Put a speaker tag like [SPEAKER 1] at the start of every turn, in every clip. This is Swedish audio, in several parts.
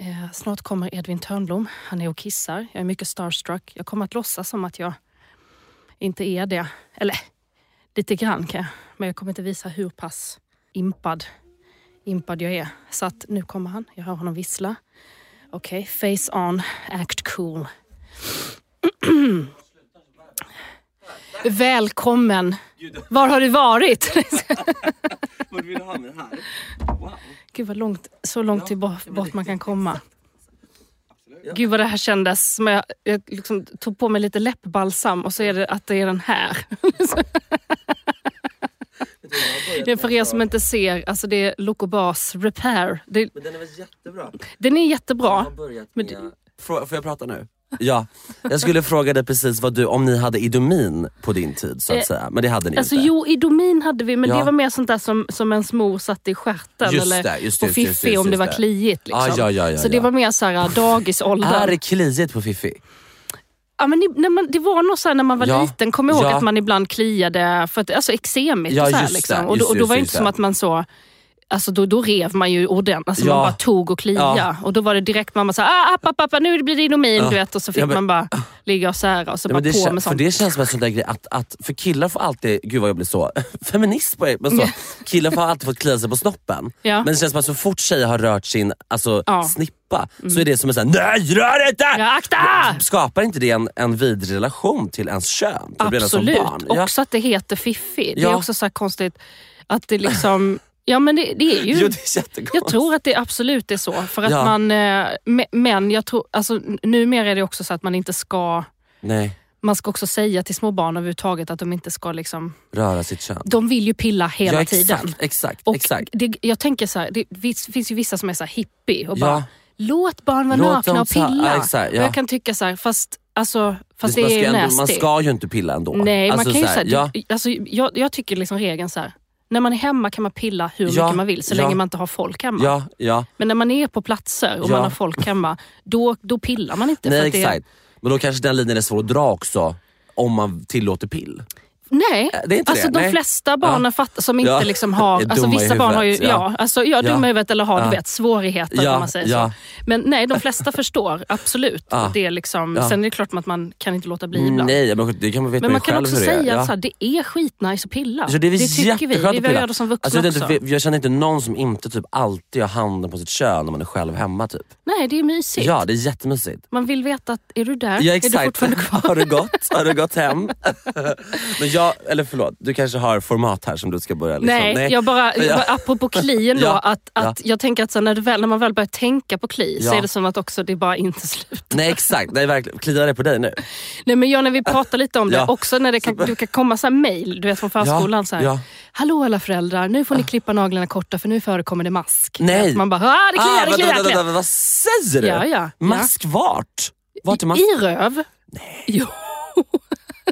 [SPEAKER 1] Eh, snart kommer Edvin Törnblom. Han är och kissar. Jag är mycket starstruck. Jag kommer att låtsas som att jag inte är det. Eller lite grann kan jag. Men jag kommer inte visa hur pass impad, impad jag är. Så att nu kommer han. Jag hör honom vissla. Okej, face on, act cool. Välkommen! Var har du varit?
[SPEAKER 2] Vad vill du ha med det här? Wow.
[SPEAKER 1] Gud vad långt, så långt
[SPEAKER 2] Ja,
[SPEAKER 1] till bort,
[SPEAKER 2] det var
[SPEAKER 1] bort man kan
[SPEAKER 2] riktigt.
[SPEAKER 1] komma.
[SPEAKER 2] Ja.
[SPEAKER 1] Gud vad det här kändes. Som jag jag liksom tog på mig lite läppbalsam och så är det att det är den här.
[SPEAKER 2] Vet du, jag har börjat
[SPEAKER 1] Det är för
[SPEAKER 2] med
[SPEAKER 1] er
[SPEAKER 2] att-
[SPEAKER 1] som inte ser, alltså det är Locobas Repair. Det,
[SPEAKER 2] Men den är väl jättebra?
[SPEAKER 1] den är
[SPEAKER 2] Jag
[SPEAKER 1] jättebra.
[SPEAKER 2] har börjat
[SPEAKER 1] Men
[SPEAKER 2] med...
[SPEAKER 1] du-
[SPEAKER 2] Frå- får jag prata nu? Ja, jag skulle fråga dig precis vad du, om ni hade idomin på din tid så
[SPEAKER 1] Eh,
[SPEAKER 2] att säga. Men det hade ni
[SPEAKER 1] Alltså
[SPEAKER 2] inte.
[SPEAKER 1] jo, idomin hade vi, men
[SPEAKER 2] Ja.
[SPEAKER 1] det var mer sånt där som, som ens mor satte i stjärten.
[SPEAKER 2] Just
[SPEAKER 1] eller
[SPEAKER 2] det, just det,
[SPEAKER 1] på
[SPEAKER 2] just det,
[SPEAKER 1] fiffi
[SPEAKER 2] just det,
[SPEAKER 1] om det
[SPEAKER 2] just
[SPEAKER 1] var
[SPEAKER 2] det.
[SPEAKER 1] kliigt. Liksom.
[SPEAKER 2] Ah, ja, ja, ja,
[SPEAKER 1] så det
[SPEAKER 2] ja.
[SPEAKER 1] var mer såhär
[SPEAKER 2] Är
[SPEAKER 1] dagisåldern.
[SPEAKER 2] det kliigt på Fifi?
[SPEAKER 1] Ja, men ni- när man, det var nog såhär när man var
[SPEAKER 2] Ja,
[SPEAKER 1] liten, kommer jag ihåg
[SPEAKER 2] ja.
[SPEAKER 1] att man ibland kliade, för att, alltså eksemigt
[SPEAKER 2] Ja,
[SPEAKER 1] och såhär.
[SPEAKER 2] just det,
[SPEAKER 1] Liksom. och
[SPEAKER 2] just
[SPEAKER 1] då,
[SPEAKER 2] det,
[SPEAKER 1] och då
[SPEAKER 2] just
[SPEAKER 1] var
[SPEAKER 2] det,
[SPEAKER 1] det inte
[SPEAKER 2] just
[SPEAKER 1] som
[SPEAKER 2] det.
[SPEAKER 1] att man så Alltså då, då rev man ju ordentligt, alltså
[SPEAKER 2] Ja.
[SPEAKER 1] man bara tog och klia.
[SPEAKER 2] Ja.
[SPEAKER 1] Och då var det direkt mamma sa ah, app, app, app, nu blir det idomin, du vet. Och så fick
[SPEAKER 2] Ja, men-
[SPEAKER 1] man bara ligga och sära och så
[SPEAKER 2] Ja,
[SPEAKER 1] bara
[SPEAKER 2] men det
[SPEAKER 1] på
[SPEAKER 2] kän-
[SPEAKER 1] med
[SPEAKER 2] för
[SPEAKER 1] sånt.
[SPEAKER 2] det känns som en sån där grej att, att för killar får alltid, gud vad jag blir så feminist på er, men så, killar får alltid fått klia sig på snoppen.
[SPEAKER 1] Ja.
[SPEAKER 2] Men det känns som att så fort tjejer har rört sin alltså,
[SPEAKER 1] Ja. Mm.
[SPEAKER 2] snippa så är det som en sån här, nej rör inte!
[SPEAKER 1] Ja, akta!
[SPEAKER 2] Skapar inte det en, en vidrig relation till ens kön? Till redan som
[SPEAKER 1] Absolut.
[SPEAKER 2] barn? Ja.
[SPEAKER 1] Också att det heter fiffi. Det är
[SPEAKER 2] Ja.
[SPEAKER 1] också så här konstigt att det liksom... Ja men det, det är ju...
[SPEAKER 2] Jo, det är jättekonstigt.
[SPEAKER 1] jag tror att det absolut är så. För att
[SPEAKER 2] Ja.
[SPEAKER 1] man, eh, me- men jag tror, alltså, n- numera är det också så att man inte ska...
[SPEAKER 2] Nej,
[SPEAKER 1] Man ska också säga till små barn överhuvudtaget att de inte ska... liksom...
[SPEAKER 2] röra sitt kön.
[SPEAKER 1] De vill ju pilla hela
[SPEAKER 2] ja,
[SPEAKER 1] tiden.
[SPEAKER 2] Exakt, exakt.
[SPEAKER 1] Och
[SPEAKER 2] exakt.
[SPEAKER 1] Det, jag tänker så här, det vis- finns ju vissa som är så här hippie och
[SPEAKER 2] Ja.
[SPEAKER 1] bara låt barn vara
[SPEAKER 2] Låt
[SPEAKER 1] nakna
[SPEAKER 2] dem
[SPEAKER 1] och
[SPEAKER 2] ta-
[SPEAKER 1] pilla.
[SPEAKER 2] ja, exakt, ja.
[SPEAKER 1] Och jag kan tycka så här, fast, alltså, fast det,
[SPEAKER 2] man,
[SPEAKER 1] är
[SPEAKER 2] ska
[SPEAKER 1] nasty.
[SPEAKER 2] ändå, man ska ju inte pilla ändå.
[SPEAKER 1] Nej,
[SPEAKER 2] Alltså,
[SPEAKER 1] man kan ju
[SPEAKER 2] så här,
[SPEAKER 1] säga,
[SPEAKER 2] ja.
[SPEAKER 1] alltså, jag, jag tycker liksom regeln så här. När man är hemma kan man pilla hur
[SPEAKER 2] Ja,
[SPEAKER 1] mycket man vill så
[SPEAKER 2] ja.
[SPEAKER 1] länge man inte har folk hemma.
[SPEAKER 2] Ja, ja.
[SPEAKER 1] Men när man är på platser och
[SPEAKER 2] Ja.
[SPEAKER 1] man har folk hemma, då, då pillar man inte.
[SPEAKER 2] Nej
[SPEAKER 1] för att det-
[SPEAKER 2] exakt. Men då kanske den linjen är svår att dra också om man tillåter pill.
[SPEAKER 1] Nej,
[SPEAKER 2] Äh, det är inte
[SPEAKER 1] alltså
[SPEAKER 2] det,
[SPEAKER 1] de
[SPEAKER 2] nej.
[SPEAKER 1] flesta barnen
[SPEAKER 2] Ja.
[SPEAKER 1] fattar, som inte
[SPEAKER 2] Ja.
[SPEAKER 1] liksom har...
[SPEAKER 2] Är
[SPEAKER 1] Alltså
[SPEAKER 2] dumma i
[SPEAKER 1] vissa barn har ju
[SPEAKER 2] huvudet,
[SPEAKER 1] ja.
[SPEAKER 2] ja.
[SPEAKER 1] alltså, ja,
[SPEAKER 2] Ja.
[SPEAKER 1] dumma i huvudet eller har
[SPEAKER 2] Ja.
[SPEAKER 1] du vet, svårigheter.
[SPEAKER 2] Ja,
[SPEAKER 1] Om man säger
[SPEAKER 2] ja.
[SPEAKER 1] så. Men nej, de flesta förstår absolut.
[SPEAKER 2] Ja.
[SPEAKER 1] Att det är liksom,
[SPEAKER 2] Ja.
[SPEAKER 1] Sen är det klart att man kan inte låta bli ibland.
[SPEAKER 2] Nej, men det kan man veta
[SPEAKER 1] Men man kan
[SPEAKER 2] själv
[SPEAKER 1] också
[SPEAKER 2] hur
[SPEAKER 1] säga
[SPEAKER 2] det är.
[SPEAKER 1] att så här, det är skitnice att pilla.
[SPEAKER 2] Så det är väl
[SPEAKER 1] tycker vi. Vi
[SPEAKER 2] jätteskönt att
[SPEAKER 1] behöver
[SPEAKER 2] pilla.
[SPEAKER 1] göra det som vuxna
[SPEAKER 2] Alltså, jag, vet
[SPEAKER 1] också.
[SPEAKER 2] inte, jag känner inte någon som inte typ alltid har handen på sitt kön när man är själv hemma. Typ.
[SPEAKER 1] Nej, det är mysigt.
[SPEAKER 2] Ja, det är jättemysigt.
[SPEAKER 1] Man vill veta att, är du där?
[SPEAKER 2] Ja,
[SPEAKER 1] är du
[SPEAKER 2] exakt.
[SPEAKER 1] fortfarande kvar?
[SPEAKER 2] Har du gått? Har du gått hem? men jag, eller förlåt, du kanske har format här som du ska börja liksom.
[SPEAKER 1] Nej, jag bara,
[SPEAKER 2] Ja.
[SPEAKER 1] jag bara apropå kli ändå,
[SPEAKER 2] Ja,
[SPEAKER 1] att, att jag tänker att så när, det väl, när man väl börjar tänka på kli så
[SPEAKER 2] Ja.
[SPEAKER 1] är det som att också det bara inte slut.
[SPEAKER 2] Nej exakt, nej verkligen. Kliar det på dig nu?
[SPEAKER 1] Nej men jag när vi pratar lite om det,
[SPEAKER 2] Ja.
[SPEAKER 1] också när det kan, du kan komma så här mail du vet, från förskolan. så här,
[SPEAKER 2] ja.
[SPEAKER 1] Hallå alla föräldrar, nu får ni klippa naglarna korta för nu förekommer det mask.
[SPEAKER 2] Nej.
[SPEAKER 1] Att Man bara, ah, det kliar, det
[SPEAKER 2] vänta,
[SPEAKER 1] kliar,
[SPEAKER 2] vänta,
[SPEAKER 1] det kliar.
[SPEAKER 2] vänta, vad säger du?
[SPEAKER 1] Ja, ja, ja.
[SPEAKER 2] Mask vart? Vart är mask?
[SPEAKER 1] I röv. Nej. Jo,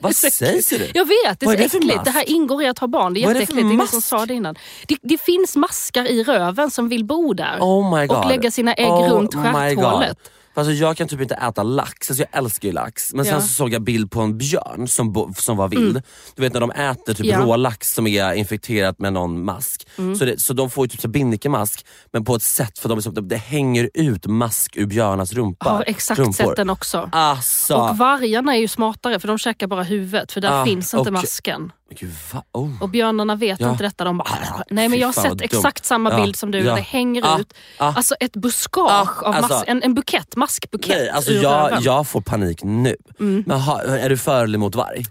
[SPEAKER 2] Vad sägs det?
[SPEAKER 1] jag vet, det är,
[SPEAKER 2] Vad är
[SPEAKER 1] så
[SPEAKER 2] det för
[SPEAKER 1] äckligt.
[SPEAKER 2] mask?
[SPEAKER 1] Det här ingår i att ha barn. Det är
[SPEAKER 2] Vad är det för
[SPEAKER 1] jätteäckligt. Det är ingen som
[SPEAKER 2] mask?
[SPEAKER 1] sa det innan. Det, det finns maskar i röven som vill bo där.
[SPEAKER 2] Oh my god. Oh
[SPEAKER 1] och lägga sina ägg runt
[SPEAKER 2] my
[SPEAKER 1] stjärthålet.
[SPEAKER 2] god. För Alltså jag kan typ inte äta lax, alltså jag älskar ju lax. Men
[SPEAKER 1] Ja. Mm.
[SPEAKER 2] sen så såg jag bild på en björn som, bo- som var vild. Du vet när de äter typ
[SPEAKER 1] Ja. Mm.
[SPEAKER 2] rå lax som är infekterat med någon mask. Så, det, så de får ju typ så här binnikemask men på ett sätt för de är som, det, det hänger ut mask ur björnarnas rumpa.
[SPEAKER 1] Har exakt
[SPEAKER 2] rumpor.
[SPEAKER 1] sett den också.
[SPEAKER 2] Alltså,
[SPEAKER 1] Och vargarna är ju smartare för de käkar bara huvudet för där
[SPEAKER 2] Ah,
[SPEAKER 1] finns inte
[SPEAKER 2] och-
[SPEAKER 1] masken.
[SPEAKER 2] Men gud, va? Oh.
[SPEAKER 1] Och björnarna vet
[SPEAKER 2] Ja. Ah,
[SPEAKER 1] inte detta. De bara, "Ah, nej men
[SPEAKER 2] Fy
[SPEAKER 1] jag har
[SPEAKER 2] fan,
[SPEAKER 1] sett
[SPEAKER 2] vad dumt.
[SPEAKER 1] exakt samma
[SPEAKER 2] Ja,
[SPEAKER 1] bild som du.
[SPEAKER 2] ja.
[SPEAKER 1] Det hänger
[SPEAKER 2] Ah,
[SPEAKER 1] ut.
[SPEAKER 2] ah.
[SPEAKER 1] Alltså ett buskage
[SPEAKER 2] Ah,
[SPEAKER 1] av
[SPEAKER 2] alltså.
[SPEAKER 1] mask, en, en bukett, maskbukett
[SPEAKER 2] Nej, alltså
[SPEAKER 1] ur
[SPEAKER 2] jag,
[SPEAKER 1] röven.
[SPEAKER 2] jag får panik nu.
[SPEAKER 1] Mm.
[SPEAKER 2] Men ha, är du för eller emot varg?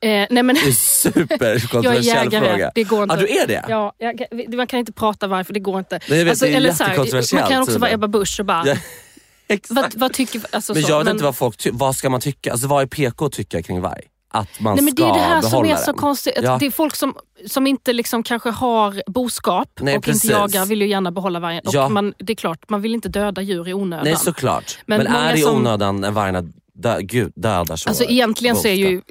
[SPEAKER 1] Eh, nej, men,
[SPEAKER 2] Det är
[SPEAKER 1] jag är
[SPEAKER 2] superkontroversiell
[SPEAKER 1] jägare.
[SPEAKER 2] fråga.
[SPEAKER 1] Det går inte.
[SPEAKER 2] Ja, du är det?
[SPEAKER 1] Ja, jag, man kan inte prata varför, det går inte. Alltså,
[SPEAKER 2] Nej, jag vet, det är
[SPEAKER 1] så här,
[SPEAKER 2] jättekontroversiellt
[SPEAKER 1] man kan också vara
[SPEAKER 2] tydligen.
[SPEAKER 1] Ebba Busch och bara,
[SPEAKER 2] Ja, Exakt.
[SPEAKER 1] vad, vad tycker... Alltså,
[SPEAKER 2] Men
[SPEAKER 1] så,
[SPEAKER 2] jag vet inte vad folk ty- vad ska man tycka? Alltså vad är PK att tycka kring varg? Att man
[SPEAKER 1] Nej, men det
[SPEAKER 2] ska
[SPEAKER 1] är det här som är
[SPEAKER 2] behålla
[SPEAKER 1] så
[SPEAKER 2] den.
[SPEAKER 1] konstigt. att
[SPEAKER 2] Ja.
[SPEAKER 1] Det är folk som, som inte liksom kanske har boskap
[SPEAKER 2] Nej,
[SPEAKER 1] och
[SPEAKER 2] precis.
[SPEAKER 1] inte jagar vill ju gärna behålla vargen.
[SPEAKER 2] Ja.
[SPEAKER 1] Och man, det är klart, man vill inte döda djur i onödan.
[SPEAKER 2] Nej såklart.
[SPEAKER 1] Men
[SPEAKER 2] Men,
[SPEAKER 1] många
[SPEAKER 2] är det i
[SPEAKER 1] som-
[SPEAKER 2] onödan när vargarna dö- gud, dödar så?
[SPEAKER 1] alltså, egentligen så är ju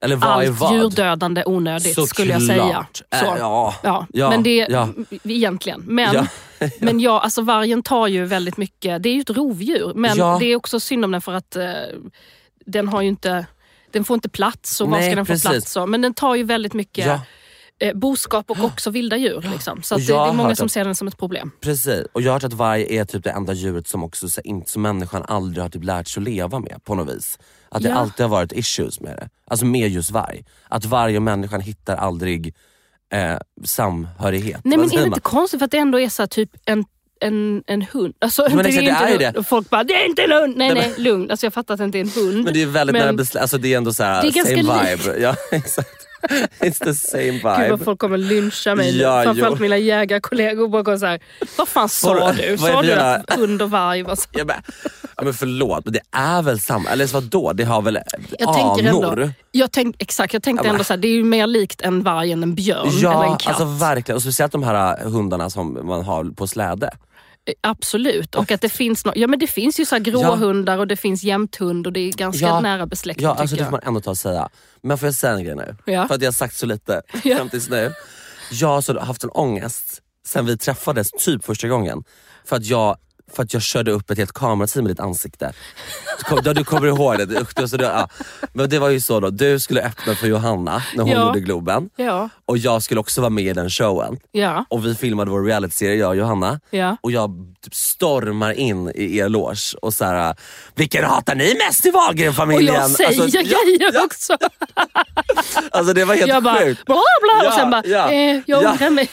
[SPEAKER 2] Eller vad är
[SPEAKER 1] allt
[SPEAKER 2] vad?
[SPEAKER 1] djurdödande onödigt skulle jag säga.
[SPEAKER 2] Såklart.
[SPEAKER 1] Så.
[SPEAKER 2] Äh, ja.
[SPEAKER 1] Ja,
[SPEAKER 2] Ja,
[SPEAKER 1] men det,
[SPEAKER 2] ja.
[SPEAKER 1] egentligen. Men,
[SPEAKER 2] Ja,
[SPEAKER 1] men ja, alltså vargen tar ju väldigt mycket. Det är ju ett rovdjur, men
[SPEAKER 2] Ja.
[SPEAKER 1] det är också synd om den för att eh, den har ju inte, den får inte plats och var
[SPEAKER 2] Nej,
[SPEAKER 1] ska den
[SPEAKER 2] precis.
[SPEAKER 1] få plats? Och, men den tar ju väldigt mycket
[SPEAKER 2] Ja.
[SPEAKER 1] eh, boskap och också vilda djur. Liksom. Så
[SPEAKER 2] Och
[SPEAKER 1] att det, det
[SPEAKER 2] jag
[SPEAKER 1] är
[SPEAKER 2] har
[SPEAKER 1] många
[SPEAKER 2] hört
[SPEAKER 1] som
[SPEAKER 2] att-
[SPEAKER 1] ser den som ett problem.
[SPEAKER 2] Precis, och jag har hört att varg är typ det enda djuret som också så, inte, som människan aldrig har typ lärt sig att leva med på något vis. Att det
[SPEAKER 1] Ja.
[SPEAKER 2] alltid har varit issues med det. Alltså med just varg. Att varg och människan hittar aldrig eh, samhörighet.
[SPEAKER 1] Nej
[SPEAKER 2] Vad
[SPEAKER 1] men är
[SPEAKER 2] säger
[SPEAKER 1] det
[SPEAKER 2] man?
[SPEAKER 1] inte konstigt för att det ändå är så här, typ en, en, en hund? Alltså,
[SPEAKER 2] Men alltså,
[SPEAKER 1] är
[SPEAKER 2] det
[SPEAKER 1] inte
[SPEAKER 2] är
[SPEAKER 1] en
[SPEAKER 2] ju
[SPEAKER 1] hund.
[SPEAKER 2] det.
[SPEAKER 1] Och folk bara, det är inte en hund! Nej
[SPEAKER 2] Nej,
[SPEAKER 1] nej, lugn. Alltså jag fattar att det inte är en hund.
[SPEAKER 2] Men det är väldigt
[SPEAKER 1] Men-
[SPEAKER 2] nära besläkt, alltså det är ändå såhär,
[SPEAKER 1] Det är ganska
[SPEAKER 2] same vibe. Ja, exakt. It's the same
[SPEAKER 1] Gud
[SPEAKER 2] vibe.
[SPEAKER 1] vad folk kommer lyncha mig nu.
[SPEAKER 2] Ja,
[SPEAKER 1] Framförallt
[SPEAKER 2] jo.
[SPEAKER 1] mina jägarkollegor bara går såhär, vad fan sa
[SPEAKER 2] Vad-
[SPEAKER 1] du?
[SPEAKER 2] vad är
[SPEAKER 1] Sa
[SPEAKER 2] det
[SPEAKER 1] du
[SPEAKER 2] jag-
[SPEAKER 1] att hund och varg var så?
[SPEAKER 2] Jag bara, ja, men förlåt, men det är väl samma, eller vadå? Det har väl
[SPEAKER 1] Jag tänker
[SPEAKER 2] anor?
[SPEAKER 1] ändå, jag tänk, exakt, jag tänkte
[SPEAKER 2] Ah, Ja, men-
[SPEAKER 1] ändå såhär, det är ju mer likt en varg än en björn eller
[SPEAKER 2] Ja,
[SPEAKER 1] en katt.
[SPEAKER 2] alltså verkligen. Och speciellt de här äh, hundarna som man har på släde.
[SPEAKER 1] Eh, Absolut. Och att det finns no- ja, men det finns ju så här
[SPEAKER 2] Ja.
[SPEAKER 1] gråhundar och det finns jämthund och det är ganska
[SPEAKER 2] Ja.
[SPEAKER 1] nära besläktat
[SPEAKER 2] Ja, alltså det
[SPEAKER 1] tycker
[SPEAKER 2] får
[SPEAKER 1] jag.
[SPEAKER 2] man ändå ta och säga. Men får jag säga en grej nu?
[SPEAKER 1] Ja.
[SPEAKER 2] För att jag har sagt så lite
[SPEAKER 1] Ja.
[SPEAKER 2] fram tills nu. Jag har så haft en ångest sen vi träffades typ första gången. För att jag, för att jag körde upp ett helt kamerateam i ditt ansikte. Du, kom, ja, du kommer ihåg det. Du, du, så du, ja. Men det var ju så då, du skulle öppna för Johanna när hon
[SPEAKER 1] Ja.
[SPEAKER 2] gjorde Globen.
[SPEAKER 1] Ja,
[SPEAKER 2] Och jag skulle också vara med i den showen.
[SPEAKER 1] ja,
[SPEAKER 2] Och vi filmade vår realityserie jag och Johanna.
[SPEAKER 1] ja.
[SPEAKER 2] Och jag typ stormar in i er loge och så här, vilken hatar ni mest i
[SPEAKER 1] Och
[SPEAKER 2] Wahlgren-familjen?
[SPEAKER 1] jag säger
[SPEAKER 2] alltså,
[SPEAKER 1] grejer också.
[SPEAKER 2] alltså det var helt
[SPEAKER 1] Jag bara bla
[SPEAKER 2] sjukt.
[SPEAKER 1] bla bla och
[SPEAKER 2] Ja,
[SPEAKER 1] sen bara,
[SPEAKER 2] ja,
[SPEAKER 1] eh, jag
[SPEAKER 2] ja.
[SPEAKER 1] ångrar mig.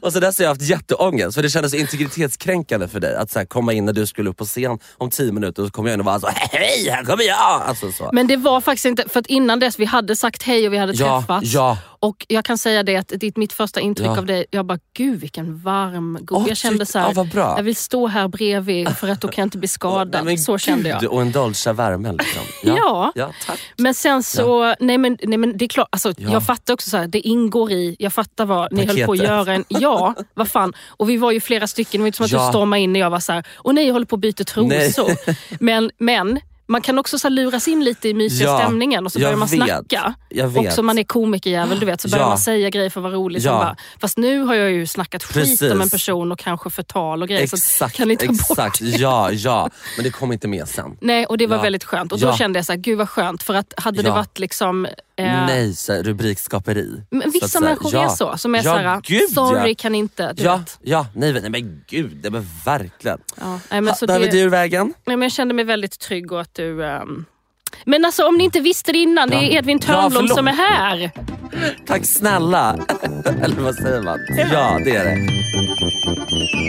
[SPEAKER 2] Och så dess har jag haft jätteångest för det kändes så integritetskränkande för dig att så här, komma in när du skulle upp på scen om 10 minuter och så kom jag in och bara så, hej här kommer jag! Alltså, så.
[SPEAKER 1] Men det var faktiskt inte, för att innan dess vi hade sagt hej och vi hade
[SPEAKER 2] ja,
[SPEAKER 1] träffats.
[SPEAKER 2] ja.
[SPEAKER 1] Och jag kan säga det att ditt, mitt första intryck
[SPEAKER 2] Ja.
[SPEAKER 1] av dig, jag bara gud vilken varm, god.
[SPEAKER 2] Åh,
[SPEAKER 1] jag kände
[SPEAKER 2] tyck-
[SPEAKER 1] så här,
[SPEAKER 2] ja, vad bra.
[SPEAKER 1] jag vill stå här bredvid för att då kan jag inte bli skadad.
[SPEAKER 2] Men
[SPEAKER 1] så kände jag.
[SPEAKER 2] gud, Och en dolce värme liksom.
[SPEAKER 1] Ja.
[SPEAKER 2] ja tack.
[SPEAKER 1] Men sen så, nej, men, nej men det är klart, alltså,
[SPEAKER 2] Ja.
[SPEAKER 1] jag fattar också så här, det ingår i, jag fattar vad ni höll på att
[SPEAKER 2] Paketet.
[SPEAKER 1] göra. En, ja, vad fan. Och vi var ju flera stycken, det var inte som att
[SPEAKER 2] Ja.
[SPEAKER 1] du stormade in när jag var så här, åh nej jag håller på att byta trosor. Men, men man kan också så här, luras in lite i mysiga
[SPEAKER 2] Ja,
[SPEAKER 1] stämningen och så
[SPEAKER 2] jag
[SPEAKER 1] börjar man
[SPEAKER 2] vet.
[SPEAKER 1] snacka.
[SPEAKER 2] Jag vet.
[SPEAKER 1] Och som man är komikerjävel du vet, så börjar
[SPEAKER 2] Ja.
[SPEAKER 1] man säga grejer för att vara rolig. som
[SPEAKER 2] Ja.
[SPEAKER 1] Bara, fast nu har jag ju snackat skit
[SPEAKER 2] Precis.
[SPEAKER 1] om en person och kanske förtal och grejer. så
[SPEAKER 2] Exakt,
[SPEAKER 1] Alltså, kan ni ta bort
[SPEAKER 2] exakt. Ja, ja. Men det kom inte med sen.
[SPEAKER 1] Nej, och det var
[SPEAKER 2] Ja.
[SPEAKER 1] väldigt skönt. Och då
[SPEAKER 2] Ja.
[SPEAKER 1] kände jag så här, gud vad skönt. För att hade det
[SPEAKER 2] Ja.
[SPEAKER 1] varit liksom... eh,
[SPEAKER 2] Nej, så här, rubrikskaperi.
[SPEAKER 1] men
[SPEAKER 2] Så att
[SPEAKER 1] vissa
[SPEAKER 2] säga,
[SPEAKER 1] människor är
[SPEAKER 2] ja.
[SPEAKER 1] så. Som är
[SPEAKER 2] Ja,
[SPEAKER 1] så här,
[SPEAKER 2] gud, ja.
[SPEAKER 1] sorry kan inte. Du
[SPEAKER 2] Ja,
[SPEAKER 1] vet.
[SPEAKER 2] ja nej, nej men gud, nej, men verkligen.
[SPEAKER 1] Ja. Nej, men så
[SPEAKER 2] Där
[SPEAKER 1] det,
[SPEAKER 2] var du ur vägen.
[SPEAKER 1] nej, men jag kände mig väldigt trygg och att du... ehm, Men alltså om ni inte visste det innan, det är
[SPEAKER 2] Ja.
[SPEAKER 1] Edvin
[SPEAKER 2] Ja,
[SPEAKER 1] Törnblom
[SPEAKER 2] förlåt.
[SPEAKER 1] som är här.
[SPEAKER 2] Tack snälla. Eller vad säger man? Ja, det är det.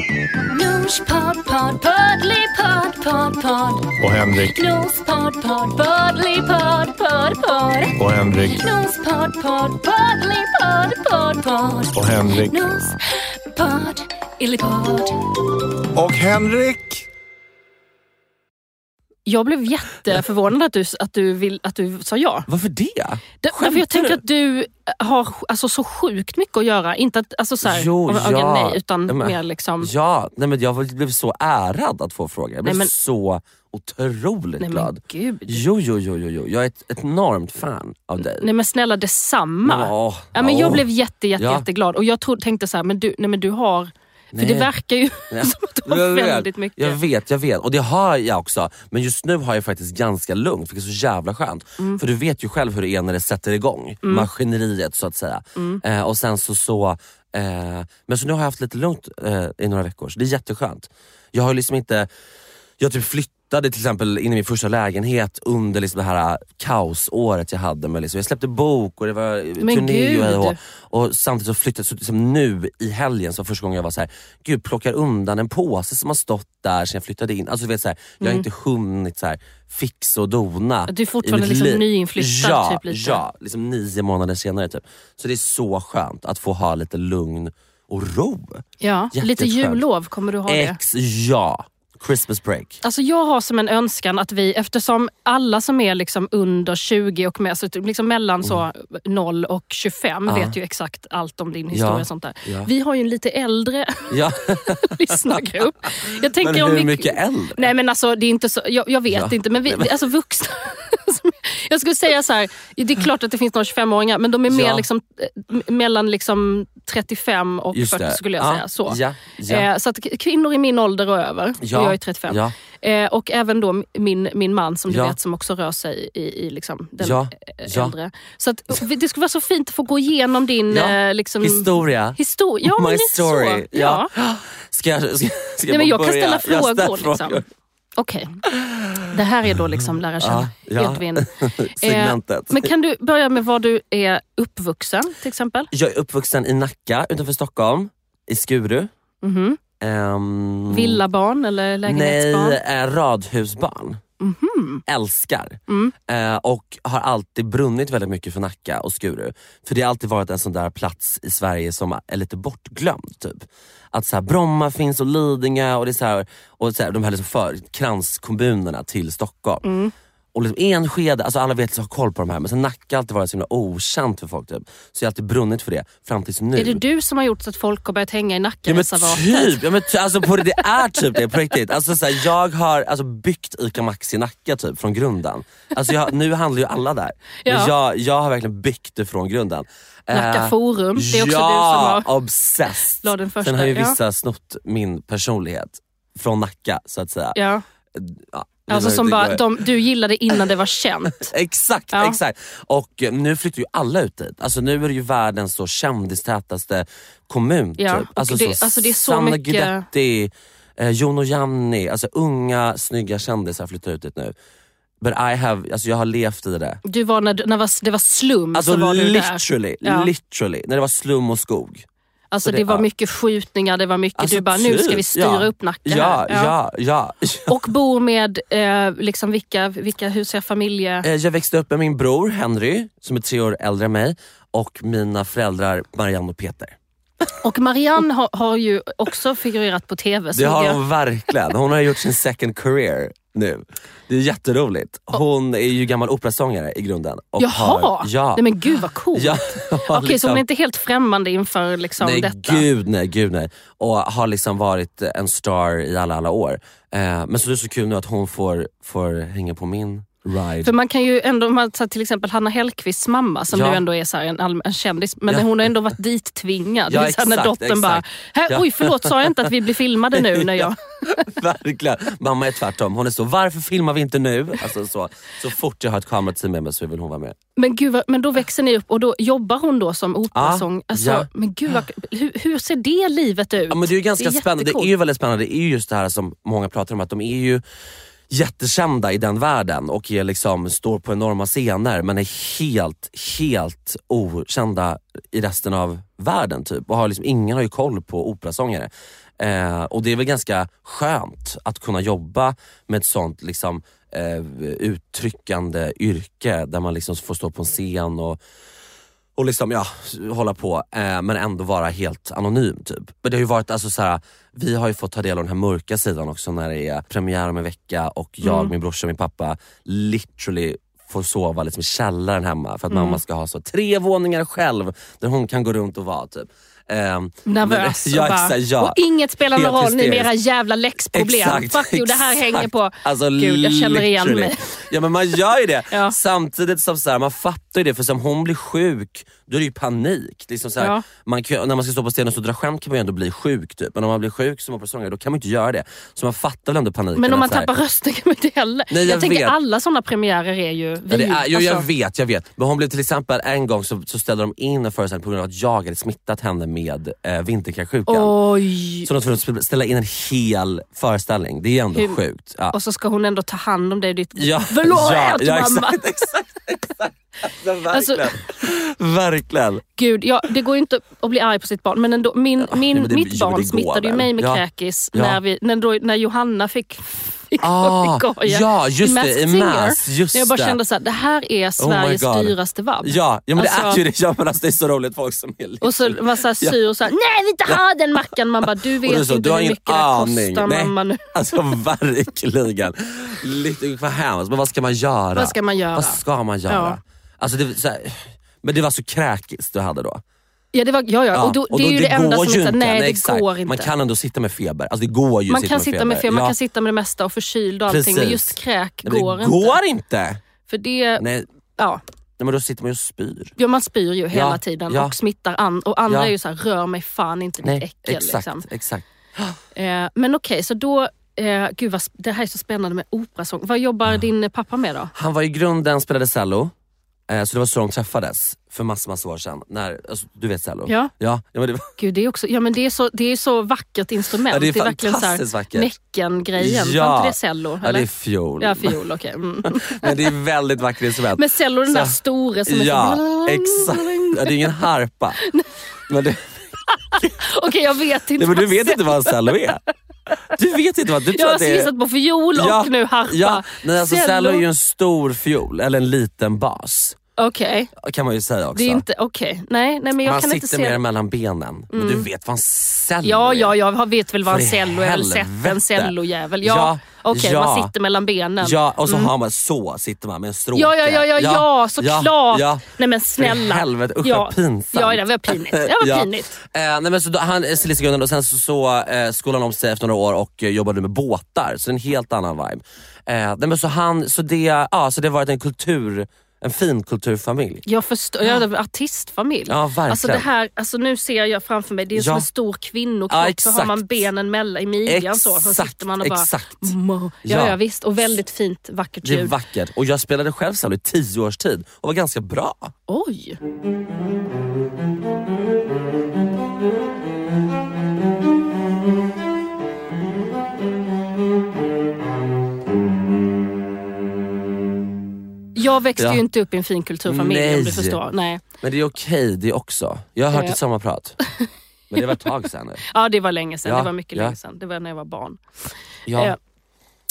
[SPEAKER 3] Gnush-podd, podd, poddly-podd, podd, podd.
[SPEAKER 4] Och Henrik,
[SPEAKER 3] Gnush-podd, podd, poddly-podd, podd, podd.
[SPEAKER 4] och Henrik,
[SPEAKER 3] Gnush-podd, podd, poddly-podd, podd, podd.
[SPEAKER 4] och Henrik.
[SPEAKER 3] Gnush-podd, illy-podd.
[SPEAKER 4] Och Henrik!
[SPEAKER 1] Jag blev jätteförvånad att du, att du, vill, att du sa ja.
[SPEAKER 2] Varför det?
[SPEAKER 1] Där- Därför
[SPEAKER 2] Skämtar
[SPEAKER 1] jag tänker
[SPEAKER 2] du?
[SPEAKER 1] att du eh, har alltså, så sjukt mycket att göra. Inte att, alltså, så här,
[SPEAKER 2] Jo,
[SPEAKER 1] om jag
[SPEAKER 2] ja.
[SPEAKER 1] ångrar nej, utan
[SPEAKER 2] Ja, men-
[SPEAKER 1] mer liksom...
[SPEAKER 2] Ja, nej, men jag blev så ärad att få frågan. Jag blev
[SPEAKER 1] Nej, men-
[SPEAKER 2] så otroligt
[SPEAKER 1] Nej men
[SPEAKER 2] glad.
[SPEAKER 1] gud.
[SPEAKER 2] Jo, jo, jo, jo, jo. Jag är ett enormt fan av dig.
[SPEAKER 1] Nej men snälla detsamma.
[SPEAKER 2] Ja,
[SPEAKER 1] Ja, men
[SPEAKER 2] ja.
[SPEAKER 1] jag blev jätte, jätte,
[SPEAKER 2] Ja.
[SPEAKER 1] jätteglad och jag tro, tänkte så här, men du, nej, men du har... För
[SPEAKER 2] Nej.
[SPEAKER 1] det verkar ju
[SPEAKER 2] Nej.
[SPEAKER 1] som att du har
[SPEAKER 2] Jag vet,
[SPEAKER 1] väldigt mycket.
[SPEAKER 2] Jag vet, jag vet. Och det har jag också. Men just nu har jag faktiskt ganska lugnt, vilket är så jävla skönt.
[SPEAKER 1] Mm.
[SPEAKER 2] För du vet ju själv hur det är när det sätter igång. Maskineriet så att säga.
[SPEAKER 1] Mm.
[SPEAKER 2] Eh, och sen så... så eh, men så nu har jag haft lite lugnt eh, i några veckor, så det är jätteskönt. Jag har liksom inte... Jag typ flyttade till exempel in i min första lägenhet under liksom det här kaosåret jag hade. Med liksom. Jag släppte bok och det var äh,
[SPEAKER 1] Men
[SPEAKER 2] turné och, hej och,
[SPEAKER 1] gud.
[SPEAKER 2] hå. och samtidigt så flyttade så liksom nu i helgen så var första gången jag var så här, gud plockar undan en påse som har stått där sen jag flyttade in. Alltså du vet så här, jag har inte hunnit så här, fixa och dona.
[SPEAKER 1] Mm. Att du är
[SPEAKER 2] i
[SPEAKER 1] fortfarande
[SPEAKER 2] mitt
[SPEAKER 1] liksom
[SPEAKER 2] liv.
[SPEAKER 1] nyinflyttad,
[SPEAKER 2] ja,
[SPEAKER 1] typ, lite.
[SPEAKER 2] Ja, liksom nio månader senare typ. Så det är så skönt att få ha lite lugn och ro.
[SPEAKER 1] ja, lite
[SPEAKER 2] jätteskönt.
[SPEAKER 1] jullov kommer du ha det.
[SPEAKER 2] Ex, ja. Christmas break.
[SPEAKER 1] Alltså jag har som en önskan att vi, eftersom alla som är liksom under 20 och med, alltså typ liksom mellan så 0 och 25
[SPEAKER 2] Mm. Ja.
[SPEAKER 1] vet ju exakt allt om din historia och sånt där.
[SPEAKER 2] ja.
[SPEAKER 1] Vi har ju en lite äldre
[SPEAKER 2] Ja.
[SPEAKER 1] lyssnargrupp. Jag tänker
[SPEAKER 2] Men
[SPEAKER 1] om vi...
[SPEAKER 2] hur mycket äldre?
[SPEAKER 1] Nej men alltså det är inte så, jag, jag vet
[SPEAKER 2] Ja.
[SPEAKER 1] inte men vi, alltså vuxna. jag skulle säga så här, det är klart att det finns några 25-åringar men de är mer
[SPEAKER 2] Ja.
[SPEAKER 1] liksom, eh, m- mellan liksom 35 och
[SPEAKER 2] Just
[SPEAKER 1] 40
[SPEAKER 2] det.
[SPEAKER 1] skulle jag
[SPEAKER 2] Ja,
[SPEAKER 1] säga. Så.
[SPEAKER 2] Ja, ja.
[SPEAKER 1] Eh, så att k- kvinnor i min ålder och över,
[SPEAKER 2] Ja,
[SPEAKER 1] och jag är 35.
[SPEAKER 2] Ja.
[SPEAKER 1] Eh, och även då min, min man som du
[SPEAKER 2] Ja.
[SPEAKER 1] vet som också rör sig i, i liksom den
[SPEAKER 2] Ja,
[SPEAKER 1] eh,
[SPEAKER 2] ja.
[SPEAKER 1] äldre. Så att, och vi- det skulle vara så fint att få gå igenom din
[SPEAKER 2] Ja,
[SPEAKER 1] eh, liksom,
[SPEAKER 2] Historia.
[SPEAKER 1] historia. Ja, men
[SPEAKER 2] My
[SPEAKER 1] det är
[SPEAKER 2] story.
[SPEAKER 1] Så. Ja.
[SPEAKER 2] Ska jag, ska, ska
[SPEAKER 1] Nej, men
[SPEAKER 2] bara
[SPEAKER 1] jag kan
[SPEAKER 2] börja?
[SPEAKER 1] ställa
[SPEAKER 2] Jag
[SPEAKER 1] frågor.
[SPEAKER 2] ställer
[SPEAKER 1] Liksom. Okej. Det här är då liksom lära känna
[SPEAKER 2] Ja, ja.
[SPEAKER 1] Edvin.
[SPEAKER 2] Segmentet.
[SPEAKER 1] Eh, men kan du börja med var du är uppvuxen till exempel?
[SPEAKER 2] Jag är uppvuxen i Nacka utanför Stockholm, i Skuru. Mm-hmm.
[SPEAKER 1] Mhm.
[SPEAKER 2] Ehm,
[SPEAKER 1] Villabarn eller lägenhetsbarn? Mhm.
[SPEAKER 2] Nej, eh, radhusbarn. Älskar.
[SPEAKER 1] Mm.
[SPEAKER 2] Eh, och har alltid brunnit väldigt mycket för Nacka och Skuru. För det har alltid varit en sån där plats i Sverige som är lite bortglömd. Typ. Att så här, Bromma finns och Lidingö och, det är så här, och så här, de här liksom för, kranskommunerna till Stockholm.
[SPEAKER 1] Mm.
[SPEAKER 2] Och liksom Enskede, alltså alla vet har koll på de här men sen Nacka har alltid varit så himla okänt för folk. Typ. Så jag har alltid brunnit för det fram tills nu.
[SPEAKER 1] Är det du som har gjort så att folk har börjat hänga i
[SPEAKER 2] Ja men
[SPEAKER 1] Nackareservatet?
[SPEAKER 2] typ, ja, men ty, alltså på det, det är typ det på riktigt. Alltså, så här, jag har alltså, byggt ICA Maxi Nacka typ från grunden. Alltså, jag, nu handlar ju alla där.
[SPEAKER 1] Ja.
[SPEAKER 2] Men jag, jag har verkligen byggt det från grunden.
[SPEAKER 1] Nacka
[SPEAKER 2] Eh,
[SPEAKER 1] Forum, det är också
[SPEAKER 2] ja,
[SPEAKER 1] du som har...
[SPEAKER 2] obsessed.
[SPEAKER 1] la den första,
[SPEAKER 2] Sen har ju
[SPEAKER 1] ja.
[SPEAKER 2] vissa snott min personlighet från Nacka så att säga.
[SPEAKER 1] Ja.
[SPEAKER 2] Ja, vi
[SPEAKER 1] Alltså
[SPEAKER 2] var
[SPEAKER 1] som
[SPEAKER 2] ute
[SPEAKER 1] bara,
[SPEAKER 2] igår.
[SPEAKER 1] de, du gillade innan det var känt.
[SPEAKER 2] Exakt,
[SPEAKER 1] Ja.
[SPEAKER 2] exakt. Och eh, nu flyttar ju alla ut dit. Alltså nu är det ju världens så kändistätaste kommun.
[SPEAKER 1] Ja,
[SPEAKER 2] Typ.
[SPEAKER 1] och det- alltså det är så
[SPEAKER 2] Sanna
[SPEAKER 1] mycket-
[SPEAKER 2] Guidetti, eh, Jon och Janni, alltså unga snygga kändisar flyttar ut dit nu. But I have, alltså jag har levt i det.
[SPEAKER 1] Du var när, du- när var- det var slum
[SPEAKER 2] Alltså
[SPEAKER 1] så var du där.
[SPEAKER 2] literally,
[SPEAKER 1] Ja.
[SPEAKER 2] literally, när det var slum och skog.
[SPEAKER 1] Alltså
[SPEAKER 2] det-
[SPEAKER 1] det var
[SPEAKER 2] ja.
[SPEAKER 1] mycket skjutningar, det var mycket
[SPEAKER 2] Alltså
[SPEAKER 1] du bara, nu ska vi
[SPEAKER 2] typ,
[SPEAKER 1] styra
[SPEAKER 2] ja.
[SPEAKER 1] upp Nacka
[SPEAKER 2] Ja,
[SPEAKER 1] här.
[SPEAKER 2] ja, ja.
[SPEAKER 1] Och bor med, eh, liksom vilka, vilka hur ser familje...
[SPEAKER 2] Eh, Jag växte upp med min bror Henry, som är tre år äldre än mig, och mina föräldrar Marianne och Peter.
[SPEAKER 1] Och Marianne har, har ju också figurerat på TV.
[SPEAKER 2] Det
[SPEAKER 1] såg
[SPEAKER 2] har
[SPEAKER 1] jag.
[SPEAKER 2] hon verkligen. Hon har gjort sin second career nu. Det är jätteroligt. Hon är ju gammal operasångare i grunden. Och
[SPEAKER 1] Jaha!
[SPEAKER 2] Har, ja.
[SPEAKER 1] Nej men gud vad coolt.
[SPEAKER 2] ja, har
[SPEAKER 1] Okej, så hon är inte helt främmande inför liksom,
[SPEAKER 2] nej,
[SPEAKER 1] detta?
[SPEAKER 2] Gud nej, gud nej. Och har liksom varit en star i alla, alla år. Eh, men så det är så kul nu att hon får, får hänga på min ride.
[SPEAKER 1] För man kan ju ändå, om man tar till exempel Hanna Hellquists mamma som
[SPEAKER 2] Ja.
[SPEAKER 1] nu ändå är så här en, allmän, en kändis, men
[SPEAKER 2] Ja.
[SPEAKER 1] hon har ändå varit dit tvingad.
[SPEAKER 2] Ja,
[SPEAKER 1] Det är så här när
[SPEAKER 2] exakt,
[SPEAKER 1] dottern bara,
[SPEAKER 2] exakt.
[SPEAKER 1] "Här,
[SPEAKER 2] Ja.
[SPEAKER 1] oj förlåt sa jag inte att vi blir filmade nu? När jag...
[SPEAKER 2] Verkligen. Mamma är tvärtom. Hon är så, varför filmar vi inte nu? Alltså, så, så fort jag har ett kamerateam med mig så vill hon vara med.
[SPEAKER 1] Men gud, vad, men då växer ni upp och då jobbar hon då som operasång.
[SPEAKER 2] Ja,
[SPEAKER 1] alltså,
[SPEAKER 2] Ah, ja.
[SPEAKER 1] Men gud, vad, hur, hur ser det livet ut?
[SPEAKER 2] Ja, men det är ju ganska
[SPEAKER 1] Det är
[SPEAKER 2] spännande. Det är
[SPEAKER 1] jättecoolt.
[SPEAKER 2] ju väldigt spännande. Det är ju just det här som många pratar om, att de är ju jättekända i den världen och är liksom, står på enorma scener men är helt, helt okända i resten av världen. typ. Och har liksom, ingen har ju koll på operasångare. Eh, och det är väl ganska skönt att kunna jobba med ett sånt liksom, eh, uttryckande yrke där man liksom får stå på en scen och och liksom, ja, hålla på eh, men ändå vara helt anonym. typ. Men det har ju varit, alltså, så här, vi har ju fått ta del av den här mörka sidan också när det är premiär om en vecka och jag,
[SPEAKER 1] Mm.
[SPEAKER 2] min brorsa och min pappa literally får sova liksom, i källaren hemma för att
[SPEAKER 1] Mm.
[SPEAKER 2] mamma ska ha så tre våningar själv där hon kan gå runt och vara. typ. Ehm,
[SPEAKER 1] Nervös
[SPEAKER 2] men- ja,
[SPEAKER 1] och, bara,
[SPEAKER 2] exakt, ja.
[SPEAKER 1] och inget spelar någon
[SPEAKER 2] Helt
[SPEAKER 1] roll, ni med era
[SPEAKER 2] hysteriskt.
[SPEAKER 1] jävla läxproblem. Fuck you, det här
[SPEAKER 2] exakt.
[SPEAKER 1] hänger på...
[SPEAKER 2] Alltså,
[SPEAKER 1] Gud, jag känner igen
[SPEAKER 2] literally.
[SPEAKER 1] mig.
[SPEAKER 2] Ja men man gör ju det.
[SPEAKER 1] Ja.
[SPEAKER 2] Samtidigt som så här, man fattar ju det, för som hon blir sjuk, då är det ju panik. Liksom så här,
[SPEAKER 1] Ja.
[SPEAKER 2] man kan, när man ska stå på scenen och dra skämt kan man ju ändå bli sjuk. Typ. Men om man blir sjuk som operasångare, då kan man ju inte göra det. Så man fattar väl ändå paniken.
[SPEAKER 1] Men om
[SPEAKER 2] att
[SPEAKER 1] man
[SPEAKER 2] så här-
[SPEAKER 1] tappar rösten kan man inte heller...
[SPEAKER 2] Nej,
[SPEAKER 1] jag
[SPEAKER 2] jag
[SPEAKER 1] tänker
[SPEAKER 2] vet.
[SPEAKER 1] alla sådana premiärer är ju... Vi,
[SPEAKER 2] Ja, det är, jo, jag
[SPEAKER 1] alltså,
[SPEAKER 2] vet, jag vet. Men hon blev till exempel en gång så, så ställde de in en föreställning på grund av att jag hade smittat henne med eh, vinterkräksjukan.
[SPEAKER 1] Oj!
[SPEAKER 2] Så de var tvungna att ställa in en hel föreställning. Det är ju ändå
[SPEAKER 1] Hur-
[SPEAKER 2] sjukt. Ja.
[SPEAKER 1] Och så ska hon ändå ta hand om dig. Ditt...
[SPEAKER 2] Ja,
[SPEAKER 1] Förlåt
[SPEAKER 2] ja, ja,
[SPEAKER 1] mamma!
[SPEAKER 2] Exakt, exakt, exakt. Alltså,
[SPEAKER 1] Alltså-
[SPEAKER 2] verkligen. verkligen.
[SPEAKER 1] Gud, ja, det går ju inte att bli arg på sitt barn men ändå, min,
[SPEAKER 2] nej,
[SPEAKER 1] min,
[SPEAKER 2] men det- jo,
[SPEAKER 1] mitt
[SPEAKER 2] men
[SPEAKER 1] barn
[SPEAKER 2] det går
[SPEAKER 1] smittade ju
[SPEAKER 2] väl.
[SPEAKER 1] mig med
[SPEAKER 2] Ja.
[SPEAKER 1] kräkis
[SPEAKER 2] Ja.
[SPEAKER 1] När, vi, när, då, när Johanna fick, fick
[SPEAKER 2] Ah,
[SPEAKER 1] papegoja
[SPEAKER 2] ja,
[SPEAKER 1] i
[SPEAKER 2] just det,
[SPEAKER 1] Masked
[SPEAKER 2] i
[SPEAKER 1] Singer.
[SPEAKER 2] Mask, just
[SPEAKER 1] när jag bara
[SPEAKER 2] det. Oh
[SPEAKER 1] kände att det här är Sveriges
[SPEAKER 2] God.
[SPEAKER 1] dyraste vab.
[SPEAKER 2] Ja, ja men det är
[SPEAKER 1] Alltså-
[SPEAKER 2] ju det. Ja, men alltså, det är så roligt folk som är lite...
[SPEAKER 1] Och så var så här sur och sa nej vi inte ha den mackan. Man bara du
[SPEAKER 2] Och
[SPEAKER 1] vet
[SPEAKER 2] så,
[SPEAKER 1] inte
[SPEAKER 2] du har
[SPEAKER 1] hur
[SPEAKER 2] ingen
[SPEAKER 1] mycket det här
[SPEAKER 2] aning.
[SPEAKER 1] kostar mamma nu.
[SPEAKER 2] Alltså verkligen. Lite, vad hemskt. Men vad ska man göra?
[SPEAKER 1] Vad ska man göra?
[SPEAKER 2] Vad ska man göra?
[SPEAKER 1] Ja.
[SPEAKER 2] Alltså, det, så här, men det var så kräkis du hade då?
[SPEAKER 1] Ja, det var, ja, ja. Och då, det är ju det enda som är
[SPEAKER 2] går ju
[SPEAKER 1] så här,
[SPEAKER 2] inte.
[SPEAKER 1] nej det
[SPEAKER 2] exakt.
[SPEAKER 1] går inte.
[SPEAKER 2] Man kan ändå sitta med feber. Alltså det går ju
[SPEAKER 1] man
[SPEAKER 2] att
[SPEAKER 1] kan sitta med feber, man
[SPEAKER 2] Ja.
[SPEAKER 1] kan sitta med det mesta och förkyld och allting men
[SPEAKER 2] Precis.
[SPEAKER 1] just kräk
[SPEAKER 2] Nej, men
[SPEAKER 1] går
[SPEAKER 2] det
[SPEAKER 1] inte.
[SPEAKER 2] går inte.
[SPEAKER 1] För det,
[SPEAKER 2] Nej, nej,
[SPEAKER 1] ja.
[SPEAKER 2] men då sitter man ju och spyr.
[SPEAKER 1] Ja, man spyr ju hela
[SPEAKER 2] Ja,
[SPEAKER 1] tiden
[SPEAKER 2] ja.
[SPEAKER 1] och smittar an, och andra
[SPEAKER 2] Ja.
[SPEAKER 1] är ju så här, rör mig fan inte ditt
[SPEAKER 2] Nej,
[SPEAKER 1] äckel.
[SPEAKER 2] exakt,
[SPEAKER 1] Liksom.
[SPEAKER 2] exakt.
[SPEAKER 1] Eh, men okej, så då eh, Eh, gud, vad, sp- det här är så spännande med operasång. Vad jobbar
[SPEAKER 2] Mm.
[SPEAKER 1] din eh, pappa med då?
[SPEAKER 2] Han var i grunden, spelade cello. Eh, så det var så de träffades för massor massa år sedan. När, alltså, du vet cello?
[SPEAKER 1] Ja.
[SPEAKER 2] Ja, ja, men det,
[SPEAKER 1] Gud, det är, också, ja, men det är, så, det är så vackert instrument.
[SPEAKER 2] Ja, det är
[SPEAKER 1] verkligen så här
[SPEAKER 2] fantastiskt vackert.
[SPEAKER 1] Näcken-grejen.
[SPEAKER 2] Ja.
[SPEAKER 1] Var inte det cello?
[SPEAKER 2] ja, det
[SPEAKER 1] eller?
[SPEAKER 2] är fiol.
[SPEAKER 1] Ja, fiol. Okej. Mm.
[SPEAKER 2] men det är väldigt vackert instrument.
[SPEAKER 1] Men cello, den där store som
[SPEAKER 2] ja,
[SPEAKER 1] är så...
[SPEAKER 2] exakt. Ja, det är ingen harpa. men det,
[SPEAKER 1] Okej, jag vet inte.
[SPEAKER 2] nej, men du
[SPEAKER 1] vad
[SPEAKER 2] vet
[SPEAKER 1] cello-
[SPEAKER 2] inte vad en cello är. Du vet inte vad, du tror
[SPEAKER 1] Jag har
[SPEAKER 2] att det är...
[SPEAKER 1] gissat på fiol och
[SPEAKER 2] Ja,
[SPEAKER 1] nu harpa.
[SPEAKER 2] Ja, nej, alltså cello. är ju
[SPEAKER 1] Okej,
[SPEAKER 2] en stor fiol, eller en liten bas. Kan man ju säga också.
[SPEAKER 1] det är inte... Okej. Nej, nej, men jag
[SPEAKER 2] Alltså. man
[SPEAKER 1] kan
[SPEAKER 2] sitter
[SPEAKER 1] inte se... Mm.
[SPEAKER 2] mer mellan benen. Men du vet vad en cello
[SPEAKER 1] Ja,
[SPEAKER 2] är.
[SPEAKER 1] ja, jag har- vet väl vad en
[SPEAKER 2] Mm.
[SPEAKER 1] cello
[SPEAKER 2] För i
[SPEAKER 1] är. Jag har väl sett en
[SPEAKER 2] helvete.
[SPEAKER 1] cellojävel. Ja,
[SPEAKER 2] Ja,
[SPEAKER 1] Okej,
[SPEAKER 2] ja.
[SPEAKER 1] man sitter mellan benen.
[SPEAKER 2] Ja, och så har man så, sitter man med en stråke.
[SPEAKER 1] mm. Ja, ja, ja, ja, ja, såklart.
[SPEAKER 2] ja.
[SPEAKER 1] Nej men
[SPEAKER 2] För i
[SPEAKER 1] snälla.
[SPEAKER 2] helvete, usch
[SPEAKER 1] ja.
[SPEAKER 2] vad pinsamt.
[SPEAKER 1] Ja, det var pinigt. Det var
[SPEAKER 2] Ja.
[SPEAKER 1] pinigt.
[SPEAKER 2] Eh, nej men så då, han är stilistgrunden och sen så, så eh, skolade han om sig efter några år och eh, jobbade med båtar. Så det är en helt annan vibe. Eh, nej men så, han, så, det, ja, så det har varit en kultur, en fin kulturfamilj.
[SPEAKER 1] Jag förstår. Jag hade en artistfamilj.
[SPEAKER 2] Ja, verkligen.
[SPEAKER 1] Alltså det här, alltså nu ser jag framför mig, det är som
[SPEAKER 2] Ja.
[SPEAKER 1] en stor kvinnokropp.
[SPEAKER 2] Ja,
[SPEAKER 1] så har man
[SPEAKER 2] exakt.
[SPEAKER 1] benen mellan, i midjan så. Så
[SPEAKER 2] Exakt,
[SPEAKER 1] sitter man och bara...
[SPEAKER 2] exakt.
[SPEAKER 1] Mo. Ja, ja.
[SPEAKER 2] Ja.
[SPEAKER 1] visst. Och väldigt fint, vackert
[SPEAKER 2] Det är
[SPEAKER 1] ljud.
[SPEAKER 2] vackert. Och jag spelade själv cello i tio års tid och var ganska bra.
[SPEAKER 1] Oj! Jag växte
[SPEAKER 2] Ja.
[SPEAKER 1] ju inte upp i en fin kulturfamilj om du
[SPEAKER 2] Nej.
[SPEAKER 1] förstår. Nej.
[SPEAKER 2] Men det är okej det också. Jag har hört
[SPEAKER 1] Ja.
[SPEAKER 2] ett samma prat. Men det var ett tag sedan nu.
[SPEAKER 1] Ja, det var länge sedan.
[SPEAKER 2] Ja,
[SPEAKER 1] Det var mycket
[SPEAKER 2] ja.
[SPEAKER 1] länge sedan. Det var när jag var barn.
[SPEAKER 2] Ja.
[SPEAKER 1] Eh,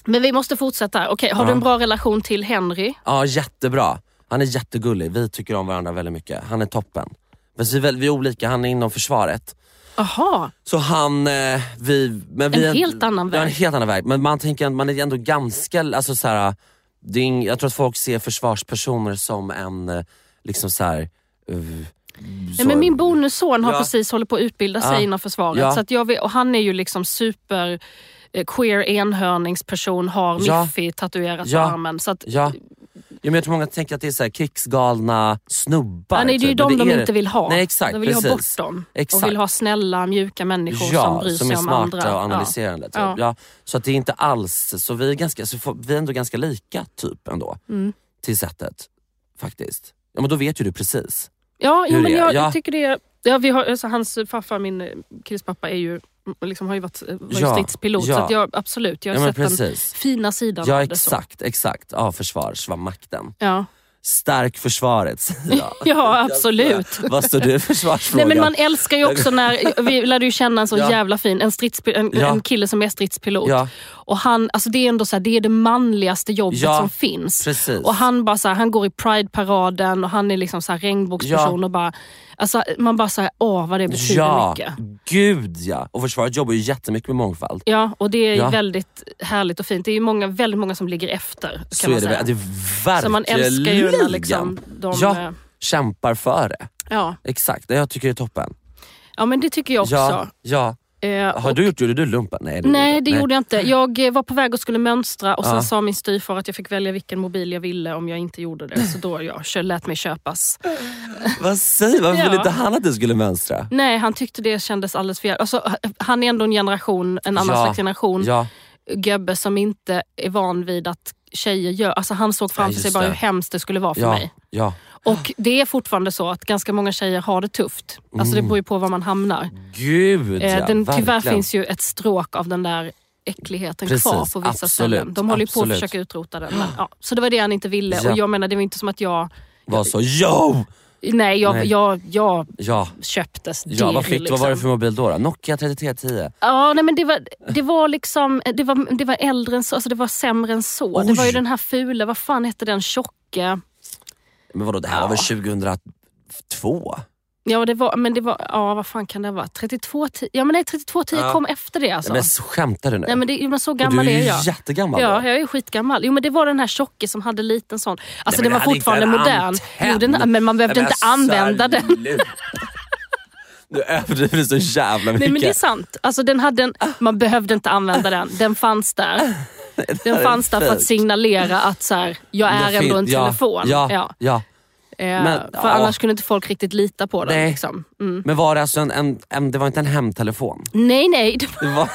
[SPEAKER 1] Men vi måste fortsätta. Okej, har
[SPEAKER 2] Ja.
[SPEAKER 1] du en bra relation till Henry?
[SPEAKER 2] Ja, jättebra. Han är jättegullig. Vi tycker om varandra väldigt mycket. Han är toppen. Men så är väl- vi är olika, han är inom försvaret.
[SPEAKER 1] Aha,
[SPEAKER 2] Så han, eh, vi... Men vi
[SPEAKER 1] En helt annan
[SPEAKER 2] Ja, en
[SPEAKER 1] väg.
[SPEAKER 2] helt annan väg. Men man tänker att man är ändå ganska, alltså så här, det är ing, jag tror att folk ser försvarspersoner som en, eh, liksom så här, eh, så-
[SPEAKER 1] Nej, men min bonusson har
[SPEAKER 2] Ja.
[SPEAKER 1] precis hållit på att utbilda sig
[SPEAKER 2] Ja.
[SPEAKER 1] inom försvaret.
[SPEAKER 2] Ja.
[SPEAKER 1] Så att jag vet, och han är ju liksom super eh, queer enhörningsperson, har
[SPEAKER 2] Ja.
[SPEAKER 1] Miffy tatuerat
[SPEAKER 2] Ja.
[SPEAKER 1] på armen. Så att,
[SPEAKER 2] Ja. ja men jag tror många tänker att det är så här krigsgalna snubbar.
[SPEAKER 1] Ja, nej, det är ju
[SPEAKER 2] typ.
[SPEAKER 1] de
[SPEAKER 2] Men
[SPEAKER 1] de
[SPEAKER 2] är det-
[SPEAKER 1] inte vill ha.
[SPEAKER 2] Nej exakt,
[SPEAKER 1] de vill ju ha
[SPEAKER 2] precis.
[SPEAKER 1] bort dem.
[SPEAKER 2] Exakt.
[SPEAKER 1] Och vill ha snälla, mjuka människor som bryr sig
[SPEAKER 2] är
[SPEAKER 1] om
[SPEAKER 2] smarta
[SPEAKER 1] andra.
[SPEAKER 2] och
[SPEAKER 1] Ja.
[SPEAKER 2] analyserande. Typ.
[SPEAKER 1] Ja.
[SPEAKER 2] Ja. så att det är inte alls, så vi är, ganska, så får- vi är ändå ganska lika typ ändå.
[SPEAKER 1] Mm.
[SPEAKER 2] Till sättet faktiskt. Ja men då vet ju du precis.
[SPEAKER 1] Ja, jo,
[SPEAKER 2] hur
[SPEAKER 1] men
[SPEAKER 2] det är.
[SPEAKER 1] jag,
[SPEAKER 2] Ja.
[SPEAKER 1] jag tycker det är... Ja, vi har, alltså, hans farfar, min eh, killes pappa, är ju, m- liksom, har ju varit, eh, var ju
[SPEAKER 2] Ja,
[SPEAKER 1] stridspilot.
[SPEAKER 2] ja.
[SPEAKER 1] Så att jag, absolut, jag
[SPEAKER 2] Ja
[SPEAKER 1] har
[SPEAKER 2] men
[SPEAKER 1] sett den
[SPEAKER 2] precis.
[SPEAKER 1] fina sidan
[SPEAKER 2] Ja
[SPEAKER 1] av det. Så.
[SPEAKER 2] exakt, exakt. Ja försvarsmakten.
[SPEAKER 1] Ja.
[SPEAKER 2] Stärk försvaret säger jag.
[SPEAKER 1] ja, absolut.
[SPEAKER 2] Vad står du i
[SPEAKER 1] Nej,
[SPEAKER 2] försvarsfrågan?
[SPEAKER 1] men man älskar ju också när, vi lärde ju känna en så
[SPEAKER 2] Ja.
[SPEAKER 1] jävla fin, en, stridspi- en,
[SPEAKER 2] Ja.
[SPEAKER 1] en kille som är stridspilot.
[SPEAKER 2] Ja.
[SPEAKER 1] Och han, alltså det är ändå så här, det är det manligaste jobbet
[SPEAKER 2] Ja,
[SPEAKER 1] som finns.
[SPEAKER 2] Precis.
[SPEAKER 1] Och han, bara så här, han går i Pride-paraden och han är liksom så här regnbågsperson.
[SPEAKER 2] Ja.
[SPEAKER 1] Och bara, alltså, man bara såhär, åh vad det betyder
[SPEAKER 2] ja,
[SPEAKER 1] mycket.
[SPEAKER 2] gud ja. Och försvaret jobbar ju jättemycket med mångfald.
[SPEAKER 1] Ja, och det är ju
[SPEAKER 2] Ja.
[SPEAKER 1] väldigt härligt och fint. Det är ju många, väldigt många som ligger efter. Kan
[SPEAKER 2] Så
[SPEAKER 1] man
[SPEAKER 2] är det,
[SPEAKER 1] säga.
[SPEAKER 2] väl- det är verkligen.
[SPEAKER 1] Så man älskar ju när liksom de...
[SPEAKER 2] Ja.
[SPEAKER 1] eh,
[SPEAKER 2] Kämpar för det.
[SPEAKER 1] Ja.
[SPEAKER 2] Exakt, det jag tycker det är toppen.
[SPEAKER 1] ja, men det tycker jag också.
[SPEAKER 2] Ja, ja.
[SPEAKER 1] Eh,
[SPEAKER 2] Har du gjort, gjorde du lumpen? Nej det,
[SPEAKER 1] Nej,
[SPEAKER 2] gjorde
[SPEAKER 1] det
[SPEAKER 2] du inte.
[SPEAKER 1] gjorde jag inte. Jag eh, var på väg och skulle mönstra och sen
[SPEAKER 2] Ja.
[SPEAKER 1] sa min styvfar att jag fick välja vilken mobil jag ville om jag inte gjorde det. Så då jag kö- lät mig köpas.
[SPEAKER 2] Vad säger Varför
[SPEAKER 1] Ja.
[SPEAKER 2] ville inte han att du skulle mönstra?
[SPEAKER 1] Nej, han tyckte det kändes alldeles för jävligt. Alltså, h- han är ändå en generation, en annan
[SPEAKER 2] Ja.
[SPEAKER 1] slags generation,
[SPEAKER 2] Ja,
[SPEAKER 1] gubbe som inte är van vid att tjejer gör... Alltså han såg framför
[SPEAKER 2] just
[SPEAKER 1] sig bara
[SPEAKER 2] det.
[SPEAKER 1] hur hemskt det skulle vara för
[SPEAKER 2] ja,
[SPEAKER 1] mig.
[SPEAKER 2] ja.
[SPEAKER 1] Och det är fortfarande så att ganska många tjejer har det tufft. Alltså
[SPEAKER 2] Mm.
[SPEAKER 1] det beror ju på var man hamnar.
[SPEAKER 2] Gud
[SPEAKER 1] Eh,
[SPEAKER 2] ja,
[SPEAKER 1] den,
[SPEAKER 2] verkligen.
[SPEAKER 1] tyvärr finns ju ett stråk av den där äckligheten
[SPEAKER 2] Precis,
[SPEAKER 1] kvar på vissa
[SPEAKER 2] absolut,
[SPEAKER 1] ställen. De håller ju på att
[SPEAKER 2] absolut.
[SPEAKER 1] försöka utrota den. Men, ja. Så det var det han inte ville.
[SPEAKER 2] Ja.
[SPEAKER 1] Och jag menar, det var inte som att jag...
[SPEAKER 2] Var så, yo!
[SPEAKER 1] Nej, jag,
[SPEAKER 2] Nej.
[SPEAKER 1] jag, jag
[SPEAKER 2] Ja,
[SPEAKER 1] köptes
[SPEAKER 2] ja
[SPEAKER 1] det,
[SPEAKER 2] vad, fick, du?
[SPEAKER 1] liksom.
[SPEAKER 2] vad var det för mobil då? då? Nokia 3310?
[SPEAKER 1] Ja, nej, men det var, det var liksom... Det var, det var äldre än så. Alltså det var sämre än så. Det
[SPEAKER 2] Oj.
[SPEAKER 1] var ju den här fula, vad fan hette den tjocka...
[SPEAKER 2] Men vadå, det här var väl 2002?
[SPEAKER 1] Ja, det var, men det var... Ja, vad fan kan det vara? 3210? Ja, men nej, 3210
[SPEAKER 2] Ja.
[SPEAKER 1] kom efter det alltså.
[SPEAKER 2] Nej, men så skämtar du nu?
[SPEAKER 1] nej, men, det, men så
[SPEAKER 2] Och du
[SPEAKER 1] gammal
[SPEAKER 2] är ju
[SPEAKER 1] är jag.
[SPEAKER 2] jättegammal
[SPEAKER 1] Ja,
[SPEAKER 2] då.
[SPEAKER 1] jag är skitgammal. Jo men det var den här tjocke som hade liten sån. Alltså
[SPEAKER 2] Nej,
[SPEAKER 1] den
[SPEAKER 2] men
[SPEAKER 1] var
[SPEAKER 2] den hade inte
[SPEAKER 1] fortfarande
[SPEAKER 2] en
[SPEAKER 1] modern.
[SPEAKER 2] antenn.
[SPEAKER 1] Jo, den, men man behövde
[SPEAKER 2] Nej, men alltså,
[SPEAKER 1] inte använda den.
[SPEAKER 2] absolut. Du överdriver så jävla mycket.
[SPEAKER 1] Nej men det är sant. Alltså, den hade en, man behövde inte använda den. Den fanns där. Den fanns där för att
[SPEAKER 2] fint.
[SPEAKER 1] signalera att så här, jag är
[SPEAKER 2] Jag fin-
[SPEAKER 1] ändå en
[SPEAKER 2] ja,
[SPEAKER 1] telefon.
[SPEAKER 2] Ja,
[SPEAKER 1] Ja.
[SPEAKER 2] ja.
[SPEAKER 1] Eh,
[SPEAKER 2] men,
[SPEAKER 1] för
[SPEAKER 2] ja.
[SPEAKER 1] annars kunde inte folk riktigt lita på den. Nej,
[SPEAKER 2] Nej.
[SPEAKER 1] liksom. mm.
[SPEAKER 2] Men var det alltså en, en, en, det var inte en hemtelefon?
[SPEAKER 1] nej. nej.
[SPEAKER 2] Det var,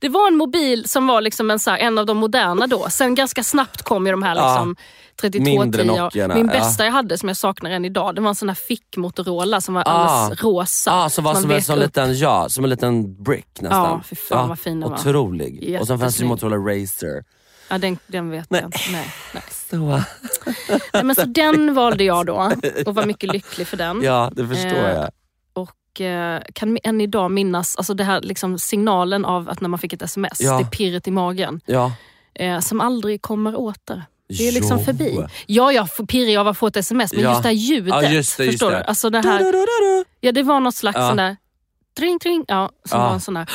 [SPEAKER 1] Det var en mobil som var liksom en, så här, en av de moderna då. Sen ganska snabbt kom ju de här
[SPEAKER 2] Ja.
[SPEAKER 1] liksom, 3210.
[SPEAKER 2] Mindre Nokiorna,
[SPEAKER 1] Min
[SPEAKER 2] ja.
[SPEAKER 1] bästa jag hade som jag saknar än idag, det var en sån här fick-Motorola som var
[SPEAKER 2] Ah.
[SPEAKER 1] alldeles rosa.
[SPEAKER 2] Ja, som var
[SPEAKER 1] man
[SPEAKER 2] som en
[SPEAKER 1] vek
[SPEAKER 2] som
[SPEAKER 1] upp.
[SPEAKER 2] liten, ja, som en liten brick nästan.
[SPEAKER 1] Ja, fy fan vad fin den var.
[SPEAKER 2] Otrolig. Och sen fanns det
[SPEAKER 1] Jättesnygg.
[SPEAKER 2] ju Motorola Razer.
[SPEAKER 1] Ja, den, den vet jag inte. Nej, nej.
[SPEAKER 2] Så,
[SPEAKER 1] Nej, men så den valde jag då och var mycket lycklig för den.
[SPEAKER 2] ja, det förstår
[SPEAKER 1] Eh,
[SPEAKER 2] jag.
[SPEAKER 1] Och eh, kan än idag minnas alltså det här liksom signalen av att när man fick ett sms,
[SPEAKER 2] Ja.
[SPEAKER 1] det pirret i magen.
[SPEAKER 2] Ja.
[SPEAKER 1] Eh, som aldrig kommer åter. Det är liksom
[SPEAKER 2] Jo.
[SPEAKER 1] förbi. Ja, ja, f- pirrig av att få ett sms, men
[SPEAKER 2] Ja.
[SPEAKER 1] just det här ljudet.
[SPEAKER 2] Ja, just det, just
[SPEAKER 1] förstår
[SPEAKER 2] det.
[SPEAKER 1] du? Alltså det, här,
[SPEAKER 2] Du-du-du-du-du.
[SPEAKER 1] ja, det var något slags
[SPEAKER 2] Ja.
[SPEAKER 1] sån där tring, tring, ja, som
[SPEAKER 2] Ja.
[SPEAKER 1] var en sån där...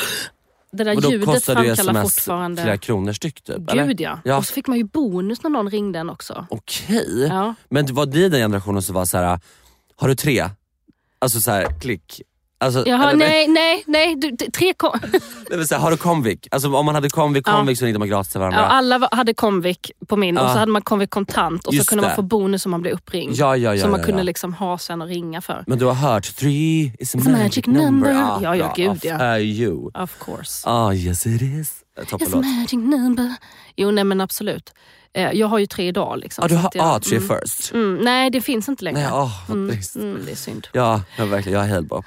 [SPEAKER 1] Det där
[SPEAKER 2] Och då
[SPEAKER 1] ljudet
[SPEAKER 2] kostade ju
[SPEAKER 1] framkallar
[SPEAKER 2] sms flera
[SPEAKER 1] fortfarande...
[SPEAKER 2] kronor styck typ? eller?
[SPEAKER 1] Gud ja.
[SPEAKER 2] Ja.
[SPEAKER 1] Och så fick man ju bonus när någon ringde en också.
[SPEAKER 2] Okej.
[SPEAKER 1] Ja.
[SPEAKER 2] Men var det den generationen som var så här: har du tre? Alltså så här, klick. Alltså,
[SPEAKER 1] Jaha,
[SPEAKER 2] eller-
[SPEAKER 1] nej, nej, nej. Du, t- tre kom...
[SPEAKER 2] Det vill säga, har du komvik? Alltså om man hade komvik,
[SPEAKER 1] Ja.
[SPEAKER 2] komvik så ringde man gratis till
[SPEAKER 1] Ja,
[SPEAKER 2] varandra.
[SPEAKER 1] alla var- hade komvik på min och
[SPEAKER 2] Ja.
[SPEAKER 1] så hade man komvik kontant och
[SPEAKER 2] Just
[SPEAKER 1] så kunde man
[SPEAKER 2] det.
[SPEAKER 1] få bonus om man blev uppringd.
[SPEAKER 2] Ja, ja, ja.
[SPEAKER 1] som man
[SPEAKER 2] ja,
[SPEAKER 1] kunde
[SPEAKER 2] ja.
[SPEAKER 1] liksom ha sen och ringa för.
[SPEAKER 2] Men du har hört, three is a magic, number. Ah,
[SPEAKER 1] Ja, ja, gud, ja.
[SPEAKER 2] Uh, you.
[SPEAKER 1] Of course.
[SPEAKER 2] Ah, yes it is. Eh,
[SPEAKER 1] Yes,
[SPEAKER 2] Toppenlåt.
[SPEAKER 1] magic number. Jo, nej men absolut. Eh, jag har ju tre idag. Liksom,
[SPEAKER 2] Ah, du
[SPEAKER 1] så
[SPEAKER 2] har
[SPEAKER 1] att jag-
[SPEAKER 2] ah, tre
[SPEAKER 1] mm,
[SPEAKER 2] first.
[SPEAKER 1] mm, Nej, det finns inte längre.
[SPEAKER 2] Nej, ah, vad
[SPEAKER 1] mm,
[SPEAKER 2] trist.
[SPEAKER 1] mm, det är synd.
[SPEAKER 2] Ja, jag, verkligen, jag är helbop.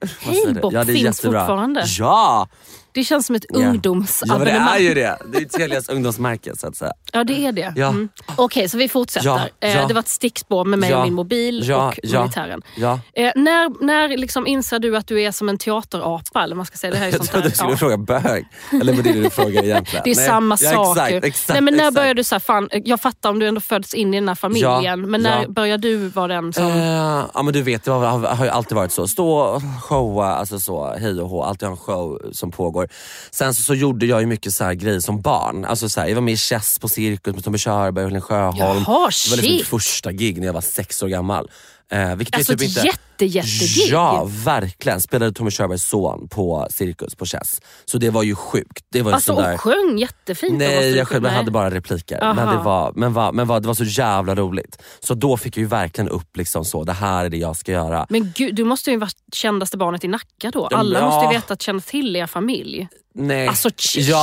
[SPEAKER 2] Vad säger du?
[SPEAKER 1] Halebop
[SPEAKER 2] ja, det är
[SPEAKER 1] finns
[SPEAKER 2] jättebra.
[SPEAKER 1] fortfarande.
[SPEAKER 2] Ja!
[SPEAKER 1] Det känns som ett
[SPEAKER 2] Ja. ja, men det
[SPEAKER 1] ungdomsabonnemang.
[SPEAKER 2] är ju det. Det är ju Telias ungdomsmärke så att säga.
[SPEAKER 1] Ja, det är det.
[SPEAKER 2] Ja.
[SPEAKER 1] Mm. Okej, så vi fortsätter.
[SPEAKER 2] Ja,
[SPEAKER 1] Eh,
[SPEAKER 2] ja.
[SPEAKER 1] Det var ett stickspår med mig
[SPEAKER 2] Ja,
[SPEAKER 1] och min mobil
[SPEAKER 2] ja,
[SPEAKER 1] och
[SPEAKER 2] ja.
[SPEAKER 1] militären.
[SPEAKER 2] Ja.
[SPEAKER 1] Eh, när när liksom inser du att du är som en teaterapa? Eller vad man ska säga, det här är
[SPEAKER 2] Jag
[SPEAKER 1] sånt
[SPEAKER 2] trodde
[SPEAKER 1] där.
[SPEAKER 2] du skulle
[SPEAKER 1] ja.
[SPEAKER 2] fråga bög. Eller men det är det du frågar egentligen.
[SPEAKER 1] Det är
[SPEAKER 2] Nej,
[SPEAKER 1] samma
[SPEAKER 2] ja,
[SPEAKER 1] sak. ju.
[SPEAKER 2] Exakt, exakt,
[SPEAKER 1] Nej, men när
[SPEAKER 2] exakt.
[SPEAKER 1] börjar du så här, fan, jag fattar om du ändå föds in i den här familjen,
[SPEAKER 2] Ja,
[SPEAKER 1] men när
[SPEAKER 2] ja.
[SPEAKER 1] börjar du vara den som...
[SPEAKER 2] Eh, ja men du vet, det har, har, har ju alltid varit så. Stå och showa, alltså så, hej och hå, alltid ha en show som pågår. Sen så, så gjorde jag ju mycket så här grejer som barn. Alltså så här, jag var med i Chess på Cirkus med Tommy Körberg och Helen Sjöholm.
[SPEAKER 1] Jaha,
[SPEAKER 2] det var liksom mitt
[SPEAKER 1] shit!
[SPEAKER 2] första gig när jag var sex år gammal. Eh, vilket
[SPEAKER 1] Alltså
[SPEAKER 2] jag typ
[SPEAKER 1] ett
[SPEAKER 2] inte...
[SPEAKER 1] jätte, jättegig.
[SPEAKER 2] Ja, verkligen. Spelade Tommy Körbergs son på Cirkus på Chess. Så det var ju sjukt. Det var ju
[SPEAKER 1] Alltså
[SPEAKER 2] sån där...
[SPEAKER 1] och sjöng jättefint.
[SPEAKER 2] Nej jag själv, men
[SPEAKER 1] Nej.
[SPEAKER 2] hade bara repliker. Men,
[SPEAKER 1] Aha.
[SPEAKER 2] det var, men, var, men var, det var så jävla roligt. Så då fick jag ju verkligen upp liksom så, det här är det jag ska göra.
[SPEAKER 1] Men gud, du måste ju vara kändaste barnet i Nacka då.
[SPEAKER 2] Ja,
[SPEAKER 1] Alla
[SPEAKER 2] men-
[SPEAKER 1] måste ju
[SPEAKER 2] ja.
[SPEAKER 1] veta att känna till er familj.
[SPEAKER 2] Nej.
[SPEAKER 1] Alltså, ch- chess.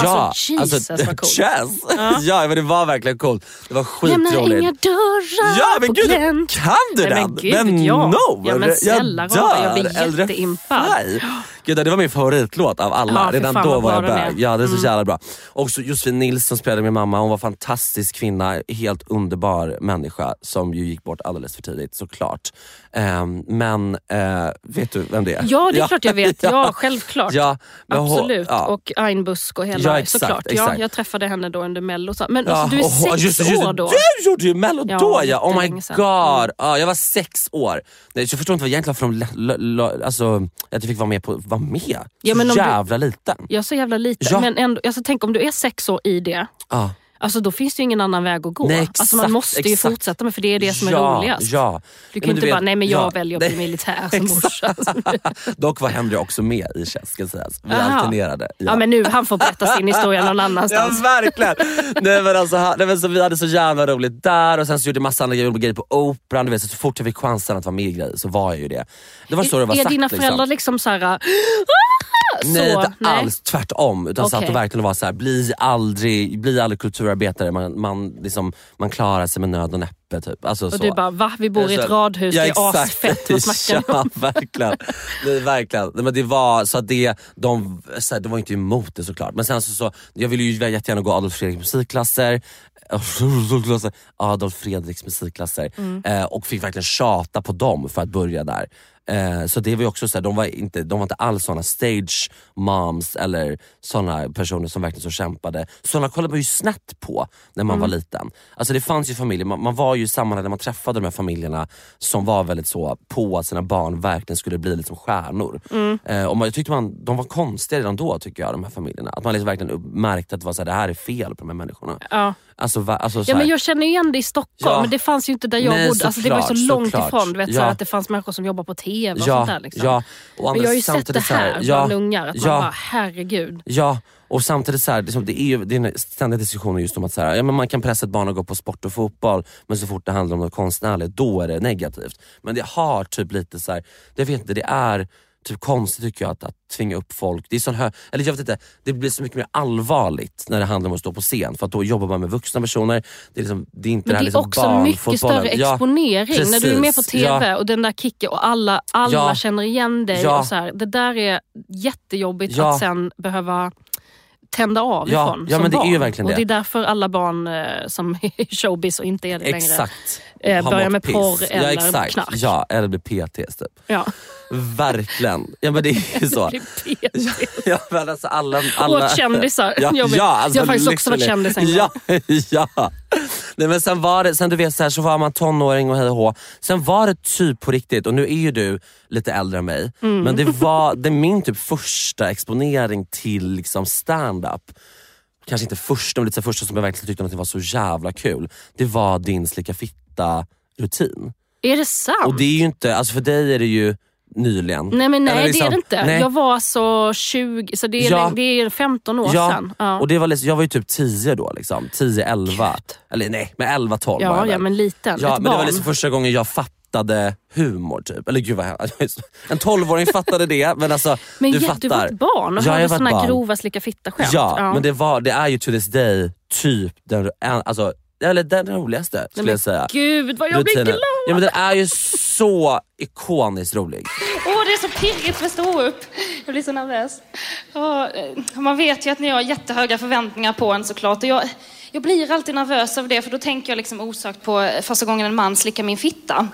[SPEAKER 1] Alltså, Jesus, vad coolt.
[SPEAKER 2] Chess! Ja. men det var verkligen coolt. Det var
[SPEAKER 1] Lämna
[SPEAKER 2] skitroligt.
[SPEAKER 1] inga dörrar
[SPEAKER 2] Ja men
[SPEAKER 1] Ah, på
[SPEAKER 2] gud,
[SPEAKER 1] glänt.
[SPEAKER 2] kan du
[SPEAKER 1] Nej,
[SPEAKER 2] den?
[SPEAKER 1] men gud, ja.
[SPEAKER 2] no!
[SPEAKER 1] Ja, men snälla
[SPEAKER 2] jag
[SPEAKER 1] rara, jag blir
[SPEAKER 2] Äldre
[SPEAKER 1] jätteimpad.
[SPEAKER 2] färg. Gud, det var min favoritlåt av alla.
[SPEAKER 1] Ja, fy
[SPEAKER 2] Redan
[SPEAKER 1] fan
[SPEAKER 2] då
[SPEAKER 1] vad
[SPEAKER 2] var jag
[SPEAKER 1] bra Mm. den är.
[SPEAKER 2] bög. Ja, det är så jävla bra. Och så Josefin Nilsson spelade med mamma, hon var en fantastisk kvinna, helt underbar människa som ju gick bort alldeles för tidigt såklart. Ehm, men eh, vet du vem det är?
[SPEAKER 1] Ja, det är klart jag vet. Ja, självklart.
[SPEAKER 2] Ja, men hon-
[SPEAKER 1] Absolut.
[SPEAKER 2] ja.
[SPEAKER 1] Och Ain Busk och hela
[SPEAKER 2] Ja, exakt,
[SPEAKER 1] såklart. Ja,
[SPEAKER 2] exakt.
[SPEAKER 1] jag träffade henne då under mello. så- Men
[SPEAKER 2] Ja,
[SPEAKER 1] alltså, du är
[SPEAKER 2] och- och
[SPEAKER 1] sex
[SPEAKER 2] just det, just det.
[SPEAKER 1] år då.
[SPEAKER 2] Du gjorde ju mello
[SPEAKER 1] Ja,
[SPEAKER 2] då ja! Oh my
[SPEAKER 1] jättelänge sedan. Mm.
[SPEAKER 2] god! Ja, jag var sex år. Nej, så jag förstår inte vad egentligen för de, la- la- la- alltså, att jag fick vara med på, vara med?
[SPEAKER 1] Ja, men
[SPEAKER 2] så
[SPEAKER 1] om du-
[SPEAKER 2] jävla liten.
[SPEAKER 1] Jag är så jävla liten.
[SPEAKER 2] Ja.
[SPEAKER 1] Men ändå, alltså, tänk om du är sex år i det,
[SPEAKER 2] Ja.
[SPEAKER 1] alltså, då finns det ju ingen annan väg att gå.
[SPEAKER 2] Nej, exakt,
[SPEAKER 1] alltså, man måste ju
[SPEAKER 2] exakt.
[SPEAKER 1] fortsätta med för det är det som är
[SPEAKER 2] ja,
[SPEAKER 1] roligast.
[SPEAKER 2] Ja.
[SPEAKER 1] Du
[SPEAKER 2] Ja,
[SPEAKER 1] kan
[SPEAKER 2] men
[SPEAKER 1] ju inte
[SPEAKER 2] vet-
[SPEAKER 1] bara, nej men jag
[SPEAKER 2] ja,
[SPEAKER 1] väljer att
[SPEAKER 2] nej.
[SPEAKER 1] bli militär som morsa.
[SPEAKER 2] Dock var Henry också med i Chess, ska sägas. Vi
[SPEAKER 1] Aha.
[SPEAKER 2] alternerade.
[SPEAKER 1] Ja men nu, han får berätta sin historia någon
[SPEAKER 2] Ja
[SPEAKER 1] annanstans.
[SPEAKER 2] verkligen! nej, men alltså, han- nej, men så vi hade så jävla roligt där och sen så gjorde jag massa andra grejer, grejer på operan. Du vet, så, så fort jag fick chansen att vara med i grejer så var jag ju det. Det var så det var
[SPEAKER 1] är
[SPEAKER 2] sagt.
[SPEAKER 1] dina
[SPEAKER 2] liksom.
[SPEAKER 1] föräldrar liksom såhär... "Ah!" så,
[SPEAKER 2] Nej inte alls, tvärtom. Utan satt
[SPEAKER 1] Okej.
[SPEAKER 2] och verkligen var så här, bli aldrig, bli aldrig kulturarbetare, man, man, liksom, man klarar sig med nöd och näppe. Typ. Alltså,
[SPEAKER 1] Och
[SPEAKER 2] så.
[SPEAKER 1] du bara, va? Vi bor i
[SPEAKER 2] Så-
[SPEAKER 1] ett radhus, det är
[SPEAKER 2] exakt.
[SPEAKER 1] asfett. Vad snackar ni om?
[SPEAKER 2] Ja verkligen. Nej, verkligen. Nej, men det var, så att det, de, så här, de var ju inte emot det såklart. Men sen så, så jag ville ju jättegärna gå Adolf Fredriks musikklasser. Adolf Fredriks musikklasser.
[SPEAKER 1] Mm.
[SPEAKER 2] Eh, och fick verkligen tjata på dem för att börja där. Eh, så det var ju också så här, de var inte, de var inte alls såna stage moms eller såna personer som verkligen så kämpade. Såna kollade man ju snett på när man
[SPEAKER 1] Mm.
[SPEAKER 2] var liten. Alltså det fanns ju familjer, man, man var ju i sammanhang där man träffade de här familjerna som var väldigt så på att sina barn verkligen skulle bli liksom stjärnor.
[SPEAKER 1] Mm.
[SPEAKER 2] Eh, och man, jag tyckte man, de var konstiga redan då tycker jag, de här familjerna. Att man liksom verkligen upp- märkte att det, var så här, det här är fel på de här människorna.
[SPEAKER 1] Ja.
[SPEAKER 2] Alltså, va, alltså, så
[SPEAKER 1] Ja,
[SPEAKER 2] här,
[SPEAKER 1] men jag känner igen det i Stockholm,
[SPEAKER 2] Ja.
[SPEAKER 1] men det fanns ju inte där jag
[SPEAKER 2] Nej,
[SPEAKER 1] bodde. Alltså, det var ju så
[SPEAKER 2] såklart,
[SPEAKER 1] långt
[SPEAKER 2] såklart.
[SPEAKER 1] ifrån. Du vet, så
[SPEAKER 2] Ja.
[SPEAKER 1] här, att det fanns människor som jobbar på TV och
[SPEAKER 2] ja,
[SPEAKER 1] sånt där. Liksom.
[SPEAKER 2] ja. Och
[SPEAKER 1] men
[SPEAKER 2] andra-
[SPEAKER 1] jag har ju sett det
[SPEAKER 2] samtidigt så
[SPEAKER 1] här
[SPEAKER 2] ja,
[SPEAKER 1] bland ungar, att
[SPEAKER 2] ja.
[SPEAKER 1] man bara herregud.
[SPEAKER 2] Ja, och samtidigt så här, liksom, det är ju det är en ständig diskussion just om att så här, ja, men man kan pressa ett barn att gå på sport och fotboll men så fort det handlar om något konstnärligt, då är det negativt. Men det har typ lite så här, jag vet inte, det är typ konstigt tycker jag att, att tvinga upp folk. Det är sån hö- eller jag vet inte, det blir så mycket mer allvarligt när det handlar om att stå på scen för att då jobbar man med vuxna personer. Det är, liksom, det är inte
[SPEAKER 1] Men
[SPEAKER 2] det
[SPEAKER 1] det
[SPEAKER 2] här
[SPEAKER 1] är
[SPEAKER 2] liksom
[SPEAKER 1] också mycket
[SPEAKER 2] barnfotbollen.
[SPEAKER 1] större
[SPEAKER 2] Ja,
[SPEAKER 1] exponering. när du är med på
[SPEAKER 2] precis. Ja.
[SPEAKER 1] TV och den där kicken och alla, alla
[SPEAKER 2] Ja.
[SPEAKER 1] känner igen dig.
[SPEAKER 2] Ja.
[SPEAKER 1] Och så här, det där är jättejobbigt
[SPEAKER 2] Ja.
[SPEAKER 1] att sen behöva tända av
[SPEAKER 2] Ja.
[SPEAKER 1] ifrån
[SPEAKER 2] Ja,
[SPEAKER 1] som
[SPEAKER 2] men det är
[SPEAKER 1] barn.
[SPEAKER 2] ju verkligen
[SPEAKER 1] och
[SPEAKER 2] det.
[SPEAKER 1] det är därför alla barn eh, som är i showbiz och inte är det längre.
[SPEAKER 2] Exakt.
[SPEAKER 1] Eh,
[SPEAKER 2] Har
[SPEAKER 1] börja
[SPEAKER 2] mått
[SPEAKER 1] med
[SPEAKER 2] piss.
[SPEAKER 1] porr eller
[SPEAKER 2] ja, exakt.
[SPEAKER 1] knark.
[SPEAKER 2] Ja, eller bli PTS typ.
[SPEAKER 1] Ja.
[SPEAKER 2] Verkligen. Ja men det är ju så.
[SPEAKER 1] Blir fet.
[SPEAKER 2] Ja, men alltså alla, alla...
[SPEAKER 1] Och kändisar.
[SPEAKER 2] Ja,
[SPEAKER 1] jag, vet.
[SPEAKER 2] ja, alltså,
[SPEAKER 1] jag har faktiskt också varit
[SPEAKER 2] literally.
[SPEAKER 1] kändis en gång.
[SPEAKER 2] Ja, ja. Nej, men sen var det, sen du vet så, här, så var man tonåring och hej och hå. Sen var det typ på riktigt, och nu är ju du lite äldre än mig,
[SPEAKER 1] Mm.
[SPEAKER 2] men det var det är min typ första exponering till liksom stand-up. Kanske inte första, men lite så här första som jag verkligen tyckte att det var så jävla kul. Det var din slicka fitta rutin.
[SPEAKER 1] Är det sant?
[SPEAKER 2] Och det är ju inte, alltså för dig är det ju nyligen.
[SPEAKER 1] Nej, men nej
[SPEAKER 2] Eller liksom-
[SPEAKER 1] det är det inte.
[SPEAKER 2] nej.
[SPEAKER 1] Jag var så 20, så det är,
[SPEAKER 2] Ja.
[SPEAKER 1] det är 15 år sedan. Ja.
[SPEAKER 2] Och det var liksom, jag var ju typ 10 då, liksom. 10, 11. Eller nej, men 11, 12 var jag
[SPEAKER 1] ja, ja,
[SPEAKER 2] väl.
[SPEAKER 1] men liten.
[SPEAKER 2] ja,
[SPEAKER 1] Ett
[SPEAKER 2] men det var
[SPEAKER 1] barn.
[SPEAKER 2] liksom första gången jag fattade humor typ. Eller gud vad hemskt. En 12-åring fattade det men alltså
[SPEAKER 1] Men
[SPEAKER 2] du
[SPEAKER 1] ja,
[SPEAKER 2] fattar.
[SPEAKER 1] du var ett barn och
[SPEAKER 2] Ja, jag
[SPEAKER 1] hörde
[SPEAKER 2] var ett
[SPEAKER 1] såna
[SPEAKER 2] barn.
[SPEAKER 1] här grova slicka fitta-skämt.
[SPEAKER 2] ja, men det, var, det är ju to this day typ den, en- alltså, eller den roligaste skulle
[SPEAKER 1] men
[SPEAKER 2] jag säga.
[SPEAKER 1] Gud vad jag blir
[SPEAKER 2] Rutinen.
[SPEAKER 1] glad!
[SPEAKER 2] Ja men den är ju så ikoniskt rolig.
[SPEAKER 3] Åh, det är så pirrigt med ståupp. Jag blir så nervös. Åh, eh, man vet ju att ni har jättehöga förväntningar på en såklart. Och jag, jag blir alltid nervös av det för då tänker jag liksom osökt på eh, första gången en man slickar min fitta.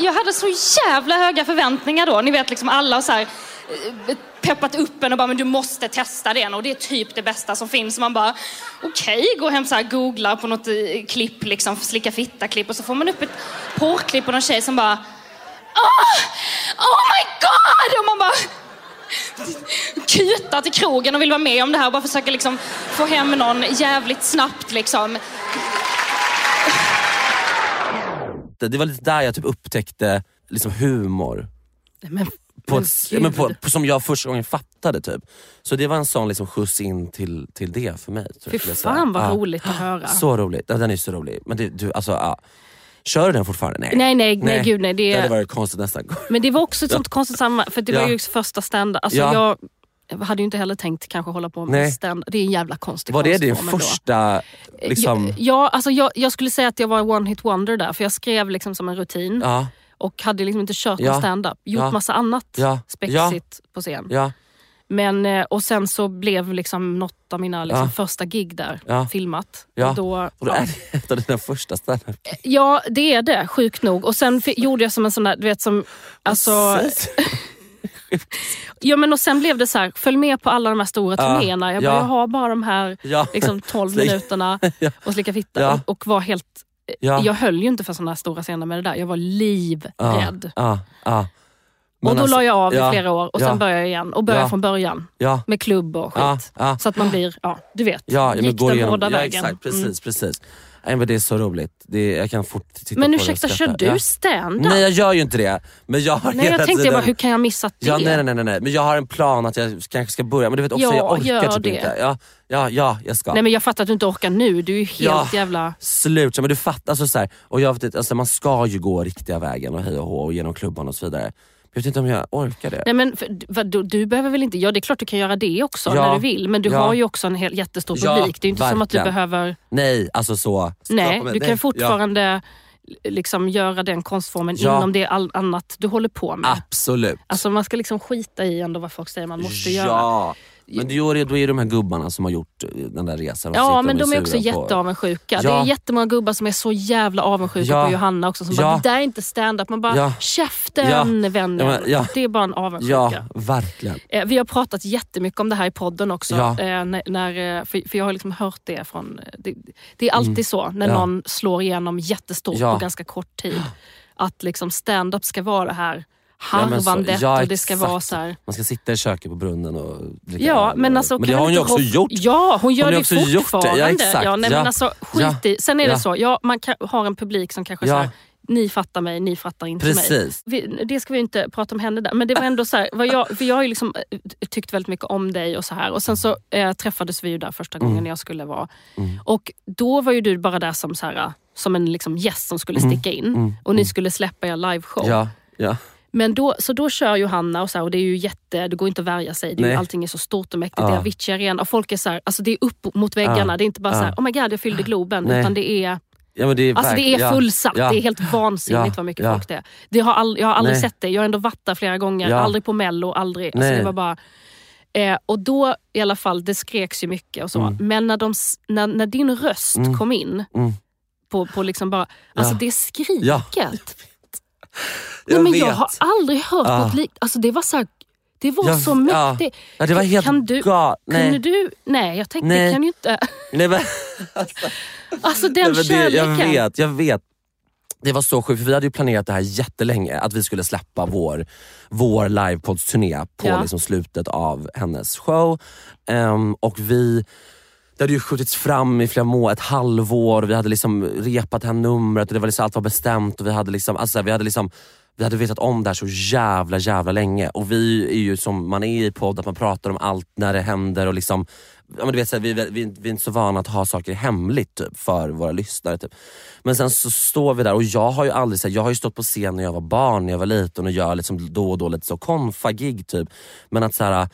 [SPEAKER 3] Jag hade så jävla höga förväntningar då. Ni vet liksom alla har så här eh, peppat upp en och bara men du måste testa den och det är typ det bästa som finns. Och man bara okej, går hem så här googlar på något eh, klipp liksom, slicka fitta klipp och så får man upp ett porrklipp på någon tjej som bara Åh! Oh my god! Och man bara kutar till krogen och vill vara med om det här och bara försöker liksom få hem någon jävligt snabbt liksom.
[SPEAKER 2] Det, det var lite där jag typ upptäckte liksom humor
[SPEAKER 1] Nej, men,
[SPEAKER 2] på
[SPEAKER 1] men
[SPEAKER 2] ett, ja,
[SPEAKER 1] gud.
[SPEAKER 2] men på, på, som jag första gången fattade. typ. Så det var en sån liksom, skjuts in till, till det för mig. tror jag
[SPEAKER 1] Fy
[SPEAKER 2] skulle
[SPEAKER 1] fan vad
[SPEAKER 2] säga. Ja.
[SPEAKER 1] roligt att höra.
[SPEAKER 2] Så roligt. Ja, den är så rolig. Men det, du, alltså, ja. Kör du den fortfarande? Nej.
[SPEAKER 1] Nej, nej, nej, gud, nej, det-
[SPEAKER 2] det hade varit konstigt nästa gång.
[SPEAKER 1] Men det var också ett sånt konstigt sammanhang, för det
[SPEAKER 2] Ja.
[SPEAKER 1] var ju första stand alltså,
[SPEAKER 2] Ja.
[SPEAKER 1] Jag hade ju inte heller tänkt kanske hålla på med
[SPEAKER 2] Nej.
[SPEAKER 1] stand Det är en jävla konstig
[SPEAKER 2] Var det din
[SPEAKER 1] konstform ändå.
[SPEAKER 2] första... Liksom,
[SPEAKER 1] Ja, ja, alltså Eh, jag, jag skulle säga att jag var one hit wonder där, för jag skrev liksom som en rutin
[SPEAKER 2] ja,
[SPEAKER 1] och hade liksom inte kört
[SPEAKER 2] Ja.
[SPEAKER 1] någon stand-up. Gjort
[SPEAKER 2] Ja.
[SPEAKER 1] massa annat
[SPEAKER 2] Ja.
[SPEAKER 1] spexigt på scen.
[SPEAKER 2] ja,
[SPEAKER 1] Men, eh, och sen så blev liksom något av mina liksom
[SPEAKER 2] Ja.
[SPEAKER 1] första gig där
[SPEAKER 2] Ja.
[SPEAKER 1] filmat.
[SPEAKER 2] Ja.
[SPEAKER 1] Och då,
[SPEAKER 2] och då är det ett av dina första standup.
[SPEAKER 1] ja, det är det, sjukt nog. Och sen fi- gjorde jag som en sån där, du vet som... Alltså, ja, men och sen blev det så här, följ med på alla de här stora
[SPEAKER 2] Ja.
[SPEAKER 1] turnéerna. Jag,
[SPEAKER 2] Ja.
[SPEAKER 1] bara, jag har bara de här
[SPEAKER 2] Ja.
[SPEAKER 1] liksom, 12
[SPEAKER 2] Slick-
[SPEAKER 1] minuterna
[SPEAKER 2] Ja.
[SPEAKER 1] och slicka fitta.
[SPEAKER 2] Ja.
[SPEAKER 1] Och var helt,
[SPEAKER 2] Ja.
[SPEAKER 1] Jag höll ju inte för såna här stora scener med det där. Jag var livrädd.
[SPEAKER 2] Ja, ja. Men
[SPEAKER 1] och då
[SPEAKER 2] alltså-
[SPEAKER 1] la jag av
[SPEAKER 2] ja,
[SPEAKER 1] i flera år och
[SPEAKER 2] ja.
[SPEAKER 1] sen började jag igen. Och började
[SPEAKER 2] Ja.
[SPEAKER 1] från början
[SPEAKER 2] Ja,
[SPEAKER 1] med klubb och skit.
[SPEAKER 2] ja, ja.
[SPEAKER 1] Så att man blir, ja du vet,
[SPEAKER 2] Ja, ja, men
[SPEAKER 1] gick
[SPEAKER 2] går
[SPEAKER 1] den
[SPEAKER 2] igenom.
[SPEAKER 1] hårda
[SPEAKER 2] ja,
[SPEAKER 1] vägen.
[SPEAKER 2] Exakt, precis,
[SPEAKER 1] Mm.
[SPEAKER 2] precis. Nej, men det är så roligt. Det är, jag kan fort titta på
[SPEAKER 1] Men
[SPEAKER 2] det och
[SPEAKER 1] ursäkta, kör
[SPEAKER 2] skratta.
[SPEAKER 1] du
[SPEAKER 2] Ja.
[SPEAKER 1] stand-up?
[SPEAKER 2] Nej jag gör ju inte det. Men jag har
[SPEAKER 1] Nej,
[SPEAKER 2] hela
[SPEAKER 1] jag tänkte
[SPEAKER 2] tiden...
[SPEAKER 1] jag bara, hur kan jag ha missat det?
[SPEAKER 2] Ja, nej, nej, nej, nej. Men jag har en plan att jag kanske ska börja, men du vet också
[SPEAKER 1] Ja,
[SPEAKER 2] jag orkar
[SPEAKER 1] gör
[SPEAKER 2] typ
[SPEAKER 1] det.
[SPEAKER 2] inte. Ja, ja, ja, jag ska.
[SPEAKER 1] Nej, men jag fattar att du inte orkar nu, du är ju helt
[SPEAKER 2] Ja.
[SPEAKER 1] jävla...
[SPEAKER 2] Slut, Ja, men du fattar. Alltså, så här, och jag vet, inte, alltså, man ska ju gå riktiga vägen och hej och hå och genom klubban och så vidare. Men Jag vet inte om jag orkar det.
[SPEAKER 1] Nej, men för, vad, du, du behöver väl inte... Ja, det är klart du kan göra det också
[SPEAKER 2] Ja.
[SPEAKER 1] när du vill, men du
[SPEAKER 2] Ja.
[SPEAKER 1] har ju också en hel, jättestor
[SPEAKER 2] Ja,
[SPEAKER 1] publik. det är ju inte som att du
[SPEAKER 2] verkligen.
[SPEAKER 1] behöver...
[SPEAKER 2] Nej, alltså så.
[SPEAKER 1] Nej,
[SPEAKER 2] Skapa mig-
[SPEAKER 1] du kan fortfarande liksom göra den konstformen
[SPEAKER 2] Ja.
[SPEAKER 1] inom det all, annat du håller på med.
[SPEAKER 2] Ja, absolut.
[SPEAKER 1] Alltså man ska liksom skita i ändå vad folk säger man måste göra.
[SPEAKER 2] Ja. Men du gör det, då är det de här gubbarna som har gjort eh, den där resan. och
[SPEAKER 1] Ja,
[SPEAKER 2] sitter
[SPEAKER 1] men
[SPEAKER 2] och
[SPEAKER 1] de är också
[SPEAKER 2] sura på-
[SPEAKER 1] jätteavundsjuka. Det
[SPEAKER 2] Ja.
[SPEAKER 1] är jättemånga gubbar som är så jävla avundsjuka
[SPEAKER 2] Ja.
[SPEAKER 1] på Johanna också. Som bara,
[SPEAKER 2] Ja.
[SPEAKER 1] det där är inte stand-up. Man bara,
[SPEAKER 2] Ja.
[SPEAKER 1] käften
[SPEAKER 2] Ja.
[SPEAKER 1] vännen.
[SPEAKER 2] Ja, men- ja.
[SPEAKER 1] Det är bara en avundsjuka.
[SPEAKER 2] Ja, verkligen.
[SPEAKER 1] Eh, Vi har pratat jättemycket om det här i podden också.
[SPEAKER 2] Ja.
[SPEAKER 1] Eh, när, när, eh, för, för jag har liksom hört det från... eh, Det, det är alltid så när
[SPEAKER 2] Mm. Ja.
[SPEAKER 1] någon slår igenom jättestort
[SPEAKER 2] Ja.
[SPEAKER 1] på ganska kort tid. Att liksom stand-up ska vara det här
[SPEAKER 2] Ja, men så-
[SPEAKER 1] harvandet
[SPEAKER 2] ja,
[SPEAKER 1] och det ska
[SPEAKER 2] exakt.
[SPEAKER 1] vara så här...
[SPEAKER 2] Man ska sitta i köket på brunnen och dricka
[SPEAKER 1] Ja,
[SPEAKER 2] öl
[SPEAKER 1] men
[SPEAKER 2] och-
[SPEAKER 1] alltså,
[SPEAKER 2] men
[SPEAKER 1] kan
[SPEAKER 2] det
[SPEAKER 1] man
[SPEAKER 2] har hon ju
[SPEAKER 1] inte
[SPEAKER 2] också
[SPEAKER 1] hop-
[SPEAKER 2] gjort.
[SPEAKER 1] Ja, hon gör
[SPEAKER 2] Hon har
[SPEAKER 1] det
[SPEAKER 2] också gjort det. Ja,
[SPEAKER 1] fortfarande.
[SPEAKER 2] exakt.
[SPEAKER 1] Ja, nej,
[SPEAKER 2] Ja.
[SPEAKER 1] men alltså, skit
[SPEAKER 2] Ja.
[SPEAKER 1] i. Sen är
[SPEAKER 2] Ja.
[SPEAKER 1] det så, ja, man kan, har en publik som kanske
[SPEAKER 2] Ja.
[SPEAKER 1] så här, ni fattar mig, ni fattar inte mig.
[SPEAKER 2] Precis.
[SPEAKER 1] Vi, det ska vi inte prata om henne där, men det var ändå så här, vad jag, för jag har ju liksom eh, tyckt väldigt mycket om dig och så här. Och sen så eh, träffades vi ju där första
[SPEAKER 2] Mm.
[SPEAKER 1] gången jag skulle vara. Och då var ju du bara där
[SPEAKER 2] Mm.
[SPEAKER 1] som så här, eh, som en liksom gäst som skulle sticka in. Och ni skulle släppa er liveshow.
[SPEAKER 2] Ja, ja.
[SPEAKER 1] Men då, så då kör ju Hanna och, så här, och det är ju jätte, det går inte att värja sig. Det är ju,
[SPEAKER 2] Nej.
[SPEAKER 1] allting är så stort och mäktigt.
[SPEAKER 2] Ja.
[SPEAKER 1] Det är Avicii Arena och folk är så här, alltså det är upp mot väggarna.
[SPEAKER 2] Ja.
[SPEAKER 1] Det är inte bara så här,
[SPEAKER 2] Ja.
[SPEAKER 1] oh my god jag fyllde Globen.
[SPEAKER 2] Nej.
[SPEAKER 1] Utan det är,
[SPEAKER 2] Ja, men det är
[SPEAKER 1] alltså det
[SPEAKER 2] verkligen-
[SPEAKER 1] är
[SPEAKER 2] ja,
[SPEAKER 1] fullsatt.
[SPEAKER 2] ja.
[SPEAKER 1] Det är helt vansinnigt
[SPEAKER 2] Ja.
[SPEAKER 1] vad mycket
[SPEAKER 2] Ja.
[SPEAKER 1] folk det är. Det har all, jag har aldrig
[SPEAKER 2] Nej.
[SPEAKER 1] sett det. Jag har ändå varit där flera gånger.
[SPEAKER 2] Ja.
[SPEAKER 1] Aldrig på mello, aldrig. Alltså
[SPEAKER 2] Nej.
[SPEAKER 1] det var bara, eh, och då i alla fall, det skreks ju mycket och så. Men när, de, s- när, när din röst kom in,
[SPEAKER 2] Mm.
[SPEAKER 1] på, på liksom bara, alltså
[SPEAKER 2] Ja.
[SPEAKER 1] det är skriket.
[SPEAKER 2] Ja.
[SPEAKER 1] Nej,
[SPEAKER 2] Jag
[SPEAKER 1] men
[SPEAKER 2] vet.
[SPEAKER 1] jag har aldrig hört
[SPEAKER 2] Ja.
[SPEAKER 1] något likt. Alltså det var så här, det var
[SPEAKER 2] Jag-
[SPEAKER 1] så
[SPEAKER 2] ja.
[SPEAKER 1] mäktigt.
[SPEAKER 2] Ja, det var helt
[SPEAKER 1] kan du,
[SPEAKER 2] gal-
[SPEAKER 1] Kunde
[SPEAKER 2] nej.
[SPEAKER 1] du? Nej, jag tänkte
[SPEAKER 2] Nej.
[SPEAKER 1] det kan ju inte.
[SPEAKER 2] Nej, men,
[SPEAKER 1] Alltså
[SPEAKER 2] nej,
[SPEAKER 1] den
[SPEAKER 2] men det, jag
[SPEAKER 1] kärleken.
[SPEAKER 2] vet, jag vet. Det var så sjukt, för vi hade ju planerat det här jättelänge, att vi skulle släppa vår, vår livepodsturné på
[SPEAKER 1] Ja.
[SPEAKER 2] liksom slutet av hennes show. Ehm, och vi... Det hade ju skjutits fram i flera månader, ett halvår. Vi hade liksom repat det här numret och det var liksom, allt var bestämt. Och vi, hade liksom, alltså, vi, hade liksom, vi hade vetat om det här så jävla jävla länge. Och vi är ju som man är i podd, att man pratar om allt när det händer. Och liksom, ja, men du vet, så här, vi, vi, vi är inte så vana att ha saker hemligt typ, för våra lyssnare. Typ. Men sen så står vi där och jag har ju aldrig så här, jag har ju stått på scen när jag var barn, när jag var liten och gör liksom då och då lite så konfagig typ. Men att så här,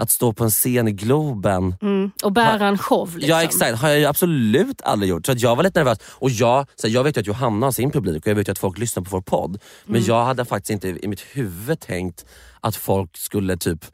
[SPEAKER 2] att stå på en scen i Globen
[SPEAKER 1] Mm, och bära en show. Liksom.
[SPEAKER 2] Ja exakt, har jag ju absolut aldrig gjort. Så att jag var lite nervös. Och jag, så här, jag vet ju att Johanna har sin publik och jag vet ju att folk lyssnar på vår podd. Men
[SPEAKER 1] Mm.
[SPEAKER 2] jag hade faktiskt inte i mitt huvud tänkt att folk skulle typ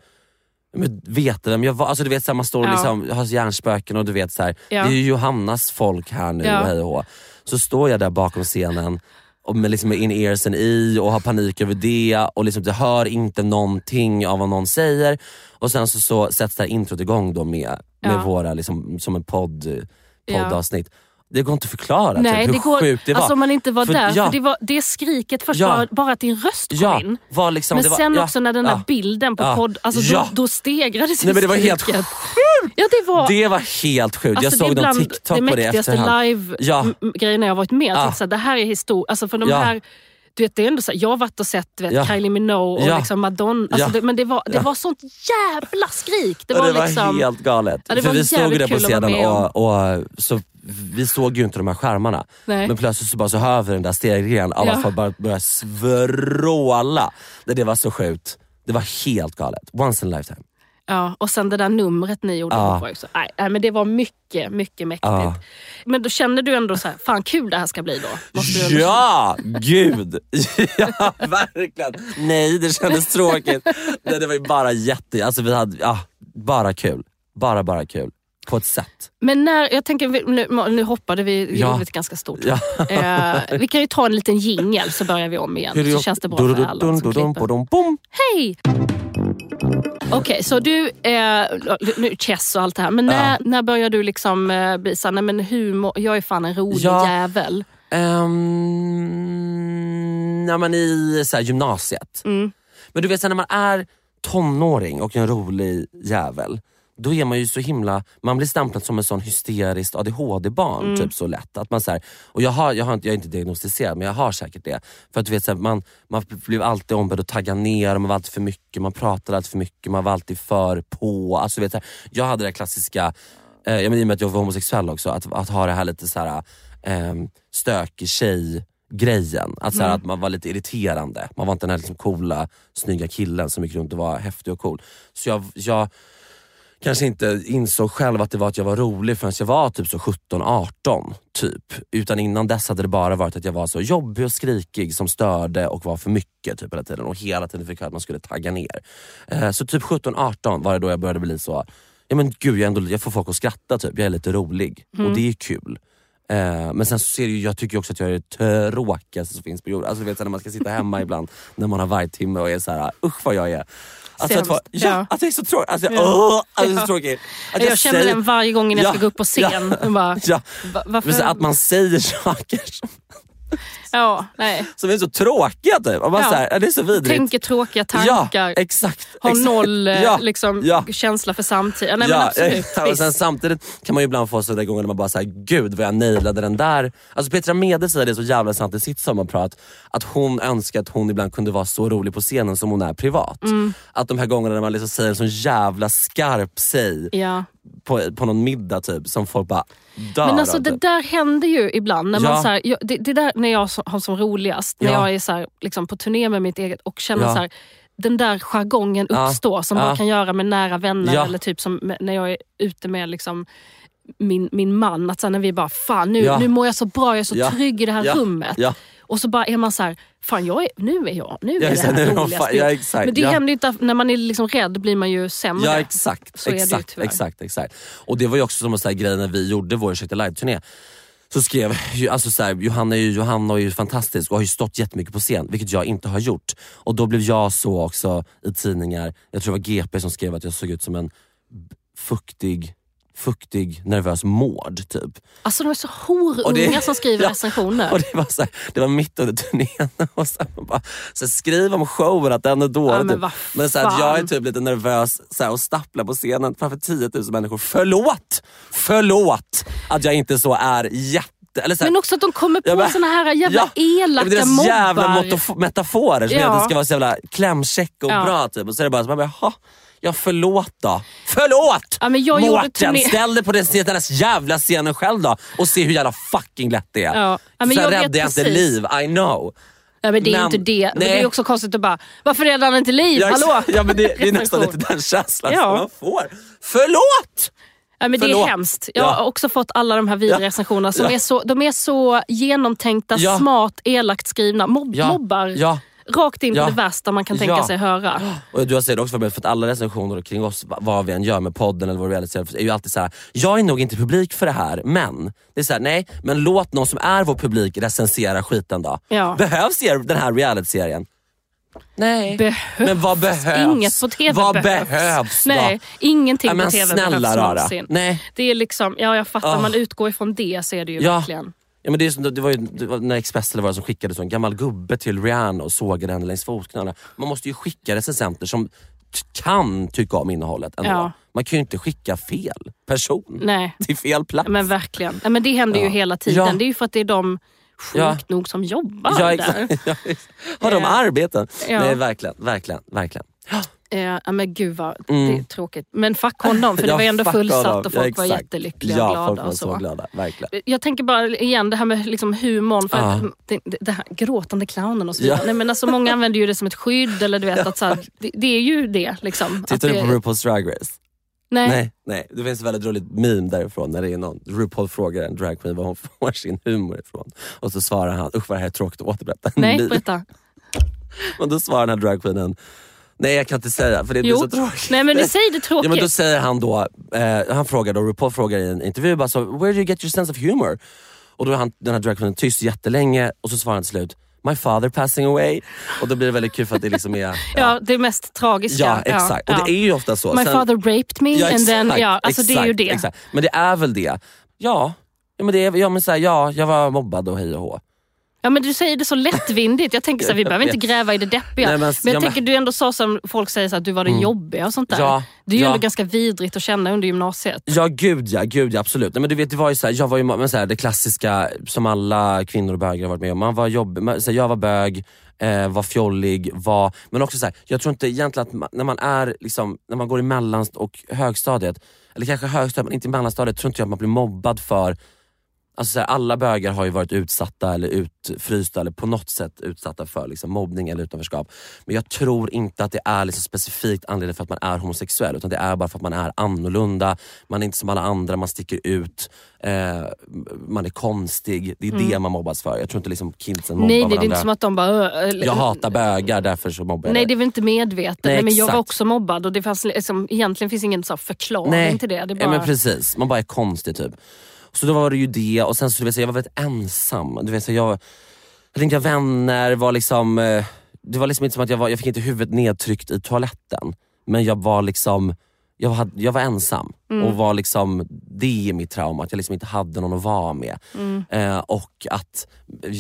[SPEAKER 2] men veta vem jag var. Alltså du vet så här, man står och
[SPEAKER 1] Ja.
[SPEAKER 2] liksom, har hjärnspöken och du vet så här,
[SPEAKER 1] Ja.
[SPEAKER 2] det är ju Johannas folk här nu
[SPEAKER 1] Ja.
[SPEAKER 2] och hej och hå. Så står jag där bakom scenen och med, liksom, med in-earsen i och har panik över det och liksom, jag hör inte någonting av vad någon säger. Och sen så, så sätts det här introt igång då med, med
[SPEAKER 1] Ja.
[SPEAKER 2] våra, liksom, som en podd,
[SPEAKER 1] Ja.
[SPEAKER 2] poddavsnitt. Det går inte att förklara
[SPEAKER 1] Nej,
[SPEAKER 2] typ, hur
[SPEAKER 1] det går,
[SPEAKER 2] sjukt det var.
[SPEAKER 1] Alltså om man inte var
[SPEAKER 2] För-
[SPEAKER 1] där.
[SPEAKER 2] ja.
[SPEAKER 1] För det, var, det skriket först,
[SPEAKER 2] Ja.
[SPEAKER 1] var, bara att din röst kom
[SPEAKER 2] ja,
[SPEAKER 1] in.
[SPEAKER 2] var liksom,
[SPEAKER 1] Men
[SPEAKER 2] det var,
[SPEAKER 1] sen
[SPEAKER 2] ja,
[SPEAKER 1] också när den där
[SPEAKER 2] ja.
[SPEAKER 1] bilden på
[SPEAKER 2] Ja.
[SPEAKER 1] podd, alltså
[SPEAKER 2] Ja.
[SPEAKER 1] då, då stegrades ju
[SPEAKER 2] Nej, men det var helt
[SPEAKER 1] skriket. Ja, det var,
[SPEAKER 2] Det var helt sjukt,
[SPEAKER 1] alltså,
[SPEAKER 2] jag såg
[SPEAKER 1] det är
[SPEAKER 2] någon
[SPEAKER 1] bland
[SPEAKER 2] TikTok
[SPEAKER 1] det
[SPEAKER 2] på det
[SPEAKER 1] mäktigaste
[SPEAKER 2] efterhand. Ja.
[SPEAKER 1] live-grejen jag har varit med. Jag
[SPEAKER 2] Ja.
[SPEAKER 1] tänkte så här, det här är historia. Alltså för de
[SPEAKER 2] Ja.
[SPEAKER 1] här, du vet, det är ändå så här, jag har varit och sett du vet,
[SPEAKER 2] Ja.
[SPEAKER 1] Kylie Minogue och
[SPEAKER 2] Ja.
[SPEAKER 1] liksom Madonna. Alltså
[SPEAKER 2] Ja.
[SPEAKER 1] det, men det, var, det var sånt jävla skrik. Det
[SPEAKER 2] Ja,
[SPEAKER 1] var,
[SPEAKER 2] det var
[SPEAKER 1] liksom,
[SPEAKER 2] helt galet.
[SPEAKER 1] Ja, det
[SPEAKER 2] För
[SPEAKER 1] var
[SPEAKER 2] vi stod ju
[SPEAKER 1] jävligt
[SPEAKER 2] där på
[SPEAKER 1] kul att vara
[SPEAKER 2] scenen
[SPEAKER 1] med om.
[SPEAKER 2] och, och så, vi såg ju inte de här skärmarna.
[SPEAKER 1] Nej.
[SPEAKER 2] Men plötsligt så, bara så hör vi den där stegringen av
[SPEAKER 1] Ja.
[SPEAKER 2] att folk bara börjar svråla. Det, det var så sjukt. Det var helt galet. Once in a lifetime.
[SPEAKER 1] Ja, och sen det där numret ni gjorde
[SPEAKER 2] Ja.
[SPEAKER 1] ihop var också. Nej, nej, men det var mycket, mycket mäktigt.
[SPEAKER 2] Ja.
[SPEAKER 1] Men då kände du ändå så här, fan kul det här ska bli då. Måste du ändå-
[SPEAKER 2] Ja, gud! Ja, verkligen. Nej, det kändes tråkigt. Nej, det var ju bara jätte... Alltså, vi hade, ja, bara kul. Bara, bara kul. På ett sätt.
[SPEAKER 1] Men när, jag tänker, vi- nu, nu hoppade vi, vi
[SPEAKER 2] Ja.
[SPEAKER 1] gjorde ett ganska stort
[SPEAKER 2] Ja.
[SPEAKER 1] eh, Vi kan ju ta en liten jingel så börjar vi om igen. Så känns det bra för alla som klipper.
[SPEAKER 2] Bom.
[SPEAKER 1] Hej! Okej, så du, eh, nu chess och allt det här, men när, när börjar du liksom eh, bli såhär, nej men humor, jag är fan en rolig
[SPEAKER 2] Ja.
[SPEAKER 1] jävel.
[SPEAKER 2] Um, när man är i så här, gymnasiet.
[SPEAKER 1] Mm.
[SPEAKER 2] Men du vet så här, när man är tonåring och en rolig jävel, då är man ju så himla, man blir stämplad som en sån hysteriskt ADHD-barn typ så lätt. Att man så här, och jag, har, jag, har inte, jag är inte diagnostiserad men jag har säkert det. För att du vet så här, man, man blev alltid ombedd att tagga ner, man var alltid för mycket, man pratade alltid för mycket, man var alltid för på. Alltså, du vet, så här, jag hade det här klassiska, eh, jag menar, i och med att jag var homosexuell också, att, att ha det här lite så här eh, stökig tjej grejen. Att, så här, att man var lite irriterande. Man var inte den här liksom, coola, snygga killen som gick runt och var häftig och cool. Så jag, jag kanske inte insåg själv att det var att jag var rolig förrän jag var typ så 17-18. typ. Utan innan dess hade det bara varit att jag var så jobbig och skrikig som störde och var för mycket typ hela tiden. Och hela tiden fick jag att man skulle tagga ner. Eh, så typ 17-18 var det då jag började bli så, ja men gud jag, är ändå, jag får folk att skratta typ. Jag är lite rolig
[SPEAKER 1] Mm.
[SPEAKER 2] och det är kul. Eh, men sen så ser jag, jag tycker också att jag är det tråkigaste som finns på jorden. Alltså du vet så här, när man ska sitta hemma ibland när man har vargtimme och är så här, usch vad jag är. Alltså, att,
[SPEAKER 1] Sämst.
[SPEAKER 2] vara- ja,
[SPEAKER 1] Ja.
[SPEAKER 2] Alltså, jag är så tråkig. Alltså, jag,
[SPEAKER 1] Ja.
[SPEAKER 2] åh, alltså, jag är så tråkig. Att
[SPEAKER 1] Jag, känner
[SPEAKER 2] säger-
[SPEAKER 1] den varje gång när jag
[SPEAKER 2] Ja,
[SPEAKER 1] ska gå upp på scen.
[SPEAKER 2] ja,
[SPEAKER 1] Ja. Bara,
[SPEAKER 2] ja.
[SPEAKER 1] va, varför?
[SPEAKER 2] Men så att man säger saker som,
[SPEAKER 1] Ja, nej.
[SPEAKER 2] som är så tråkiga typ. Och man
[SPEAKER 1] Ja.
[SPEAKER 2] så här, ja, det är så vidrigt.
[SPEAKER 1] Tänker tråkiga tankar.
[SPEAKER 2] Ja, exakt.
[SPEAKER 1] har
[SPEAKER 2] exakt.
[SPEAKER 1] noll eh,
[SPEAKER 2] Ja,
[SPEAKER 1] liksom,
[SPEAKER 2] ja.
[SPEAKER 1] känsla för samtiden. Nej, men
[SPEAKER 2] ja,
[SPEAKER 1] absolut.
[SPEAKER 2] ja, och sen
[SPEAKER 1] visst.
[SPEAKER 2] samtidigt kan man ju ibland få sådana där gånger när man bara säger gud vad jag nailade den där. Alltså Petra Mede säger det så jävla sant i sitt sommarprat, att hon önskar att hon ibland kunde vara så rolig på scenen
[SPEAKER 1] Mm.
[SPEAKER 2] som hon är privat. Att de här gångerna när man liksom säger en sån jävla skarp säg
[SPEAKER 1] Ja.
[SPEAKER 2] på, på någon middag typ som folk bara dör
[SPEAKER 1] Men alltså
[SPEAKER 2] av,
[SPEAKER 1] det
[SPEAKER 2] typ.
[SPEAKER 1] där händer ju ibland. När man
[SPEAKER 2] Ja.
[SPEAKER 1] så här, jag, det, det där när jag så- har som roligast, när
[SPEAKER 2] Ja.
[SPEAKER 1] jag är så här, liksom på turné med mitt eget och känner
[SPEAKER 2] Ja.
[SPEAKER 1] så här, den där jargongen
[SPEAKER 2] Ja.
[SPEAKER 1] uppstår som
[SPEAKER 2] Ja.
[SPEAKER 1] man kan göra med nära vänner
[SPEAKER 2] Ja.
[SPEAKER 1] eller typ som med- när jag är ute med liksom min, min man. Att så här, när vi bara, fan nu,
[SPEAKER 2] Ja.
[SPEAKER 1] nu mår jag så bra, jag är så
[SPEAKER 2] Ja.
[SPEAKER 1] trygg i det här
[SPEAKER 2] Ja.
[SPEAKER 1] rummet.
[SPEAKER 2] Ja.
[SPEAKER 1] Och så bara är man så här, fan jag är, nu är jag, nu är
[SPEAKER 2] Ja,
[SPEAKER 1] det
[SPEAKER 2] exakt,
[SPEAKER 1] här
[SPEAKER 2] nu är de
[SPEAKER 1] roligast.
[SPEAKER 2] fan- ja, exakt,
[SPEAKER 1] Men det
[SPEAKER 2] ja.
[SPEAKER 1] händer ju inte, när man är liksom rädd blir man ju sämre.
[SPEAKER 2] Ja exakt.
[SPEAKER 1] Så är det ju
[SPEAKER 2] exakt,
[SPEAKER 1] tyvärr.
[SPEAKER 2] exakt, exakt. Och det var ju också som en sån här grej när vi gjorde vår Ursäkta live-turné. Så skrev, ju- alltså så här, Johanna, är ju, Johanna är ju fantastisk och har ju stått jättemycket på scen, vilket jag inte har gjort. Och då blev jag så också i tidningar, jag tror det var GP som skrev att jag såg ut som en b- fuktig, fuktig nervös mård typ.
[SPEAKER 1] Alltså de är så
[SPEAKER 2] Och
[SPEAKER 1] horunga
[SPEAKER 2] det-
[SPEAKER 1] som skriver
[SPEAKER 2] Ja.
[SPEAKER 1] recensioner.
[SPEAKER 2] Och det var, så här, det var mitt under turnén. Och så här, man bara, så här, skriv om showen att den är dålig.
[SPEAKER 1] Ja, men
[SPEAKER 2] typ.
[SPEAKER 1] vad
[SPEAKER 2] men så här, att jag är
[SPEAKER 1] fan.
[SPEAKER 2] typ lite nervös så här, och stapplar på scenen framför 10 000 människor. Förlåt! Förlåt att jag inte så är jätte... Eller så här,
[SPEAKER 1] Men också att de kommer på
[SPEAKER 2] jag bara-
[SPEAKER 1] såna här jävla
[SPEAKER 2] Ja, men
[SPEAKER 1] elaka
[SPEAKER 2] deras
[SPEAKER 1] mobbar.
[SPEAKER 2] jävla motof- metaforer som
[SPEAKER 1] Ja.
[SPEAKER 2] gör att det ska vara så jävla klämkäck och
[SPEAKER 1] Ja.
[SPEAKER 2] bra. Typ. Och så är det bara så man bara, jaha, ja förlåt då. Förlåt!
[SPEAKER 1] Ja, men jag gjorde
[SPEAKER 2] Mårten,
[SPEAKER 1] turné-
[SPEAKER 2] ställ dig på den scenen- deras jävla scenen själv då och se hur jävla fucking lätt det är.
[SPEAKER 1] Ja. Ja, men
[SPEAKER 2] Sen
[SPEAKER 1] jag vet
[SPEAKER 2] räddade jag inte
[SPEAKER 1] precis.
[SPEAKER 2] liv, I know.
[SPEAKER 1] Nej, men det är
[SPEAKER 2] Men-
[SPEAKER 1] inte det. Men det
[SPEAKER 2] nej.
[SPEAKER 1] är också konstigt att bara, varför räddar han inte liv?
[SPEAKER 2] Ja,
[SPEAKER 1] Hallå?
[SPEAKER 2] exakt. Ja, men det, det är nästan lite
[SPEAKER 1] Recension.
[SPEAKER 2] den känslan
[SPEAKER 1] Ja.
[SPEAKER 2] som man får. Förlåt!
[SPEAKER 1] Ja, men det är
[SPEAKER 2] Förlåt.
[SPEAKER 1] hemskt. Jag
[SPEAKER 2] Ja.
[SPEAKER 1] har också fått alla de här vidriga
[SPEAKER 2] Ja.
[SPEAKER 1] recensionerna. Som
[SPEAKER 2] Ja.
[SPEAKER 1] är så, de är så genomtänkta,
[SPEAKER 2] Ja.
[SPEAKER 1] smart, elakt skrivna. Mob-
[SPEAKER 2] Ja.
[SPEAKER 1] Mobbar
[SPEAKER 2] Ja.
[SPEAKER 1] rakt in
[SPEAKER 2] Ja.
[SPEAKER 1] på det värsta man kan tänka
[SPEAKER 2] Ja.
[SPEAKER 1] sig höra.
[SPEAKER 2] Och du har säger det också för mig, för att alla recensioner kring oss, va- vad vi än gör med podden eller vad vi än gör, är ju alltid så här. jag är nog inte publik för det här, men. Det är så här, nej, men låt någon som är vår publik recensera skiten då.
[SPEAKER 1] Ja.
[SPEAKER 2] Behövs er den här reality-serien? Nej.
[SPEAKER 1] Behövs
[SPEAKER 2] men vad behövs?
[SPEAKER 1] Inget på TV
[SPEAKER 2] vad
[SPEAKER 1] behövs.
[SPEAKER 2] behövs då?
[SPEAKER 1] Nej, ingenting
[SPEAKER 2] Nej, men
[SPEAKER 1] på TV
[SPEAKER 2] snälla
[SPEAKER 1] behövs
[SPEAKER 2] rara.
[SPEAKER 1] någonsin.
[SPEAKER 2] Nej.
[SPEAKER 1] Det är liksom, ja jag fattar,
[SPEAKER 2] Ah.
[SPEAKER 1] man utgår ifrån det så är det ju
[SPEAKER 2] Ja.
[SPEAKER 1] verkligen.
[SPEAKER 2] Ja, men det, är som, det var ju det var när Express eller vad det var som skickade så en gammal gubbe till Rihanna och sågade henne längs fotknölarna. Man måste ju skicka recensenter som t- kan tycka om innehållet ändå.
[SPEAKER 1] Ja.
[SPEAKER 2] Man kan ju inte skicka fel person
[SPEAKER 1] Nej.
[SPEAKER 2] till fel plats.
[SPEAKER 1] Men verkligen. Ja, men det händer
[SPEAKER 2] Ja.
[SPEAKER 1] ju hela tiden.
[SPEAKER 2] Ja.
[SPEAKER 1] Det är ju för att det är de, sjukt
[SPEAKER 2] Ja.
[SPEAKER 1] nog, som jobbar
[SPEAKER 2] ja,
[SPEAKER 1] där.
[SPEAKER 2] exakt. Ja, exakt. Har de
[SPEAKER 1] Eh.
[SPEAKER 2] arbeten?
[SPEAKER 1] Ja.
[SPEAKER 2] Nej, verkligen. verkligen, verkligen.
[SPEAKER 1] Eh, ja, men gud vad
[SPEAKER 2] Mm.
[SPEAKER 1] det är tråkigt. Men fuck honom, för det
[SPEAKER 2] Ja,
[SPEAKER 1] var ju ändå
[SPEAKER 2] fuck honom.
[SPEAKER 1] fullsatt och folk
[SPEAKER 2] Ja,
[SPEAKER 1] var
[SPEAKER 2] exakt.
[SPEAKER 1] jättelyckliga
[SPEAKER 2] ja,
[SPEAKER 1] och glada.
[SPEAKER 2] folk var
[SPEAKER 1] och så.
[SPEAKER 2] så glada. Verkligen.
[SPEAKER 1] Jag tänker bara igen det här med liksom humorn, för
[SPEAKER 2] Ja.
[SPEAKER 1] att, det, det här gråtande clownen och så vidare.
[SPEAKER 2] Ja.
[SPEAKER 1] Nej, men alltså, många använder ju det som ett skydd. Eller du vet, att, så här, det, det är ju det. Liksom, att
[SPEAKER 2] Tittar
[SPEAKER 1] det,
[SPEAKER 2] du på RuPaul's Drag Race?
[SPEAKER 1] Nej.
[SPEAKER 2] Nej, nej. Det finns ett väldigt roligt meme därifrån när det är någon, RuPaul frågar en dragqueen var hon får sin humor ifrån. Och så svarar han, usch vad det här är tråkigt att återberätta.
[SPEAKER 1] Nej, berätta.
[SPEAKER 2] Och då svarar den här dragqueenen, nej jag kan inte säga för det blir
[SPEAKER 1] Jo.
[SPEAKER 2] så tråkigt.
[SPEAKER 1] Nej men du säger det tråkigt.
[SPEAKER 2] Ja, men då säger han då, eh, han frågar då, RuPaul frågar i en intervju bara så, where do you get your sense of humor? Och då är han, den här dragqueenen tyst jättelänge och så svarar han till slut, my father passing away. Och då blir det väldigt kul för att det liksom är... Ja,
[SPEAKER 1] ja, det är mest tragiska.
[SPEAKER 2] ja, exakt.
[SPEAKER 1] ja.
[SPEAKER 2] Och det är ju ofta så.
[SPEAKER 1] My
[SPEAKER 2] Sen-
[SPEAKER 1] father raped me.
[SPEAKER 2] Ja,
[SPEAKER 1] and
[SPEAKER 2] exakt,
[SPEAKER 1] then, ja, alltså det är ju
[SPEAKER 2] exakt,
[SPEAKER 1] det.
[SPEAKER 2] Exakt. Men det är väl det. Ja, ja men, det är, ja, men så här, ja jag var mobbad och hej och hå.
[SPEAKER 1] Ja men du säger det så lättvindigt. Jag tänker så här, vi behöver inte gräva i det deppiga.
[SPEAKER 2] Nej, men-
[SPEAKER 1] men, jag
[SPEAKER 2] ja, men-
[SPEAKER 1] tänker du ändå sa som folk säger så här, att du var den
[SPEAKER 2] Mm.
[SPEAKER 1] jobbiga och sånt där.
[SPEAKER 2] Ja,
[SPEAKER 1] det är ju
[SPEAKER 2] ja.
[SPEAKER 1] ändå ganska vidrigt att känna under gymnasiet.
[SPEAKER 2] Ja gud ja, gud ja absolut. Nej, men du vet, det var ju så här, jag var ju men så här, det klassiska som alla kvinnor och bögar har varit med om. Man var jobbig, man, så här, jag var bög, eh, var fjollig, var, men också så här, jag tror inte egentligen att man, när man är liksom, när man går i mellan och högstadiet, eller kanske högstadiet men inte i mellanstadiet, tror inte jag att man blir mobbad för Alltså så här, alla bögar har ju varit utsatta eller utfrysta eller på något sätt utsatta för liksom, mobbning eller utanförskap. Men jag tror inte att det är liksom specifikt anledning för att man är homosexuell utan det är bara för att man är annorlunda, man är inte som alla andra, man sticker ut, eh, man är konstig. Det är det man mobbas för. Jag tror inte liksom kidsen mobbar
[SPEAKER 1] Mm. Nej det
[SPEAKER 2] varandra.
[SPEAKER 1] är inte som att de bara... "Ö, eller-
[SPEAKER 2] Jag hatar bögar därför så mobbar jag
[SPEAKER 1] Nej
[SPEAKER 2] dig."
[SPEAKER 1] det är väl inte medvetet.
[SPEAKER 2] Nej,
[SPEAKER 1] Nej, men jag var
[SPEAKER 2] exakt.
[SPEAKER 1] också mobbad och det fanns liksom, egentligen finns ingen så här förklaring till det. det är
[SPEAKER 2] ja,
[SPEAKER 1] bara,
[SPEAKER 2] men precis. Man bara är konstig typ. Så då var det ju det och sen så du vet, så jag var väldigt ensam. Du vet, så jag, jag ringde vänner, var liksom, eh, det var liksom inte som att jag, var, jag fick inte huvudet nedtryckt i toaletten. Men jag var liksom jag var, jag var ensam
[SPEAKER 1] Mm.
[SPEAKER 2] och var liksom, det är mitt trauma, att jag liksom inte hade någon att vara med.
[SPEAKER 1] Mm.
[SPEAKER 2] Eh, och att, eh,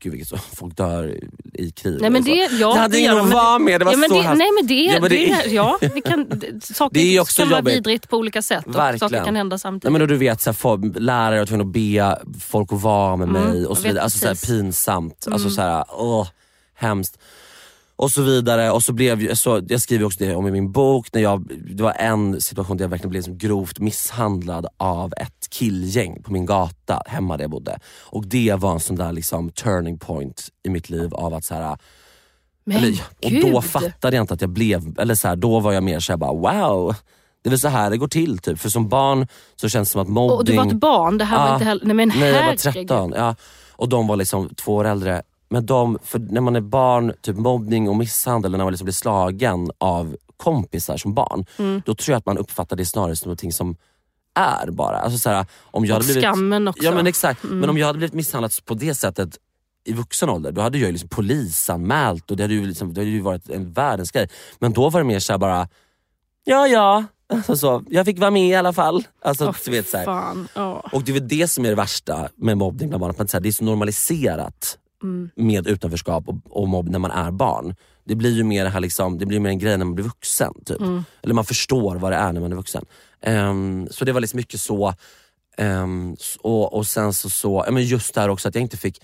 [SPEAKER 2] gud vilket, så- folk dör i krig.
[SPEAKER 1] nej men
[SPEAKER 2] och så.
[SPEAKER 1] det, ja,
[SPEAKER 2] jag hade
[SPEAKER 1] det
[SPEAKER 2] ingen
[SPEAKER 1] gör de,
[SPEAKER 2] att
[SPEAKER 1] men-
[SPEAKER 2] vara med, det var
[SPEAKER 1] ja, men
[SPEAKER 2] så
[SPEAKER 1] det,
[SPEAKER 2] hemskt.
[SPEAKER 1] Nej men det,
[SPEAKER 2] Ja, men
[SPEAKER 1] det,
[SPEAKER 2] det-
[SPEAKER 1] är- ja, vi kan, det- saker
[SPEAKER 2] Det är också
[SPEAKER 1] kan vara
[SPEAKER 2] jobbigt.
[SPEAKER 1] vidrigt på olika sätt och
[SPEAKER 2] Verkligen.
[SPEAKER 1] saker kan hända
[SPEAKER 2] Nej,
[SPEAKER 1] samtidigt.
[SPEAKER 2] men och du vet, så här, för, lärare var tvungna att be folk att vara med mig och så
[SPEAKER 1] Mm, jag vet Mm.
[SPEAKER 2] vidare. Alltså, så här,
[SPEAKER 1] precis.
[SPEAKER 2] pinsamt, alltså, så här, åh, hemskt. och så vidare. Och så blev, ju- så, jag skriver också det om i min bok, när jag, det var en situation där jag verkligen blev som grovt misshandlad av ett killgäng på min gata hemma där jag bodde. Och det var en sån där liksom turning point i mitt liv av att så här,
[SPEAKER 1] Men
[SPEAKER 2] eller, och då fattade jag inte att jag blev, eller så här, då var jag mer såhär bara wow. Det är väl så här det går till typ. För som barn så känns det som att mobbing...
[SPEAKER 1] Och du var ett barn, det här var
[SPEAKER 2] Ja.
[SPEAKER 1] inte heller... Nej men
[SPEAKER 2] Nej jag var
[SPEAKER 1] herregud.
[SPEAKER 2] 13 ja. och de var liksom två år äldre. Men de, för när man är barn, typ mobbning och misshandel, när man liksom blir slagen av kompisar som barn.
[SPEAKER 1] Mm.
[SPEAKER 2] Då tror jag att man uppfattar det snarare som någonting som är bara. Alltså så här, om jag
[SPEAKER 1] Och
[SPEAKER 2] hade blivit,
[SPEAKER 1] skammen också. Mm.
[SPEAKER 2] Ja men exakt. Men om jag hade blivit misshandlad på det sättet i vuxen ålder, då hade jag ju liksom polisanmält och det hade ju, liksom, det hade ju varit en världens grej. Men då var det mer såhär bara, ja ja, alltså, så, jag fick vara med i alla fall. Alltså,
[SPEAKER 1] Åh,
[SPEAKER 2] du vet, så här.
[SPEAKER 1] fan. Ja.
[SPEAKER 2] Och det är väl det som är det värsta med mobbning bland barn, att man, så här, det är så normaliserat
[SPEAKER 1] Mm.
[SPEAKER 2] med utanförskap och, och mobb när man är barn. Det blir ju mer, det här liksom, det blir mer en grej när man blir vuxen. Typ. Eller man förstår vad det är när man är vuxen. Ehm, så det var liksom mycket så. ehm, s- och, och sen så, så ja, men just det här också att jag inte fick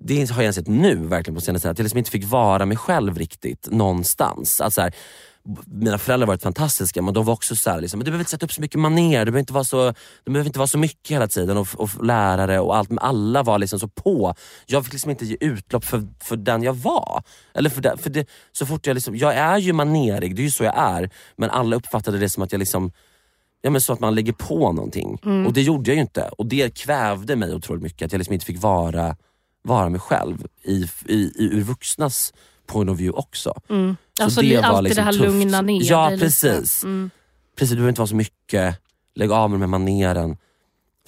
[SPEAKER 2] det har jag insett nu verkligen på senare tid, att jag liksom inte fick vara mig själv riktigt någonstans. Att så här, b- mina föräldrar har varit fantastiska men de var också så här, liksom, du behöver inte sätta upp så mycket manér, du behöver inte vara så, du behöver inte vara så mycket hela tiden och, f- och f- lärare och allt. Men alla var liksom så på. Jag fick liksom inte ge utlopp för, för den jag var. Eller för, det, för det, så fort jag, liksom, jag är ju manerig, det är ju så jag är. Men alla uppfattade det som att jag liksom Ja, men så att man lägger på någonting.
[SPEAKER 1] Mm.
[SPEAKER 2] Och det gjorde jag ju inte. Och det kvävde mig otroligt mycket, att jag liksom inte fick vara, vara mig själv i, i, i, ur vuxnas point of view också. Så liksom
[SPEAKER 1] Alltså, det- alltid det här lugna ner
[SPEAKER 2] Ja
[SPEAKER 1] dig lite. Mm.
[SPEAKER 2] precis. precis. Du behöver inte vara så mycket, lägg av med de här maneren.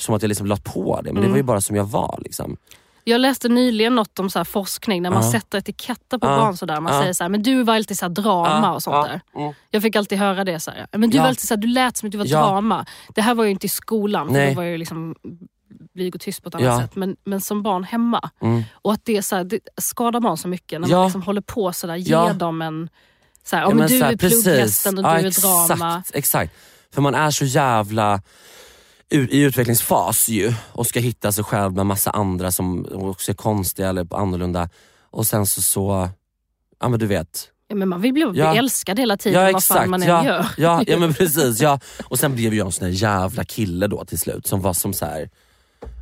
[SPEAKER 2] Som att jag liksom lade på det, men
[SPEAKER 1] Mm.
[SPEAKER 2] det var ju bara som jag var. Liksom.
[SPEAKER 1] Jag läste nyligen något om så här forskning där man
[SPEAKER 2] Ja.
[SPEAKER 1] sätter etiketter på
[SPEAKER 2] Ja.
[SPEAKER 1] barn. Sådär. Man
[SPEAKER 2] Ja.
[SPEAKER 1] säger så här, men du var alltid så här drama
[SPEAKER 2] Ja,
[SPEAKER 1] och sånt
[SPEAKER 2] ja,
[SPEAKER 1] där.
[SPEAKER 2] mm.
[SPEAKER 1] Jag fick alltid höra det. Så här, men du,
[SPEAKER 2] Ja.
[SPEAKER 1] var alltid så här, du lät som att du var
[SPEAKER 2] Ja.
[SPEAKER 1] drama. Det här var ju inte i skolan, för
[SPEAKER 2] Nej.
[SPEAKER 1] då var jag ju liksom blyg och tyst på ett annat
[SPEAKER 2] Ja.
[SPEAKER 1] sätt. Men, men som barn hemma.
[SPEAKER 2] Mm.
[SPEAKER 1] Och att det, är så här, det skadar barn så mycket när
[SPEAKER 2] Ja.
[SPEAKER 1] man liksom håller på sådär. Ge
[SPEAKER 2] Ja.
[SPEAKER 1] dem en... Så här, ja,
[SPEAKER 2] Ja,
[SPEAKER 1] men
[SPEAKER 2] men
[SPEAKER 1] du
[SPEAKER 2] så här,
[SPEAKER 1] är plugghästen och du
[SPEAKER 2] Ja,
[SPEAKER 1] är
[SPEAKER 2] exakt,
[SPEAKER 1] drama.
[SPEAKER 2] Exakt. För man är så jävla u- i utvecklingsfas ju och ska hitta sig själv med massa andra som också är konstiga eller annorlunda. Och sen så, så ja men du vet.
[SPEAKER 1] Ja, men man vill bli
[SPEAKER 2] Ja.
[SPEAKER 1] älskad hela tiden
[SPEAKER 2] Ja
[SPEAKER 1] vad fan
[SPEAKER 2] exakt.
[SPEAKER 1] man än gör.
[SPEAKER 2] Ja, ja, ja men precis. Ja. Och sen blev jag en sån där jävla kille då till slut som var som så här,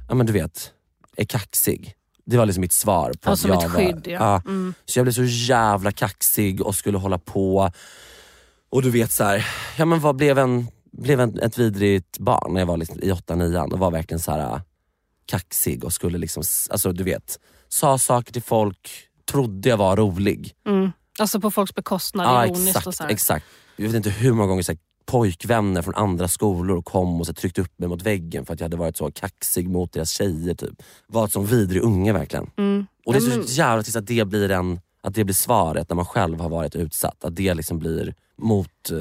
[SPEAKER 2] ja men du vet, är kaxig. Det var liksom mitt svar. på
[SPEAKER 1] Ja,
[SPEAKER 2] att
[SPEAKER 1] som
[SPEAKER 2] jag
[SPEAKER 1] ett
[SPEAKER 2] var-
[SPEAKER 1] skydd, ja.
[SPEAKER 2] ja.
[SPEAKER 1] Mm.
[SPEAKER 2] Så jag blev så jävla kaxig och skulle hålla på. Och du vet så här, ja men vad blev en, blev en, ett vidrigt barn när jag var liksom i 8-9 och var verkligen så här äh, kaxig och skulle liksom, s- alltså du vet, sa saker till folk, trodde jag var rolig.
[SPEAKER 1] Mm. Alltså på folks bekostnad,
[SPEAKER 2] Ja
[SPEAKER 1] ironiskt och
[SPEAKER 2] exakt,
[SPEAKER 1] så här.
[SPEAKER 2] exakt. Jag vet inte hur många gånger så här, pojkvänner från andra skolor kom och så här, tryckte upp mig mot väggen för att jag hade varit så kaxig mot deras tjejer. Typ. Var som vidrig unge verkligen.
[SPEAKER 1] Mm.
[SPEAKER 2] Och det är
[SPEAKER 1] Ja, men-
[SPEAKER 2] så jävla trist att det blir en att det blir svaret när man själv har varit utsatt. Att det liksom blir mot eh,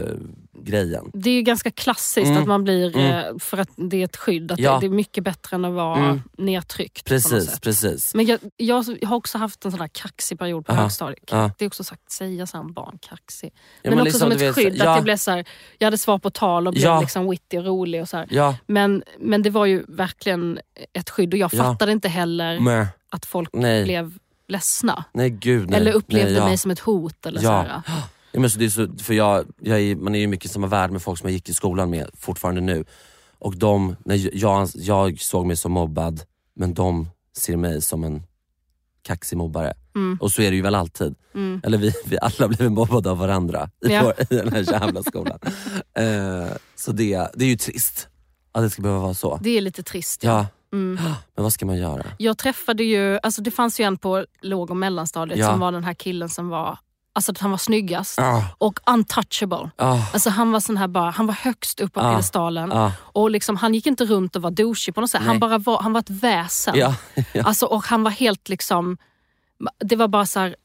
[SPEAKER 2] grejen.
[SPEAKER 1] Det är ju ganska klassiskt
[SPEAKER 2] Mm.
[SPEAKER 1] att man blir,
[SPEAKER 2] Mm.
[SPEAKER 1] eh, för att det är ett skydd, att
[SPEAKER 2] Ja.
[SPEAKER 1] det, det är mycket bättre än att vara
[SPEAKER 2] Mm.
[SPEAKER 1] nedtryckt. På något
[SPEAKER 2] Precis,
[SPEAKER 1] sätt.
[SPEAKER 2] precis.
[SPEAKER 1] Men jag, jag har också haft en sån där kaxig period på
[SPEAKER 2] Ja,
[SPEAKER 1] högstadiet.
[SPEAKER 2] ja.
[SPEAKER 1] Det är också sagt, säga så här om barn, kaxig.
[SPEAKER 2] Ja,
[SPEAKER 1] Men,
[SPEAKER 2] men
[SPEAKER 1] också
[SPEAKER 2] liksom,
[SPEAKER 1] som
[SPEAKER 2] du
[SPEAKER 1] ett
[SPEAKER 2] vet,
[SPEAKER 1] skydd,
[SPEAKER 2] ja.
[SPEAKER 1] att jag, blev så här, jag hade svar på tal och blev
[SPEAKER 2] Ja.
[SPEAKER 1] liksom witty och rolig. Och så här.
[SPEAKER 2] Ja,
[SPEAKER 1] Men, men det var ju verkligen ett skydd och jag
[SPEAKER 2] Ja.
[SPEAKER 1] fattade inte heller
[SPEAKER 2] meh,
[SPEAKER 1] att folk
[SPEAKER 2] Nej.
[SPEAKER 1] blev ledsna.
[SPEAKER 2] nej gud nej.
[SPEAKER 1] eller upplevde
[SPEAKER 2] nej, ja.
[SPEAKER 1] mig som ett hot. Eller
[SPEAKER 2] Ja.
[SPEAKER 1] så här.
[SPEAKER 2] Ja, men så det är så, för jag, jag är, man är ju mycket i samma värld med folk som jag gick i skolan med fortfarande nu. Och de, när jag, jag såg mig som mobbad, men de ser mig som en kaxig mobbare.
[SPEAKER 1] Mm.
[SPEAKER 2] Och så är det ju väl alltid.
[SPEAKER 1] Mm.
[SPEAKER 2] Eller vi, vi alla blir mobbade av varandra i,
[SPEAKER 1] Ja.
[SPEAKER 2] vår, i den här jävla skolan. Eh, så det, det är ju trist att det ska behöva vara så.
[SPEAKER 1] Det är lite trist.
[SPEAKER 2] Ja,
[SPEAKER 1] Mm.
[SPEAKER 2] men vad ska man göra?
[SPEAKER 1] Jag träffade ju, alltså det fanns ju en på låg och mellanstadiet
[SPEAKER 2] Ja.
[SPEAKER 1] som var den här killen som var, alltså att han var snyggast
[SPEAKER 2] Ah,
[SPEAKER 1] och untouchable.
[SPEAKER 2] ah,
[SPEAKER 1] Alltså han var sån här bara, han var högst upp på
[SPEAKER 2] Ja.
[SPEAKER 1] piedestalen
[SPEAKER 2] ah.
[SPEAKER 1] och liksom, han gick inte runt och var douchig på något sätt. Han,
[SPEAKER 2] Nej.
[SPEAKER 1] bara var, han var ett väsen.
[SPEAKER 2] Ja,
[SPEAKER 1] Alltså, och han var helt liksom, det var bara så här,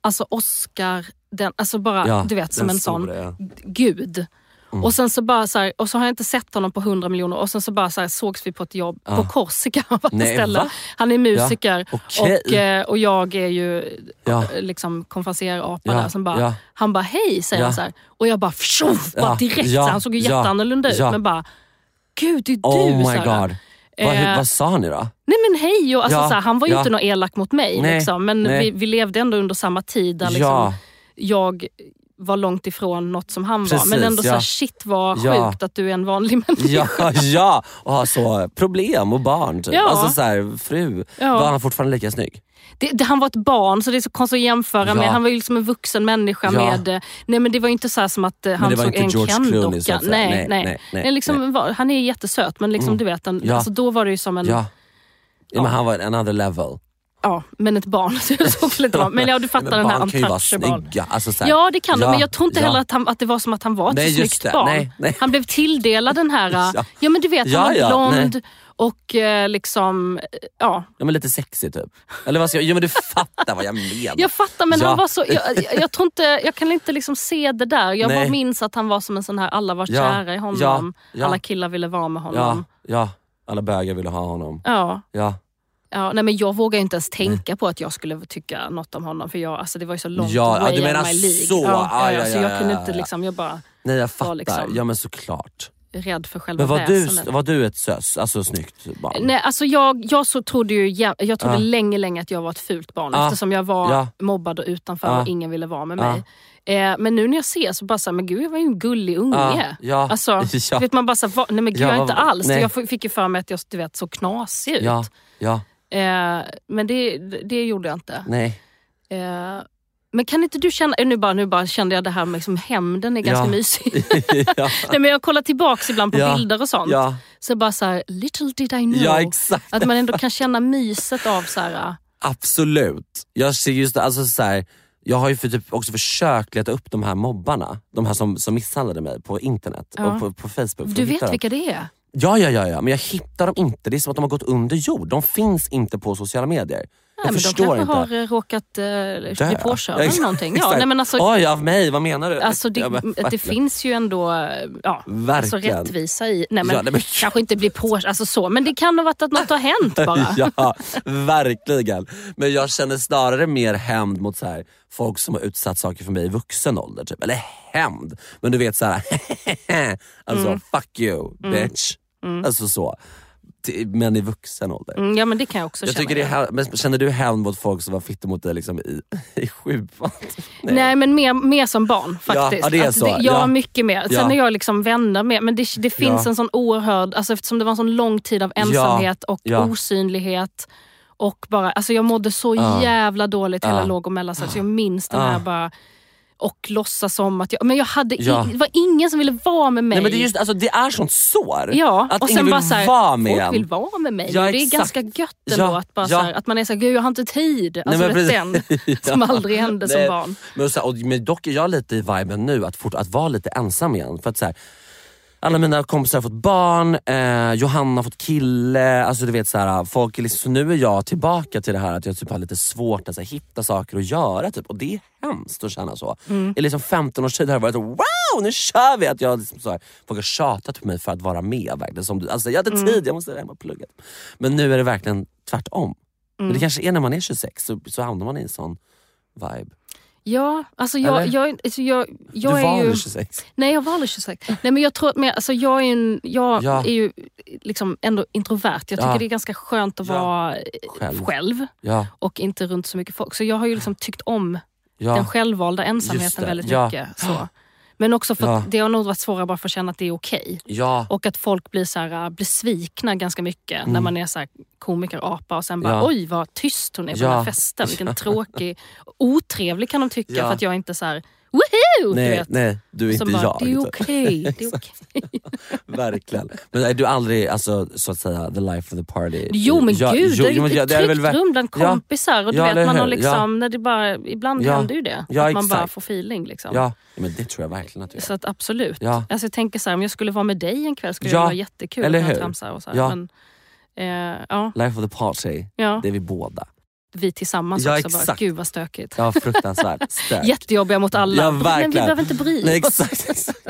[SPEAKER 1] alltså Oscar, den, alltså bara,
[SPEAKER 2] ja.
[SPEAKER 1] du vet som
[SPEAKER 2] Den
[SPEAKER 1] en sån
[SPEAKER 2] store, ja.
[SPEAKER 1] gud.
[SPEAKER 2] Mm.
[SPEAKER 1] Och sen så bara så här, och så har jag inte sett honom på 100 miljoner och sen så bara så här, sågs vi på ett jobb på Korsika av alla
[SPEAKER 2] Ah. Nej,
[SPEAKER 1] ställen.
[SPEAKER 2] va?
[SPEAKER 1] Han är musiker
[SPEAKER 2] Ja, okej.
[SPEAKER 1] och, eh, och jag är ju
[SPEAKER 2] Ja.
[SPEAKER 1] eh, liksom konferencierapa
[SPEAKER 2] Ja,
[SPEAKER 1] där. Som bara,
[SPEAKER 2] ja.
[SPEAKER 1] Han bara hej säger
[SPEAKER 2] Ja.
[SPEAKER 1] han så här. och jag bara, fjoff, bara
[SPEAKER 2] Ja,
[SPEAKER 1] direkt.
[SPEAKER 2] ja,
[SPEAKER 1] så här, han såg ju
[SPEAKER 2] ja,
[SPEAKER 1] jätteannorlunda ut
[SPEAKER 2] ja.
[SPEAKER 1] men bara, gud det är du.
[SPEAKER 2] Oh
[SPEAKER 1] så
[SPEAKER 2] my
[SPEAKER 1] här.
[SPEAKER 2] god. Vad,
[SPEAKER 1] Eh,
[SPEAKER 2] vad sa ni då?
[SPEAKER 1] Nej men hej och alltså,
[SPEAKER 2] Ja,
[SPEAKER 1] så här, han var ju
[SPEAKER 2] ja.
[SPEAKER 1] inte någon elak mot mig.
[SPEAKER 2] Nej,
[SPEAKER 1] liksom, men
[SPEAKER 2] nej.
[SPEAKER 1] vi, vi levde ändå under samma tid där liksom,
[SPEAKER 2] Ja.
[SPEAKER 1] jag var långt ifrån något som han
[SPEAKER 2] Precis,
[SPEAKER 1] var. Men ändå så här,
[SPEAKER 2] ja.
[SPEAKER 1] shit vad
[SPEAKER 2] Ja.
[SPEAKER 1] sjukt att du är en vanlig människa.
[SPEAKER 2] Ja, ja, och ha så problem och barn. Typ.
[SPEAKER 1] Ja.
[SPEAKER 2] Alltså så här, fru,
[SPEAKER 1] Ja.
[SPEAKER 2] var han fortfarande lika snygg?
[SPEAKER 1] Det, det, han var ett barn så det är så konstigt att jämföra
[SPEAKER 2] Ja.
[SPEAKER 1] med. Han var ju liksom en vuxen människa
[SPEAKER 2] Ja.
[SPEAKER 1] med... eh, Nej men det var ju inte så här som att eh, han
[SPEAKER 2] det var
[SPEAKER 1] såg
[SPEAKER 2] inte
[SPEAKER 1] en
[SPEAKER 2] George Clooney, så
[SPEAKER 1] Ken-docka.
[SPEAKER 2] att
[SPEAKER 1] Nej,
[SPEAKER 2] säga.
[SPEAKER 1] nej, nej,
[SPEAKER 2] nej, Mm.
[SPEAKER 1] liksom, Var, han är jättesöt men liksom, du vet, han,
[SPEAKER 2] Ja.
[SPEAKER 1] alltså, då var det ju som en...
[SPEAKER 2] Ja.
[SPEAKER 1] Ja.
[SPEAKER 2] Ja, men han var en another level.
[SPEAKER 1] men ett barn. Så jag såg väl inte vad- men ja, du fattar
[SPEAKER 2] Men
[SPEAKER 1] den här
[SPEAKER 2] barn kan ju vara
[SPEAKER 1] untouchable.
[SPEAKER 2] snygga. Alltså, så här,
[SPEAKER 1] Ja det kan de,
[SPEAKER 2] ja,
[SPEAKER 1] men jag tror inte
[SPEAKER 2] ja.
[SPEAKER 1] heller att, han, att det var som att han var ett
[SPEAKER 2] Nej,
[SPEAKER 1] så
[SPEAKER 2] just
[SPEAKER 1] snyggt
[SPEAKER 2] det.
[SPEAKER 1] barn.
[SPEAKER 2] Nej, nej.
[SPEAKER 1] Han blev tilldelad den här,
[SPEAKER 2] Ja.
[SPEAKER 1] ja, men du vet
[SPEAKER 2] Ja,
[SPEAKER 1] han var
[SPEAKER 2] ja,
[SPEAKER 1] blond och eh, liksom, eh, ja.
[SPEAKER 2] Ja, men lite sexy typ. Eller vad ska jag, ja, men du fattar vad jag menar.
[SPEAKER 1] Jag fattar men
[SPEAKER 2] Ja.
[SPEAKER 1] han var så, jag, jag- jag tror inte, jag kan inte liksom se det där. Jag
[SPEAKER 2] Nej.
[SPEAKER 1] bara minns att han var som en sån här, alla var
[SPEAKER 2] Ja,
[SPEAKER 1] kära i honom,
[SPEAKER 2] ja, ja.
[SPEAKER 1] alla killar ville vara med honom.
[SPEAKER 2] ja, ja, alla bögar ville ha honom.
[SPEAKER 1] Ja. Ja.
[SPEAKER 2] Ja,
[SPEAKER 1] nej, men jag vågar inte ens tänka på att jag skulle tycka något om honom för jag, alltså, det var ju så långt
[SPEAKER 2] Ja, ja,
[SPEAKER 1] away
[SPEAKER 2] du menar
[SPEAKER 1] out my league.
[SPEAKER 2] så.
[SPEAKER 1] Ja,
[SPEAKER 2] Ah,
[SPEAKER 1] ja,
[SPEAKER 2] ja,
[SPEAKER 1] ja, så
[SPEAKER 2] ja,
[SPEAKER 1] jag
[SPEAKER 2] ja,
[SPEAKER 1] kunde
[SPEAKER 2] ja,
[SPEAKER 1] inte
[SPEAKER 2] ja.
[SPEAKER 1] liksom, jag bara
[SPEAKER 2] nej jag fattar.
[SPEAKER 1] Var liksom-
[SPEAKER 2] Ja men såklart.
[SPEAKER 1] rädd för själva
[SPEAKER 2] Men var
[SPEAKER 1] väsendet.
[SPEAKER 2] du, var du ett sös, alltså snyggt barn?
[SPEAKER 1] Nej, alltså jag, jag så trodde ju jä- jag trodde
[SPEAKER 2] Ja.
[SPEAKER 1] länge, länge att jag var ett fult barn
[SPEAKER 2] Ja.
[SPEAKER 1] eftersom jag var
[SPEAKER 2] Ah. Ja. Ah.
[SPEAKER 1] mobbad och utanför
[SPEAKER 2] Ja.
[SPEAKER 1] och ingen ville vara med
[SPEAKER 2] Ja.
[SPEAKER 1] mig. Eh, men nu när jag ser så bara såhär, men gud jag var ju en gullig unge.
[SPEAKER 2] Ja, Ah. ja,
[SPEAKER 1] Alltså,
[SPEAKER 2] ja.
[SPEAKER 1] Vet man bara såhär, va- nej men gud
[SPEAKER 2] Ja,
[SPEAKER 1] jag är inte
[SPEAKER 2] vad-
[SPEAKER 1] alls.
[SPEAKER 2] nej.
[SPEAKER 1] Jag f- fick ju för mig att jag du vet, såg knasig ut.
[SPEAKER 2] Ja, ja,
[SPEAKER 1] Eh, men det, det gjorde jag inte.
[SPEAKER 2] nej.
[SPEAKER 1] Eh, men kan inte du känna, eh, nu bara, nu bara kände jag det här med liksom hämnden är ganska
[SPEAKER 2] Ja.
[SPEAKER 1] mysig.
[SPEAKER 2] ja,
[SPEAKER 1] nej, men jag kollar tillbaks ibland på
[SPEAKER 2] Ja.
[SPEAKER 1] bilder och sånt.
[SPEAKER 2] ja,
[SPEAKER 1] Så bara såhär, little did I know.
[SPEAKER 2] ja exakt.
[SPEAKER 1] Att man ändå kan känna myset av så här,
[SPEAKER 2] Absolut. Jag ser just alltså så här, jag har ju för typ också försökt leta upp de här mobbarna, de här som, som misshandlade mig på internet
[SPEAKER 1] Ja.
[SPEAKER 2] och på, på Facebook. för
[SPEAKER 1] du
[SPEAKER 2] att hitta
[SPEAKER 1] vet
[SPEAKER 2] dem.
[SPEAKER 1] vilka det är?
[SPEAKER 2] Ja, ja, ja, ja, men jag hittar dem inte. Det är som att de har gått under jord. De finns inte på sociala medier. jag
[SPEAKER 1] Nej, men de
[SPEAKER 2] förstår
[SPEAKER 1] kanske
[SPEAKER 2] inte.
[SPEAKER 1] har eh, råkat eh, bli
[SPEAKER 2] Dö.
[SPEAKER 1] påkörda
[SPEAKER 2] Ja,
[SPEAKER 1] eller
[SPEAKER 2] exakt,
[SPEAKER 1] någonting. Ja,
[SPEAKER 2] exakt.
[SPEAKER 1] nej, men alltså,
[SPEAKER 2] Oj, av mig, vad menar du?
[SPEAKER 1] alltså det,
[SPEAKER 2] Ja, men
[SPEAKER 1] att det
[SPEAKER 2] verkligen.
[SPEAKER 1] finns ju ändå eh, ja, alltså
[SPEAKER 2] Verkligen.
[SPEAKER 1] rättvisa i... Nej, men,
[SPEAKER 2] Ja, nej, men-
[SPEAKER 1] Kanske inte bli påkörd, alltså så, men det kan ha varit att något har hänt bara.
[SPEAKER 2] Ja, verkligen. Men jag känner snarare mer hämnd mot så här, folk som har utsatt saker för mig i vuxen ålder. Typ. Eller hämnd, men du vet så här, alltså
[SPEAKER 1] Mm.
[SPEAKER 2] fuck you bitch. Alltså så. T- Men i vuxen ålder.
[SPEAKER 1] Mm, ja, men det kan jag också
[SPEAKER 2] Jag
[SPEAKER 1] känna.
[SPEAKER 2] tycker det är, hä- men känner du hämnd mot folk som var fitta mot dig liksom i, i sjuan?
[SPEAKER 1] Nej. men mer, mer som barn faktiskt.
[SPEAKER 2] ja, det är
[SPEAKER 1] Att
[SPEAKER 2] så.
[SPEAKER 1] ja,
[SPEAKER 2] Ja.
[SPEAKER 1] mycket mer. Sen
[SPEAKER 2] Ja.
[SPEAKER 1] är jag liksom vänner med, men det, det finns
[SPEAKER 2] Ja.
[SPEAKER 1] en sån oerhörd, alltså eftersom det var en sån lång tid av ensamhet och
[SPEAKER 2] Ja.
[SPEAKER 1] osynlighet. Och bara, alltså jag mådde så
[SPEAKER 2] Ja.
[SPEAKER 1] jävla dåligt hela
[SPEAKER 2] Ja.
[SPEAKER 1] låg och mellanstadiet. så Jag minns den
[SPEAKER 2] Ja.
[SPEAKER 1] här bara, och låtsas som att jag, men jag hade, i-
[SPEAKER 2] Ja.
[SPEAKER 1] det var ingen som ville vara med mig.
[SPEAKER 2] Nej, men det, är just, alltså, det är sånt sår.
[SPEAKER 1] Ja,
[SPEAKER 2] att
[SPEAKER 1] och
[SPEAKER 2] ingen
[SPEAKER 1] sen
[SPEAKER 2] vill
[SPEAKER 1] bara så här,
[SPEAKER 2] vara med
[SPEAKER 1] folk
[SPEAKER 2] en.
[SPEAKER 1] vill vara med mig.
[SPEAKER 2] Ja,
[SPEAKER 1] och det är
[SPEAKER 2] exakt.
[SPEAKER 1] ganska gött ändå
[SPEAKER 2] Ja,
[SPEAKER 1] att, bara
[SPEAKER 2] ja.
[SPEAKER 1] så här, att man är såhär, gud jag har inte tid. Alltså
[SPEAKER 2] men
[SPEAKER 1] vet den
[SPEAKER 2] precis.
[SPEAKER 1] som
[SPEAKER 2] Ja.
[SPEAKER 1] aldrig hände som
[SPEAKER 2] Nej,
[SPEAKER 1] barn.
[SPEAKER 2] Men, så här, och, men dock är jag lite i viben nu att, fort, att vara lite ensam igen. För att så här, alla mina kompisar har fått barn, eh, Johanna har fått kille. Alltså du vet så här, folk är liksom, så nu är jag tillbaka till det här att jag typ har lite svårt att så här, hitta saker att göra. Typ. Och det är hemskt att känna så.
[SPEAKER 1] Mm.
[SPEAKER 2] I liksom 15 års tid har det varit så, wow nu kör vi! Att jag liksom så här, folk har tjatat på mig för att vara med. Verkligen. Som, du- alltså, jag hade
[SPEAKER 1] Mm.
[SPEAKER 2] tid, jag måste vara hemma och plugga. Men nu är det verkligen tvärtom.
[SPEAKER 1] Mm.
[SPEAKER 2] Men det kanske är när man är 26 så, så hamnar man i en sån vibe.
[SPEAKER 1] Ja, alltså
[SPEAKER 2] Eller?
[SPEAKER 1] jag, jag, alltså jag, jag
[SPEAKER 2] du var
[SPEAKER 1] är ju...
[SPEAKER 2] aldrig 26?
[SPEAKER 1] Nej, jag var aldrig 26. Nej, men jag, tror, att- men alltså, jag, är, ju en, jag
[SPEAKER 2] Ja.
[SPEAKER 1] är ju liksom ändå introvert. Jag tycker
[SPEAKER 2] Ja.
[SPEAKER 1] det är ganska skönt att
[SPEAKER 2] Ja.
[SPEAKER 1] vara eh,
[SPEAKER 2] Själv.
[SPEAKER 1] själv.
[SPEAKER 2] Ja,
[SPEAKER 1] och inte runt så mycket folk. Så jag har ju liksom tyckt om
[SPEAKER 2] ja.
[SPEAKER 1] den självvalda
[SPEAKER 2] Just
[SPEAKER 1] ensamheten
[SPEAKER 2] det,
[SPEAKER 1] väldigt
[SPEAKER 2] ja.
[SPEAKER 1] mycket. Så. Men också för att
[SPEAKER 2] Ja.
[SPEAKER 1] det har nog varit svårare bara för att känna att det är okej.
[SPEAKER 2] ja.
[SPEAKER 1] Och att folk blir, så här, äh, besvikna ganska mycket när man är så här, komikerapa och sen bara
[SPEAKER 2] Mm. Ja.
[SPEAKER 1] oj vad tyst hon är på
[SPEAKER 2] Ja.
[SPEAKER 1] den här festen. Vilken tråkig, otrevlig kan de tycka
[SPEAKER 2] Ja.
[SPEAKER 1] för att jag inte så här woho! du
[SPEAKER 2] nej,
[SPEAKER 1] vet.
[SPEAKER 2] nej, du är
[SPEAKER 1] Som
[SPEAKER 2] inte
[SPEAKER 1] bara,
[SPEAKER 2] jag.
[SPEAKER 1] det är
[SPEAKER 2] typ.
[SPEAKER 1] okej. det är okej.
[SPEAKER 2] Verkligen. Men är du aldrig alltså, så att säga the life of the party?
[SPEAKER 1] Jo men
[SPEAKER 2] Ja,
[SPEAKER 1] gud,
[SPEAKER 2] jo,
[SPEAKER 1] det är
[SPEAKER 2] jo, men
[SPEAKER 1] ett
[SPEAKER 2] ja, det är väl
[SPEAKER 1] tryggt
[SPEAKER 2] ver-
[SPEAKER 1] rum bland
[SPEAKER 2] Ja.
[SPEAKER 1] kompisar. Och du
[SPEAKER 2] Ja, eller
[SPEAKER 1] vet, man har
[SPEAKER 2] hur?
[SPEAKER 1] liksom,
[SPEAKER 2] Ja.
[SPEAKER 1] när det bara, ibland
[SPEAKER 2] Ja.
[SPEAKER 1] händer ju det.
[SPEAKER 2] Ja,
[SPEAKER 1] att
[SPEAKER 2] exakt.
[SPEAKER 1] man bara får feeling. Liksom.
[SPEAKER 2] Ja, men det tror jag verkligen att du är.
[SPEAKER 1] Så att absolut.
[SPEAKER 2] Ja.
[SPEAKER 1] Alltså, jag tänker så här, om jag skulle vara med dig en kväll skulle
[SPEAKER 2] Ja,
[SPEAKER 1] det vara jättekul
[SPEAKER 2] eller
[SPEAKER 1] att kunna
[SPEAKER 2] hur?
[SPEAKER 1] tramsa. Och så här.
[SPEAKER 2] Ja.
[SPEAKER 1] Men, eh, ja,
[SPEAKER 2] Life of the party,
[SPEAKER 1] ja.
[SPEAKER 2] det är vi båda.
[SPEAKER 1] vi tillsammans
[SPEAKER 2] Ja,
[SPEAKER 1] också. Bara,
[SPEAKER 2] exakt.
[SPEAKER 1] gud vad stökigt.
[SPEAKER 2] Ja, fruktansvärt. Stök.
[SPEAKER 1] Jättejobbiga mot alla.
[SPEAKER 2] Ja,
[SPEAKER 1] men vi
[SPEAKER 2] verkligen.
[SPEAKER 1] behöver inte bry oss.
[SPEAKER 2] Nej, exakt. exakt.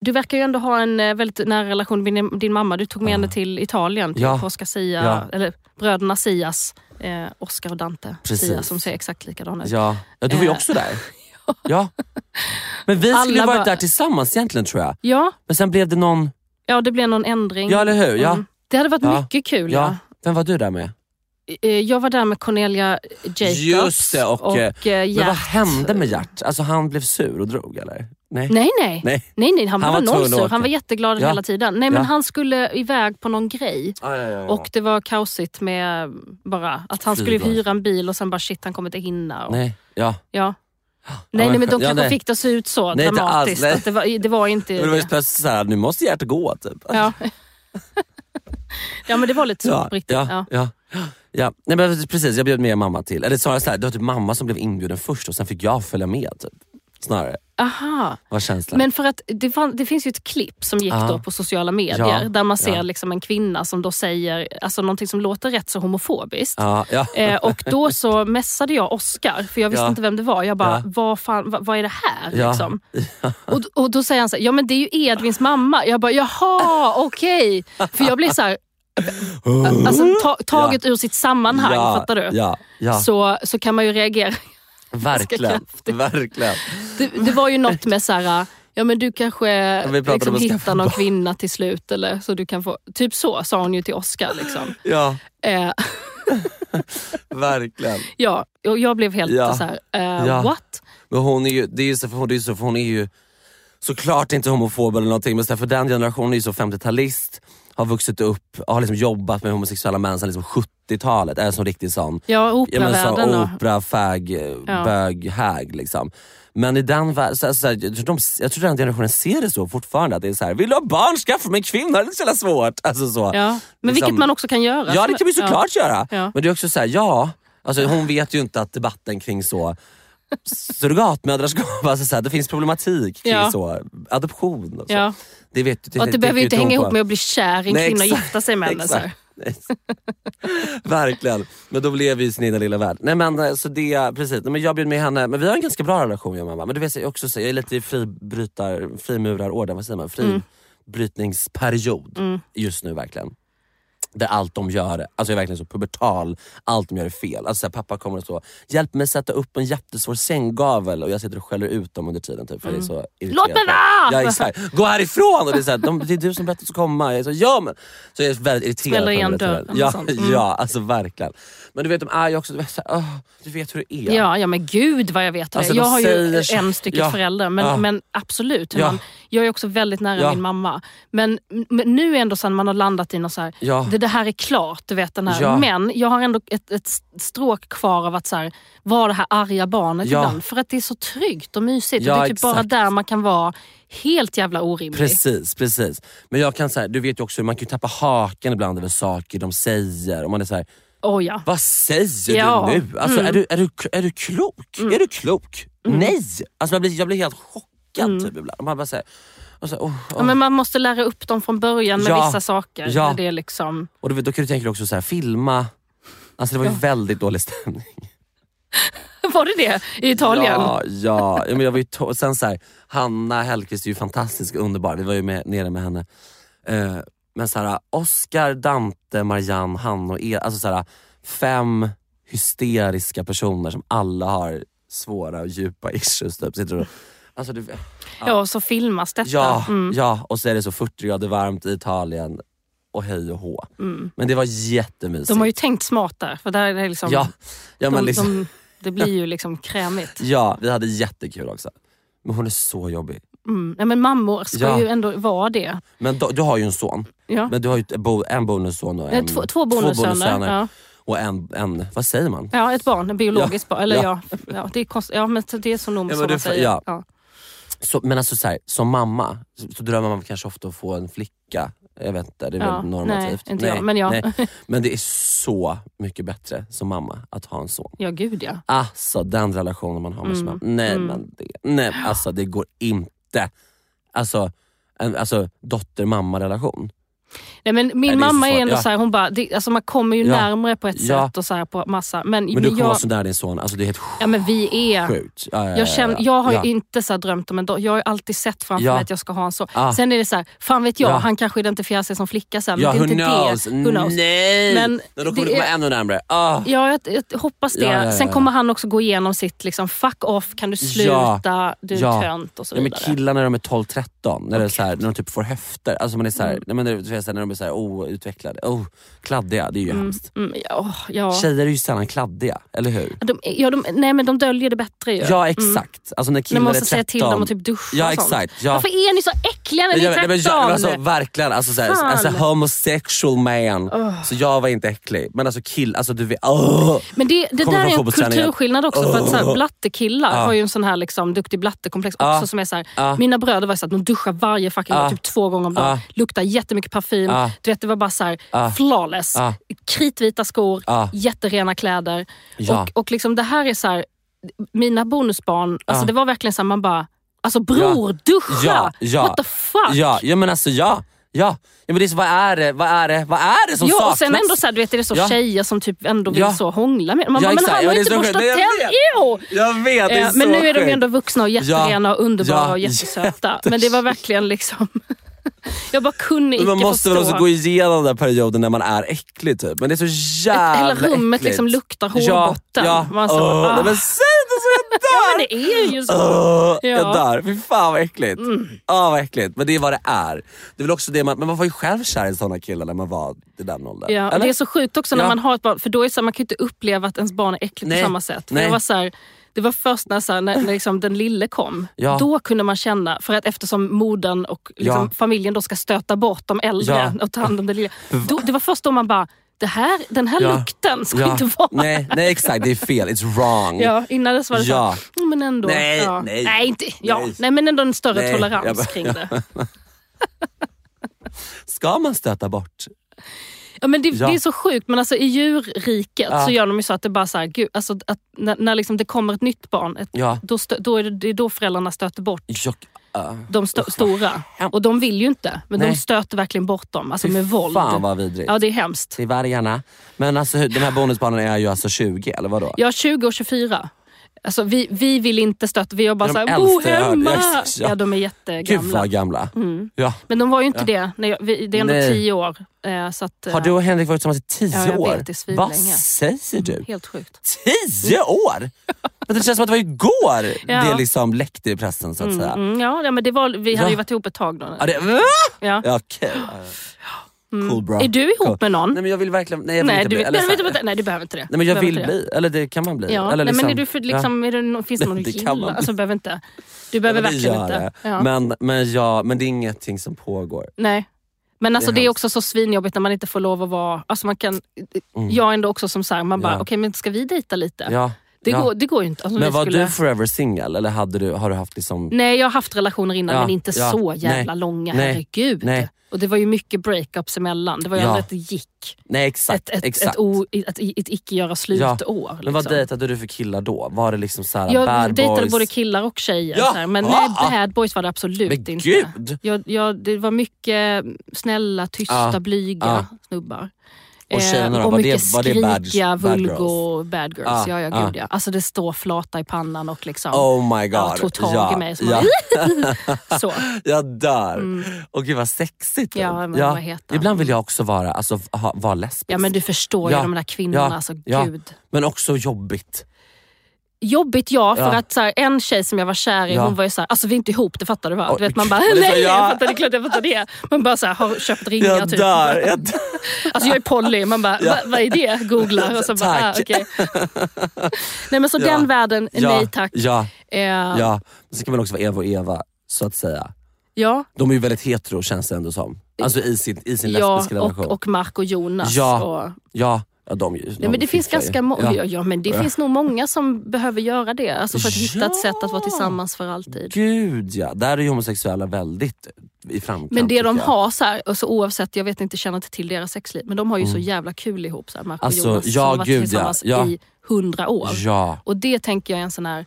[SPEAKER 1] Du verkar ju ändå ha en eh, väldigt nära relation med din, din mamma. Du tog med henne till Italien, till
[SPEAKER 2] Ja.
[SPEAKER 1] Oscar Sia,
[SPEAKER 2] Ja.
[SPEAKER 1] eller bröderna Sias. Eh, Oscar och Dante
[SPEAKER 2] Precis.
[SPEAKER 1] Sia som ser exakt likadana ut.
[SPEAKER 2] Ja. ja, du var ju
[SPEAKER 1] Eh.
[SPEAKER 2] också där. Ja, Men vi skulle
[SPEAKER 1] Alla
[SPEAKER 2] ju varit
[SPEAKER 1] bara-
[SPEAKER 2] där tillsammans egentligen tror jag.
[SPEAKER 1] Ja,
[SPEAKER 2] Men sen blev det någon,
[SPEAKER 1] ja det blev någon ändring.
[SPEAKER 2] ja eller hur? Ja.
[SPEAKER 1] Mm. Det hade varit
[SPEAKER 2] Ja.
[SPEAKER 1] mycket kul.
[SPEAKER 2] ja.
[SPEAKER 1] Ja.
[SPEAKER 2] Vem var du där med?
[SPEAKER 1] Eh, Jag var där med Cornelia Jacobs
[SPEAKER 2] Just det, och, eh,
[SPEAKER 1] och eh,
[SPEAKER 2] Men vad
[SPEAKER 1] Gert.
[SPEAKER 2] hände med Gert? Alltså han blev sur och drog eller? Nej.
[SPEAKER 1] Nej nej. nej.
[SPEAKER 2] Nej.
[SPEAKER 1] Nej, han,
[SPEAKER 2] Han
[SPEAKER 1] var,
[SPEAKER 2] var
[SPEAKER 1] noll
[SPEAKER 2] tvungen att
[SPEAKER 1] sur.
[SPEAKER 2] åka.
[SPEAKER 1] Han var jätteglad
[SPEAKER 2] Ja.
[SPEAKER 1] hela tiden. Nej men
[SPEAKER 2] Ja.
[SPEAKER 1] han skulle iväg på någon grej
[SPEAKER 2] Ah, ja, ja, ja.
[SPEAKER 1] och det var kaosigt med bara att han
[SPEAKER 2] Flyga.
[SPEAKER 1] skulle hyra en bil och sen bara shit han kommer inte hinna. Och, nej.
[SPEAKER 2] Nej, ja.
[SPEAKER 1] Ja. Nej,
[SPEAKER 2] men
[SPEAKER 1] nej men de
[SPEAKER 2] skö- ja,
[SPEAKER 1] kanske
[SPEAKER 2] nej.
[SPEAKER 1] fick det att se ut så
[SPEAKER 2] Nej, inte alls,
[SPEAKER 1] dramatiskt.
[SPEAKER 2] nej.
[SPEAKER 1] Att det, var, det var inte
[SPEAKER 2] Men det var ju
[SPEAKER 1] det.
[SPEAKER 2] plötsligt såhär, nu måste Gert gå typ.
[SPEAKER 1] Ja. ja men det var lite så på riktigt.
[SPEAKER 2] ja,
[SPEAKER 1] Ja.
[SPEAKER 2] ja. ja. Nej, men precis, jag bjöd med mamma till. Eller snarare såhär, det var typ mamma som blev inbjuden först och sen fick jag följa med. Typ. Snarare
[SPEAKER 1] Aha.
[SPEAKER 2] var känslan.
[SPEAKER 1] Men för att det, fan, det finns ju ett klipp som gick
[SPEAKER 2] Ja.
[SPEAKER 1] då på sociala medier
[SPEAKER 2] Ja,
[SPEAKER 1] där man ser
[SPEAKER 2] ja.
[SPEAKER 1] liksom en kvinna som då säger alltså någonting som låter rätt så homofobiskt.
[SPEAKER 2] Ja, ja.
[SPEAKER 1] Eh, och då så messade jag Oscar, för jag visste
[SPEAKER 2] Ja.
[SPEAKER 1] inte vem det var. Jag bara,
[SPEAKER 2] Ja.
[SPEAKER 1] vad, fan, vad, vad är det här?
[SPEAKER 2] Ja.
[SPEAKER 1] Liksom. Och, och då säger han så här, ja men det är ju Edvins mamma. Jag bara, jaha okej. För jag blev så här, alltså, ta, taget ur sitt sammanhang,
[SPEAKER 2] ja,
[SPEAKER 1] fattar du?
[SPEAKER 2] Ja, ja.
[SPEAKER 1] Så, så kan man ju reagera.
[SPEAKER 2] verkligen. verkligen.
[SPEAKER 1] Det, det var ju något med så här, ja men du kanske
[SPEAKER 2] vi pratade
[SPEAKER 1] liksom,
[SPEAKER 2] om att
[SPEAKER 1] hittar
[SPEAKER 2] skaffa
[SPEAKER 1] någon
[SPEAKER 2] barn.
[SPEAKER 1] kvinna till slut. Eller, så du kan få, typ så sa hon ju till Oscar. Liksom.
[SPEAKER 2] Ja,
[SPEAKER 1] Eh,
[SPEAKER 2] verkligen.
[SPEAKER 1] ja, och jag blev helt
[SPEAKER 2] Ja.
[SPEAKER 1] så här, eh,
[SPEAKER 2] Ja.
[SPEAKER 1] what?
[SPEAKER 2] Men hon är ju, det är ju så, för hon, det är ju så, för hon är ju såklart inte homofob eller någonting men så här, för den generationen är ju så 50-talist, har vuxit upp, har liksom jobbat med homosexuella män sedan liksom 70-talet, är som riktig sån
[SPEAKER 1] Ja,
[SPEAKER 2] Ja, men
[SPEAKER 1] operavärlden
[SPEAKER 2] så oh.
[SPEAKER 1] och...
[SPEAKER 2] opera, fag, eh,
[SPEAKER 1] Ja.
[SPEAKER 2] bög, hag liksom. Men i den världen, så, så, jag, tror de, jag tror den generationen ser det så fortfarande. Att det är så här, vill du ha barn, skaffa mig en kvinna, det är inte så jävla svårt. Alltså, så.
[SPEAKER 1] Ja. Men
[SPEAKER 2] Liksom-
[SPEAKER 1] vilket man också kan göra.
[SPEAKER 2] Ja, det kan vi såklart göra.
[SPEAKER 1] Ja.
[SPEAKER 2] Men det är också så här, ja, alltså, hon vet ju inte att debatten kring så surrogatmödraskap, alltså, så här, det finns problematik kring
[SPEAKER 1] Ja.
[SPEAKER 2] så, adoption och så.
[SPEAKER 1] Ja.
[SPEAKER 2] Det vet, det,
[SPEAKER 1] Och att det behöver ju inte hänga ihop med att bli kär i en
[SPEAKER 2] Nej,
[SPEAKER 1] kvinna och
[SPEAKER 2] exakt,
[SPEAKER 1] gifta sig med henne. Så. här.
[SPEAKER 2] Verkligen. Men då blev vi i sin egna lilla värld. Nej men eh, så det, precis. Nej, men jag bjöd med henne, men vi har en ganska bra relation jag och mamma. Men du vet jag är också så, jag är lite i fribrytar, frimurarorden, vad säger man?
[SPEAKER 1] Mm.
[SPEAKER 2] Fribrytningsperiod just nu verkligen. Där allt de gör, alltså jag är verkligen så pubertal, allt de gör är fel. Alltså så här, pappa kommer och så, hjälp mig sätta upp en jättesvår sänggavel och jag sitter och skäller ut dem under tiden. Typ, för jag är så irriterad
[SPEAKER 1] Mm. Låt mig
[SPEAKER 2] på-
[SPEAKER 1] vara!
[SPEAKER 2] Ja, exakt. Gå härifrån! Och det, är så här, de, det är du som bett oss att komma. Jag är så, ja, men. så jag är väldigt irriterad.
[SPEAKER 1] Smäller
[SPEAKER 2] på dem
[SPEAKER 1] igen
[SPEAKER 2] hela tiden.
[SPEAKER 1] dörren och
[SPEAKER 2] Ja,
[SPEAKER 1] sånt. Mm.
[SPEAKER 2] ja, alltså verkligen. Men du vet, de är ju också... Du vet, så här, "Åh, du vet hur det är.
[SPEAKER 1] Ja, ja, men gud vad jag vet. hur det
[SPEAKER 2] Alltså,
[SPEAKER 1] är.
[SPEAKER 2] de
[SPEAKER 1] jag har ju
[SPEAKER 2] säger så-
[SPEAKER 1] en stycket
[SPEAKER 2] Ja.
[SPEAKER 1] förälder, men,
[SPEAKER 2] Ja.
[SPEAKER 1] men absolut. Hur
[SPEAKER 2] Ja.
[SPEAKER 1] man, jag är också väldigt nära
[SPEAKER 2] Ja.
[SPEAKER 1] min mamma. Men, men nu ändå sen man har landat i något så här,
[SPEAKER 2] Ja.
[SPEAKER 1] det, det här är klart, du vet den här.
[SPEAKER 2] Ja.
[SPEAKER 1] Men jag har ändå ett, ett stråk kvar av att så här, vara det här arga barnet
[SPEAKER 2] Ja.
[SPEAKER 1] ibland. För att det är så tryggt och mysigt.
[SPEAKER 2] Ja,
[SPEAKER 1] och det är typ bara
[SPEAKER 2] exakt.
[SPEAKER 1] där man kan vara helt jävla orimlig.
[SPEAKER 2] Precis, precis. Men jag kan säga, du vet ju också man kan ju tappa haken ibland över saker de säger. Och man är så här,
[SPEAKER 1] Oh, ja.
[SPEAKER 2] vad säger
[SPEAKER 1] Ja, Mm.
[SPEAKER 2] du nu? Alltså, är, du, är, du, är du klok? Är du klok? Nej! Alltså, jag, blir, jag blir helt chockad typ, ibland. Man bara så här, och, så här, "Åh, åh."
[SPEAKER 1] Mm. Ja, men man måste lära upp dem från början med
[SPEAKER 2] Ja.
[SPEAKER 1] vissa saker.
[SPEAKER 2] Ja.
[SPEAKER 1] När det är liksom...
[SPEAKER 2] och du vet, då kan du tänka dig också så här, filma. Alltså det var ju väldigt dålig stämning.
[SPEAKER 1] Var det det i Italien?
[SPEAKER 2] Ja, ja. ja men jag var ju to- sen så här, Hanna Hellquist är ju fantastisk och underbar. Vi var ju med, nere med henne. Eh, men så här, Oscar, Dante, Marianne, Hanna och Eva. Alltså så här, fem hysteriska personer som alla har svåra och djupa issues. Typ. Sitter och, alltså, det,
[SPEAKER 1] Ja, och så filmas detta.
[SPEAKER 2] ja,
[SPEAKER 1] Mm.
[SPEAKER 2] ja, och så är det så 40 grader varmt i Italien och hej och hå. Men det var jättemysigt.
[SPEAKER 1] Mm. De har ju tänkt smart där. För där är det, liksom,
[SPEAKER 2] ja, ja, men
[SPEAKER 1] de,
[SPEAKER 2] liksom,
[SPEAKER 1] de, det blir ju liksom krämigt.
[SPEAKER 2] ja, vi hade jättekul också. Men hon är så jobbig.
[SPEAKER 1] Mm. Ja, men mammor ska
[SPEAKER 2] Ja.
[SPEAKER 1] ju ändå vara det.
[SPEAKER 2] Men då, du har ju en son.
[SPEAKER 1] Ja.
[SPEAKER 2] Men du har ju ett bo, en bonusson och en,
[SPEAKER 1] Eh, två, två bonussöner. ja.
[SPEAKER 2] Och en, en, vad säger man?
[SPEAKER 1] ja, ett barn. Ett biologiskt barn. Eller ja.
[SPEAKER 2] Ja.
[SPEAKER 1] Ja. det är konst, ja, men det är så nog
[SPEAKER 2] men
[SPEAKER 1] som
[SPEAKER 2] det
[SPEAKER 1] man
[SPEAKER 2] är för-
[SPEAKER 1] säger.
[SPEAKER 2] ja.
[SPEAKER 1] Ja.
[SPEAKER 2] Så, men alltså så här, som mamma så, så drömmer man kanske ofta om att få en flicka. Jag vet inte, det är
[SPEAKER 1] Ja,
[SPEAKER 2] väl normativt.
[SPEAKER 1] nej, inte jag, men ja.
[SPEAKER 2] nej. Men det är så mycket bättre som mamma att ha en son.
[SPEAKER 1] ja, gud ja.
[SPEAKER 2] Alltså den relationen man har med sin
[SPEAKER 1] Mm,
[SPEAKER 2] mamma. Nej
[SPEAKER 1] mm.
[SPEAKER 2] men det, nej, alltså, det går inte. Alltså, en, alltså dotter-mamma relation.
[SPEAKER 1] Nej, men min
[SPEAKER 2] det är så
[SPEAKER 1] mamma är
[SPEAKER 2] svårt.
[SPEAKER 1] ändå
[SPEAKER 2] Ja.
[SPEAKER 1] så här, hon bara, det, alltså man kommer ju
[SPEAKER 2] Ja.
[SPEAKER 1] närmare på ett
[SPEAKER 2] Ja.
[SPEAKER 1] sätt och så här på massa. Men,
[SPEAKER 2] Men du kommer vara
[SPEAKER 1] jag,
[SPEAKER 2] så nära din son, alltså det är helt sjukt.
[SPEAKER 1] ja, men vi är...
[SPEAKER 2] Ja, ja, ja,
[SPEAKER 1] Jag, känner,
[SPEAKER 2] ja.
[SPEAKER 1] jag har ju
[SPEAKER 2] Ja.
[SPEAKER 1] inte så här drömt om en dotter. Jag har ju alltid sett framför
[SPEAKER 2] Ja.
[SPEAKER 1] mig att jag ska ha en son.
[SPEAKER 2] Ah.
[SPEAKER 1] Sen är det så här, fan vet jag,
[SPEAKER 2] Ja.
[SPEAKER 1] han kanske identifierar sig som flicka sen.
[SPEAKER 2] Ja,
[SPEAKER 1] men det
[SPEAKER 2] who
[SPEAKER 1] är inte
[SPEAKER 2] knows?
[SPEAKER 1] det. Who knows?
[SPEAKER 2] Nej!
[SPEAKER 1] Men
[SPEAKER 2] Men då kommer
[SPEAKER 1] det
[SPEAKER 2] det komma
[SPEAKER 1] är-
[SPEAKER 2] ännu närmare. Ah.
[SPEAKER 1] Ja, jag, jag hoppas det.
[SPEAKER 2] Ja, ja, ja,
[SPEAKER 1] Sen
[SPEAKER 2] ja.
[SPEAKER 1] kommer han också gå igenom sitt liksom, fuck off, kan du sluta, du är tönt och så
[SPEAKER 2] Ja, men
[SPEAKER 1] vidare.
[SPEAKER 2] killar när de är 12-13, när, det är så här, när de typ får höfter, alltså man är så
[SPEAKER 1] Mm.
[SPEAKER 2] här, nej, men när, det, så här, när de är så här, outvecklade, oh, kladdiga, det är ju hemskt.
[SPEAKER 1] Mm, ja, åh, ja.
[SPEAKER 2] Tjejer är ju sällan kladdiga, eller hur?
[SPEAKER 1] De, ja, de, nej men de döljer det bättre ju.
[SPEAKER 2] Ja, exakt. Alltså när
[SPEAKER 1] När
[SPEAKER 2] killar
[SPEAKER 1] man
[SPEAKER 2] är
[SPEAKER 1] måste
[SPEAKER 2] 13,
[SPEAKER 1] säga till dem att typ duscha
[SPEAKER 2] Ja
[SPEAKER 1] och sånt.
[SPEAKER 2] exakt. Ja.
[SPEAKER 1] Varför är ni så äckliga när ni
[SPEAKER 2] Jag
[SPEAKER 1] är
[SPEAKER 2] vet, nej,
[SPEAKER 1] 13?
[SPEAKER 2] men jag, men alltså, verkligen, alltså, såhär,
[SPEAKER 1] Fan.
[SPEAKER 2] alltså homosexual man. Så jag var inte äcklig. Men alltså kill, alltså du vet, åh!
[SPEAKER 1] Men det, det där
[SPEAKER 2] Kommer
[SPEAKER 1] är
[SPEAKER 2] från
[SPEAKER 1] en
[SPEAKER 2] fotbollsträningen.
[SPEAKER 1] kulturskillnad också. För att så
[SPEAKER 2] Oh.
[SPEAKER 1] här, blattekillar
[SPEAKER 2] Ja.
[SPEAKER 1] har ju en sån här liksom, duktig blattekomplex
[SPEAKER 2] Ja.
[SPEAKER 1] också. Som är så här,
[SPEAKER 2] Ja.
[SPEAKER 1] Mina bröder var så att de duschar varje fucking
[SPEAKER 2] Ja.
[SPEAKER 1] dag, typ två gånger om dagen.
[SPEAKER 2] Ja.
[SPEAKER 1] Luktar jättemycket parfym.
[SPEAKER 2] Ja.
[SPEAKER 1] Du vet, det var bara så här,
[SPEAKER 2] Ah.
[SPEAKER 1] flawless.
[SPEAKER 2] Ja.
[SPEAKER 1] Kritvita skor,
[SPEAKER 2] Ja.
[SPEAKER 1] jätterena kläder.
[SPEAKER 2] Ah. Ja.
[SPEAKER 1] Och, och liksom det här är så här, mina bonusbarn, alltså
[SPEAKER 2] Ja.
[SPEAKER 1] det var verkligen så här, man bara, alltså bror, duscha!
[SPEAKER 2] Ah. Ja, ja.
[SPEAKER 1] What the fuck?
[SPEAKER 2] Ja, ja men alltså ja. Ja, ja men det är så, vad är det, vad är det, vad är det som
[SPEAKER 1] Ja,
[SPEAKER 2] saknas?
[SPEAKER 1] och sen ändå så här, du vet, är det så
[SPEAKER 2] Ja.
[SPEAKER 1] tjejer som typ ändå vill
[SPEAKER 2] Ja.
[SPEAKER 1] så hångla med Man bara,
[SPEAKER 2] Ja,
[SPEAKER 1] men
[SPEAKER 2] exakt.
[SPEAKER 1] han
[SPEAKER 2] Ja,
[SPEAKER 1] har
[SPEAKER 2] det
[SPEAKER 1] ju
[SPEAKER 2] är
[SPEAKER 1] inte
[SPEAKER 2] så sjukt.
[SPEAKER 1] borstat
[SPEAKER 2] Nej, jag vet.
[SPEAKER 1] tänderna. Ew!
[SPEAKER 2] Jag vet, det är
[SPEAKER 1] Eh,
[SPEAKER 2] så
[SPEAKER 1] Men nu är de
[SPEAKER 2] sjukt.
[SPEAKER 1] ju ändå vuxna och jätterena och underbara och jättesöta. Men det var verkligen liksom... jag bara kunde
[SPEAKER 2] Men
[SPEAKER 1] icke
[SPEAKER 2] man måste väl
[SPEAKER 1] förstå.
[SPEAKER 2] också gå igenom den där perioden när man är äcklig typ. Men det är så jävla
[SPEAKER 1] Hela rummet
[SPEAKER 2] äckligt.
[SPEAKER 1] liksom luktar
[SPEAKER 2] Ja,
[SPEAKER 1] hårbotten.
[SPEAKER 2] ja.
[SPEAKER 1] Man så,
[SPEAKER 2] Åh,
[SPEAKER 1] ah.
[SPEAKER 2] nej, men säg inte så, jag
[SPEAKER 1] Ja,
[SPEAKER 2] dör!
[SPEAKER 1] men det är ju så.
[SPEAKER 2] Åh,
[SPEAKER 1] Ja. Mm.
[SPEAKER 2] Jag dör, fy fan vad äckligt. Ah, vad äckligt. Men det är vad det är. Det är väl också det man, men man var ju själv kär i såna killar när man var i den åldern.
[SPEAKER 1] Ja, och
[SPEAKER 2] Eller?
[SPEAKER 1] det är så sjukt också när
[SPEAKER 2] Ja.
[SPEAKER 1] man har ett barn, för då är det så här, man kan ju inte uppleva att ens barn är äckligt
[SPEAKER 2] Nej.
[SPEAKER 1] på samma sätt. För
[SPEAKER 2] Nej.
[SPEAKER 1] jag var så här, det var först när, så här, när, när liksom den lille kom,
[SPEAKER 2] Ja.
[SPEAKER 1] då kunde man känna, för att eftersom modern och liksom
[SPEAKER 2] Ja.
[SPEAKER 1] familjen då ska stöta bort de äldre
[SPEAKER 2] Ja.
[SPEAKER 1] och ta hand om den lilla. Då, det var först då man bara, det här, den här
[SPEAKER 2] Ja.
[SPEAKER 1] lukten ska
[SPEAKER 2] Ja.
[SPEAKER 1] inte vara
[SPEAKER 2] Nej, nej exakt, det är fel. It's wrong.
[SPEAKER 1] Ja, innan dess var det
[SPEAKER 2] Ja.
[SPEAKER 1] så här, "Mm, men ändå.
[SPEAKER 2] Nej,
[SPEAKER 1] ja.
[SPEAKER 2] nej.
[SPEAKER 1] inte, ja. nej.
[SPEAKER 2] Nej.
[SPEAKER 1] men ändå en större
[SPEAKER 2] Nej, jag
[SPEAKER 1] tolerans
[SPEAKER 2] bara-
[SPEAKER 1] kring det.
[SPEAKER 2] Ska man stöta bort?
[SPEAKER 1] Ja, men det,
[SPEAKER 2] Ja.
[SPEAKER 1] det är så sjukt, men alltså, i djurriket
[SPEAKER 2] Ja.
[SPEAKER 1] så gör de ju så att det bara så här, gud, alltså, att när, när liksom det kommer ett nytt barn, ett,
[SPEAKER 2] Ja.
[SPEAKER 1] då, stö, då är det, det är då föräldrarna stöter bort
[SPEAKER 2] Jag, uh,
[SPEAKER 1] de stö, stora.
[SPEAKER 2] hemskt.
[SPEAKER 1] Och de vill ju inte, men de
[SPEAKER 2] Nej.
[SPEAKER 1] stöter verkligen bort dem, alltså med våld.
[SPEAKER 2] Fan vad vidrigt.
[SPEAKER 1] Ja, det är hemskt.
[SPEAKER 2] Det är vargarna. Men alltså hur- de här bonusbarnen är ju alltså 20 eller vadå?
[SPEAKER 1] Jag är 20 och 24. Alltså, vi, vi vill inte stöta, vi gör bara
[SPEAKER 2] De
[SPEAKER 1] så här,
[SPEAKER 2] äldsta
[SPEAKER 1] bo
[SPEAKER 2] jag hörde,
[SPEAKER 1] hemma!
[SPEAKER 2] ja,
[SPEAKER 1] Ja,
[SPEAKER 2] exakt, ja.
[SPEAKER 1] ja, de är
[SPEAKER 2] Gud
[SPEAKER 1] jättegamla.
[SPEAKER 2] vad gamla.
[SPEAKER 1] Mm.
[SPEAKER 2] Ja.
[SPEAKER 1] Men de var ju inte det. När jag, vi, det är ändå
[SPEAKER 2] Nej.
[SPEAKER 1] tio år. Eh, så att, eh,
[SPEAKER 2] Har du och Henrik varit tillsammans i 10
[SPEAKER 1] Ja, jag vet,
[SPEAKER 2] år?
[SPEAKER 1] det är svinlänge. Mm.
[SPEAKER 2] vad säger du?
[SPEAKER 1] Helt sjukt.
[SPEAKER 2] 10 år? Men det känns som att det var igår
[SPEAKER 1] Ja.
[SPEAKER 2] det liksom läckte i pressen så att säga.
[SPEAKER 1] Mm, ja, ja, men det var, vi hade ju
[SPEAKER 2] Ja.
[SPEAKER 1] varit ihop ett tag då.
[SPEAKER 2] Ja, det,
[SPEAKER 1] Ja. Mm.
[SPEAKER 2] ja, okej. Ja, ja. Cool bra.
[SPEAKER 1] Är du ihop med någon?
[SPEAKER 2] Nej men jag vill verkligen, nej jag vill
[SPEAKER 1] Nej,
[SPEAKER 2] inte
[SPEAKER 1] du,
[SPEAKER 2] bli.
[SPEAKER 1] nej,
[SPEAKER 2] Eller
[SPEAKER 1] men
[SPEAKER 2] så här-
[SPEAKER 1] vänta, vänta, nej, du behöver inte det.
[SPEAKER 2] Nej men jag
[SPEAKER 1] Du behöver
[SPEAKER 2] vill
[SPEAKER 1] inte det.
[SPEAKER 2] bli, eller det kan man bli.
[SPEAKER 1] Ja.
[SPEAKER 2] eller
[SPEAKER 1] nej, men
[SPEAKER 2] liksom-
[SPEAKER 1] är du för,
[SPEAKER 2] Ja.
[SPEAKER 1] liksom, är det, no- finns det någon du
[SPEAKER 2] Det kan
[SPEAKER 1] gillar?
[SPEAKER 2] man
[SPEAKER 1] Alltså, behöver inte. Du behöver
[SPEAKER 2] Ja, det
[SPEAKER 1] verkligen
[SPEAKER 2] gör
[SPEAKER 1] inte.
[SPEAKER 2] det.
[SPEAKER 1] Ja.
[SPEAKER 2] Men, men, ja, men det är ingenting som pågår.
[SPEAKER 1] nej. Men alltså, det är,
[SPEAKER 2] hemskt.
[SPEAKER 1] också så svinjobbigt när man inte får lov att vara... Alltså, man kan, Jag är ändå också som så här, man bara,
[SPEAKER 2] Mm. Ja.
[SPEAKER 1] okej men ska vi dejta lite?
[SPEAKER 2] Ja,
[SPEAKER 1] Det,
[SPEAKER 2] ja.
[SPEAKER 1] Går, det går ju inte. Alltså, om
[SPEAKER 2] men
[SPEAKER 1] vi
[SPEAKER 2] var
[SPEAKER 1] skulle... Mm.
[SPEAKER 2] du forever single eller hade du, har du haft liksom...
[SPEAKER 1] Nej, jag har haft relationer innan
[SPEAKER 2] Ja,
[SPEAKER 1] men inte
[SPEAKER 2] ja,
[SPEAKER 1] så jävla
[SPEAKER 2] nej,
[SPEAKER 1] långa.
[SPEAKER 2] nej,
[SPEAKER 1] Herregud.
[SPEAKER 2] nej.
[SPEAKER 1] Och det var ju mycket breakups emellan. Det var ju
[SPEAKER 2] Ja.
[SPEAKER 1] aldrig att det gick.
[SPEAKER 2] Nej exakt.
[SPEAKER 1] Ett, ett,
[SPEAKER 2] exakt.
[SPEAKER 1] ett, o, ett, ett icke göra
[SPEAKER 2] Ja.
[SPEAKER 1] slutår.
[SPEAKER 2] Men vad
[SPEAKER 1] liksom.
[SPEAKER 2] dejtade du för killar då? Var det liksom såhär
[SPEAKER 1] jag
[SPEAKER 2] bad
[SPEAKER 1] dejtade
[SPEAKER 2] boys?
[SPEAKER 1] både killar och tjejer.
[SPEAKER 2] Ja.
[SPEAKER 1] Så här, men
[SPEAKER 2] Ah,
[SPEAKER 1] nej,
[SPEAKER 2] ah.
[SPEAKER 1] bad boys var det absolut
[SPEAKER 2] Men
[SPEAKER 1] inte.
[SPEAKER 2] gud!
[SPEAKER 1] Jag, jag, det var mycket snälla, tysta,
[SPEAKER 2] Ah,
[SPEAKER 1] blyga
[SPEAKER 2] ah.
[SPEAKER 1] snubbar. Eh,
[SPEAKER 2] Och tjejerna då?
[SPEAKER 1] och
[SPEAKER 2] Var
[SPEAKER 1] mycket
[SPEAKER 2] det- var det bad-
[SPEAKER 1] skrikiga,
[SPEAKER 2] bad girls?
[SPEAKER 1] vulgo bad girls.
[SPEAKER 2] Ah,
[SPEAKER 1] ja, ja,
[SPEAKER 2] ah.
[SPEAKER 1] gud, ja. Alltså det står flata i pannan och liksom
[SPEAKER 2] Oh my god.
[SPEAKER 1] ja, tog tag
[SPEAKER 2] ja,
[SPEAKER 1] i mig. Så,
[SPEAKER 2] ja.
[SPEAKER 1] man, så.
[SPEAKER 2] Jag dör. Och gud vad sexigt. typ.
[SPEAKER 1] Ja, men vad heter han?
[SPEAKER 2] Ibland vill jag också vara, alltså, ha, vara lesbisk.
[SPEAKER 1] Ja men du förstår ju
[SPEAKER 2] Ja,
[SPEAKER 1] de där kvinnorna,
[SPEAKER 2] ja,
[SPEAKER 1] alltså
[SPEAKER 2] ja.
[SPEAKER 1] gud.
[SPEAKER 2] Men också jobbigt.
[SPEAKER 1] Jobbigt ja, för
[SPEAKER 2] Ja.
[SPEAKER 1] att så här, en tjej som jag var kär i,
[SPEAKER 2] Ja.
[SPEAKER 1] hon var ju såhär, alltså vi är inte ihop, det fattar du va?
[SPEAKER 2] Oj,
[SPEAKER 1] du vet, man bara,
[SPEAKER 2] men det är så-
[SPEAKER 1] nej jag
[SPEAKER 2] ja.
[SPEAKER 1] fattar, det är klart jag fattar det. Man bara så här, har köpt ringar
[SPEAKER 2] Jag
[SPEAKER 1] typ.
[SPEAKER 2] dör. Jag dör.
[SPEAKER 1] Alltså jag är poly, man bara,
[SPEAKER 2] Ja.
[SPEAKER 1] "Va- vad är det? Googlar och så bara, ah,
[SPEAKER 2] Tack.
[SPEAKER 1] okej. nej men så
[SPEAKER 2] Ja.
[SPEAKER 1] den världen,
[SPEAKER 2] Ja,
[SPEAKER 1] nej tack. Ja.
[SPEAKER 2] Ja,
[SPEAKER 1] Eh, ja.
[SPEAKER 2] ja. Men sen kan man också vara Eva och Eva, så att säga. De är ju väldigt hetero känns det ändå som. Alltså i sin, i sin
[SPEAKER 1] Ja,
[SPEAKER 2] lesbiska relation.
[SPEAKER 1] och, och Mark och Jonas.
[SPEAKER 2] Ja.
[SPEAKER 1] Och,
[SPEAKER 2] Ja, ja, de, de
[SPEAKER 1] nej, men det finns
[SPEAKER 2] fifflar ju.
[SPEAKER 1] ganska många, ja.
[SPEAKER 2] Ja.
[SPEAKER 1] Ja, men det
[SPEAKER 2] Ja.
[SPEAKER 1] finns nog många som behöver göra det. Alltså för att hitta ett
[SPEAKER 2] Ja.
[SPEAKER 1] sätt att vara tillsammans för alltid.
[SPEAKER 2] Gud ja, där är ju homosexuella väldigt i framkant.
[SPEAKER 1] Men det
[SPEAKER 2] tycker
[SPEAKER 1] de
[SPEAKER 2] jag.
[SPEAKER 1] har, så här, alltså oavsett, jag vet inte, känner inte till deras sexliv, men de har ju så jävla kul ihop. Så här, Marco
[SPEAKER 2] Mm. Alltså,
[SPEAKER 1] och Jonas
[SPEAKER 2] ja,
[SPEAKER 1] som har varit
[SPEAKER 2] gud, ja,
[SPEAKER 1] tillsammans
[SPEAKER 2] ja.
[SPEAKER 1] i hundra år.
[SPEAKER 2] Ja,
[SPEAKER 1] Och det tänker jag är en sån här,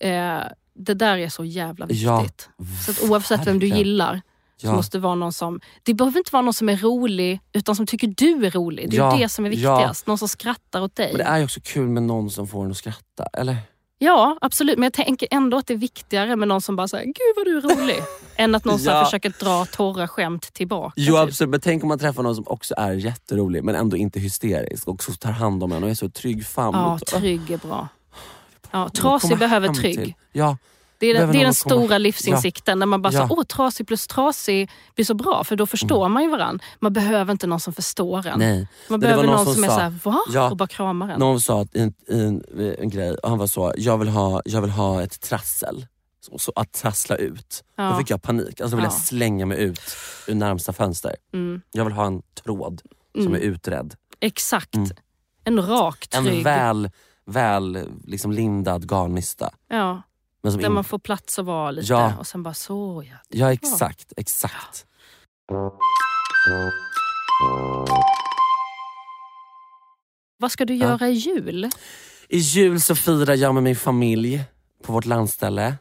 [SPEAKER 1] eh, det där är så jävla
[SPEAKER 2] Ja,
[SPEAKER 1] viktigt. så att oavsett vem du
[SPEAKER 2] verkligen.
[SPEAKER 1] gillar, Så
[SPEAKER 2] Ja.
[SPEAKER 1] måste det vara någon som, det behöver inte vara någon som är rolig utan som tycker du är rolig. Det är
[SPEAKER 2] Ja,
[SPEAKER 1] ju det som är
[SPEAKER 2] ja.
[SPEAKER 1] viktigast. Någon som skrattar åt dig.
[SPEAKER 2] Men det är ju också kul med någon som får en att skratta. Eller?
[SPEAKER 1] Ja, absolut. Men jag tänker ändå att det är viktigare med någon som bara säger “Gud vad du är rolig” än att någon så här
[SPEAKER 2] Ja.
[SPEAKER 1] försöker dra torra skämt tillbaka.
[SPEAKER 2] Jo
[SPEAKER 1] typ.
[SPEAKER 2] absolut, men tänk om man träffar någon som också är jätterolig men ändå inte hysterisk och så tar hand om en och är så trygg famn.
[SPEAKER 1] Ja,
[SPEAKER 2] Och-
[SPEAKER 1] trygg är bra. Ja,
[SPEAKER 2] och komma
[SPEAKER 1] trasig behöver
[SPEAKER 2] hem
[SPEAKER 1] trygg.
[SPEAKER 2] till. Ja,
[SPEAKER 1] Det är,
[SPEAKER 2] Behöver
[SPEAKER 1] det är den
[SPEAKER 2] någon komma-
[SPEAKER 1] stora livsinsikten. När man bara
[SPEAKER 2] Ja. Mm.
[SPEAKER 1] så, åh trasig plus trasig blir så bra för då förstår man ju varandra. Man behöver inte någon som förstår en. Man
[SPEAKER 2] nej. Nej, det
[SPEAKER 1] behöver
[SPEAKER 2] var
[SPEAKER 1] någon,
[SPEAKER 2] någon
[SPEAKER 1] som,
[SPEAKER 2] som
[SPEAKER 1] är
[SPEAKER 2] sa-
[SPEAKER 1] såhär, va?
[SPEAKER 2] Ja.
[SPEAKER 1] Och bara kramar en.
[SPEAKER 2] Någon sa att i en, i en, en grej, och han var så, jag vill ha, jag vill ha ett trassel. Så, så att trassla ut.
[SPEAKER 1] Ja.
[SPEAKER 2] Då fick jag panik. Alltså då vill
[SPEAKER 1] Ja.
[SPEAKER 2] jag slänga mig ut ur närmsta fönster.
[SPEAKER 1] Mm.
[SPEAKER 2] Jag vill ha en tråd som
[SPEAKER 1] Mm.
[SPEAKER 2] är utredd.
[SPEAKER 1] Exakt.
[SPEAKER 2] Mm.
[SPEAKER 1] En rak,
[SPEAKER 2] En
[SPEAKER 1] trygg.
[SPEAKER 2] väl, väl liksom lindad garnnista.
[SPEAKER 1] Ja,
[SPEAKER 2] Men som
[SPEAKER 1] där
[SPEAKER 2] in...
[SPEAKER 1] man får plats att vara lite.
[SPEAKER 2] Mm. Ja.
[SPEAKER 1] Och sen bara, så ja.
[SPEAKER 2] Ja exakt, exakt.
[SPEAKER 1] Vad ska du göra i jul?
[SPEAKER 2] I jul så firar jag med min familj på vårt landställe.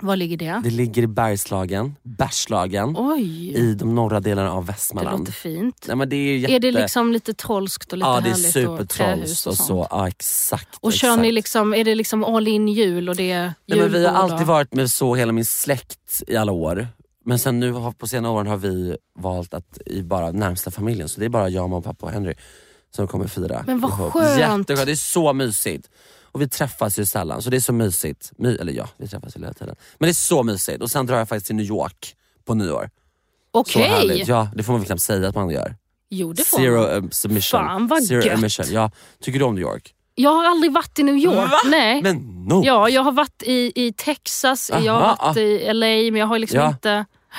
[SPEAKER 1] Var ligger det?
[SPEAKER 2] Det ligger i Bergslagen, Bergslagen,
[SPEAKER 1] Oj,
[SPEAKER 2] i de norra delarna av
[SPEAKER 1] det
[SPEAKER 2] Västmanland.
[SPEAKER 1] låter fint.
[SPEAKER 2] Nej, men det är, jätte...
[SPEAKER 1] Är det liksom lite trollskt och lite
[SPEAKER 2] Ja det är
[SPEAKER 1] härligt? och trähus
[SPEAKER 2] supertrolls och,
[SPEAKER 1] och sånt?
[SPEAKER 2] så. Ja, exakt.
[SPEAKER 1] Och kör
[SPEAKER 2] exakt.
[SPEAKER 1] ni liksom, är det liksom all in jul och det är
[SPEAKER 2] Nej, men vi har
[SPEAKER 1] julbord
[SPEAKER 2] alltid
[SPEAKER 1] och-
[SPEAKER 2] varit med så hela min släkt i alla år. Men sen nu har- på senare åren har vi valt att i bara närmsta familjen, så det är bara jag, mamma, pappa och Henry som kommer fira.
[SPEAKER 1] Men vad
[SPEAKER 2] ihop.
[SPEAKER 1] skönt.
[SPEAKER 2] Jätteskönt, det är så mysigt. Och vi träffas ju sällan, så det är så mysigt. My, eller ja, vi träffas ju hela tiden. Men det är så mysigt. Och sen drar jag faktiskt till New York på nyår. Så
[SPEAKER 1] Okej!
[SPEAKER 2] härligt. Ja, det får man väl knappt säga att man gör.
[SPEAKER 1] Jo det får
[SPEAKER 2] Zero
[SPEAKER 1] man.
[SPEAKER 2] um, submission.
[SPEAKER 1] Fan, vad
[SPEAKER 2] Zero
[SPEAKER 1] gött.
[SPEAKER 2] emission. Ja, tycker du om New York?
[SPEAKER 1] Jag har aldrig varit i New York.
[SPEAKER 2] Va?
[SPEAKER 1] Nej.
[SPEAKER 2] Men no!
[SPEAKER 1] Ja, jag har varit i, i Texas, jag har
[SPEAKER 2] Aha,
[SPEAKER 1] varit i LA men jag har liksom
[SPEAKER 2] Ja.
[SPEAKER 1] inte...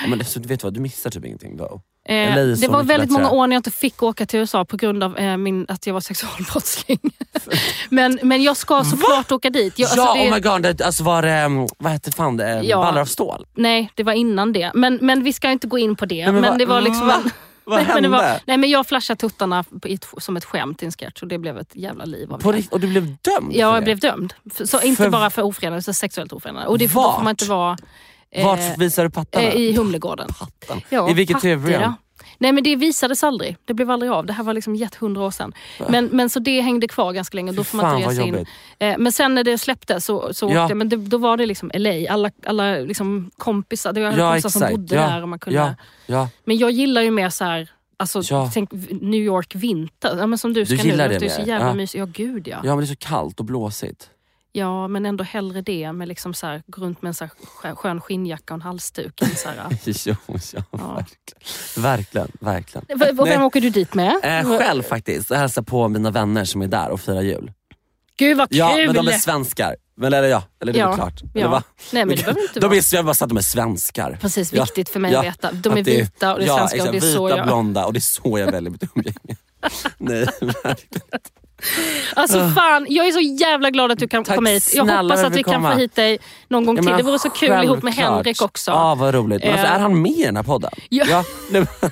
[SPEAKER 2] Ja, Men alltså, vet du vad, du missar typ ingenting då.
[SPEAKER 1] Eh,
[SPEAKER 2] LA är
[SPEAKER 1] det
[SPEAKER 2] så
[SPEAKER 1] var
[SPEAKER 2] mycket
[SPEAKER 1] väldigt
[SPEAKER 2] bättre.
[SPEAKER 1] många år när jag inte fick åka till USA på grund av eh, min, att jag var sexualbrottsling. men, men jag ska såklart åka dit. Jag,
[SPEAKER 2] ja,
[SPEAKER 1] alltså, det,
[SPEAKER 2] oh my god. Det, alltså var det, mm, vad hette fan det, eh,
[SPEAKER 1] Ja.
[SPEAKER 2] ballar av stål?
[SPEAKER 1] Nej, det var innan det. Men, men vi ska inte gå in på det.
[SPEAKER 2] men
[SPEAKER 1] men,
[SPEAKER 2] vad-
[SPEAKER 1] det var liksom...
[SPEAKER 2] va? Vad
[SPEAKER 1] nej, Men det
[SPEAKER 2] hände?
[SPEAKER 1] var, nej, men jag flashade tuttarna på ett, som ett skämt i en sketch och det blev ett jävla liv av
[SPEAKER 2] På
[SPEAKER 1] det.
[SPEAKER 2] rikt- och du blev dömd
[SPEAKER 1] Ja,
[SPEAKER 2] för
[SPEAKER 1] jag
[SPEAKER 2] det?
[SPEAKER 1] blev dömd. För- Så inte
[SPEAKER 2] För-
[SPEAKER 1] bara för ofredande, utan sexuellt ofredande. Och det då
[SPEAKER 2] Vart?
[SPEAKER 1] får man inte vara eh,
[SPEAKER 2] Vart visade du pattarna?
[SPEAKER 1] eh, i Humlegården.
[SPEAKER 2] Pattarna.
[SPEAKER 1] Ja,
[SPEAKER 2] I vilket
[SPEAKER 1] Partille,
[SPEAKER 2] tv-program?
[SPEAKER 1] ja. Nej men det visades aldrig. Det blev aldrig av. Det här var liksom jätte hundra år sedan. Men, men så det hängde kvar ganska länge. Då
[SPEAKER 2] Fy
[SPEAKER 1] får man
[SPEAKER 2] fan,
[SPEAKER 1] inte
[SPEAKER 2] vad
[SPEAKER 1] resa in.
[SPEAKER 2] jobbigt.
[SPEAKER 1] Eh, Men sen när det släpptes så, så
[SPEAKER 2] Ja.
[SPEAKER 1] åkte jag. Men det, då var det liksom LA. Alla, alla liksom kompisar. Det var
[SPEAKER 2] Ja,
[SPEAKER 1] kompisar
[SPEAKER 2] exakt.
[SPEAKER 1] som bodde
[SPEAKER 2] ja.
[SPEAKER 1] där. Och man kunde.
[SPEAKER 2] Ja. Ja.
[SPEAKER 1] Men jag gillar ju mer så här, alltså,
[SPEAKER 2] Ja.
[SPEAKER 1] tänk v- New York vinter. Ja, men som du ska nu.
[SPEAKER 2] gillar
[SPEAKER 1] det
[SPEAKER 2] det
[SPEAKER 1] låter ju så
[SPEAKER 2] mer.
[SPEAKER 1] jävla
[SPEAKER 2] Ja.
[SPEAKER 1] mysigt. Ja gud ja. ja.
[SPEAKER 2] ja, men det är så kallt och blåsigt.
[SPEAKER 1] men ändå hellre det. Med liksom så här, gå runt med en så här skö- skön skinnjacka och en halsduk. i Så här.
[SPEAKER 2] jo, ja, verkligen. Verkligen, verkligen.
[SPEAKER 1] V- och vem
[SPEAKER 2] Nej.
[SPEAKER 1] åker du dit med?
[SPEAKER 2] Eh, själv faktiskt, jag hälsar på mina vänner som är där och firar jul.
[SPEAKER 1] Gud vad kul!
[SPEAKER 2] Ja, men de är svenskar. Men, eller ja, eller det är
[SPEAKER 1] Ja.
[SPEAKER 2] väl klart.
[SPEAKER 1] Ja.
[SPEAKER 2] Eller, va?
[SPEAKER 1] Nej men det behöver inte
[SPEAKER 2] de
[SPEAKER 1] vara.
[SPEAKER 2] är, jag bara sa att de är svenskar.
[SPEAKER 1] Precis,
[SPEAKER 2] Ja,
[SPEAKER 1] viktigt för mig
[SPEAKER 2] ja,
[SPEAKER 1] att veta. De är
[SPEAKER 2] Att det-
[SPEAKER 1] vita och det är
[SPEAKER 2] ja,
[SPEAKER 1] svenska och
[SPEAKER 2] exakt,
[SPEAKER 1] det är
[SPEAKER 2] vita,
[SPEAKER 1] så jag...
[SPEAKER 2] blonda och det är så jag väljer mitt umgänge. Nej, verkligen.
[SPEAKER 1] Alltså fan, jag är så jävla glad att du kan
[SPEAKER 2] Ah. Tack
[SPEAKER 1] komma hit. Jag
[SPEAKER 2] snälla
[SPEAKER 1] hoppas
[SPEAKER 2] för
[SPEAKER 1] att
[SPEAKER 2] att
[SPEAKER 1] vi
[SPEAKER 2] vi
[SPEAKER 1] kan få
[SPEAKER 2] komma.
[SPEAKER 1] hit dig någon gång
[SPEAKER 2] Ja,
[SPEAKER 1] till.
[SPEAKER 2] men
[SPEAKER 1] Det vore så kul ihop med
[SPEAKER 2] självklart.
[SPEAKER 1] Henrik också.
[SPEAKER 2] Ja, vad roligt. Men alltså,
[SPEAKER 1] Eh.
[SPEAKER 2] är han med i den här podden?
[SPEAKER 1] Ja. Eh,
[SPEAKER 2] nej, men-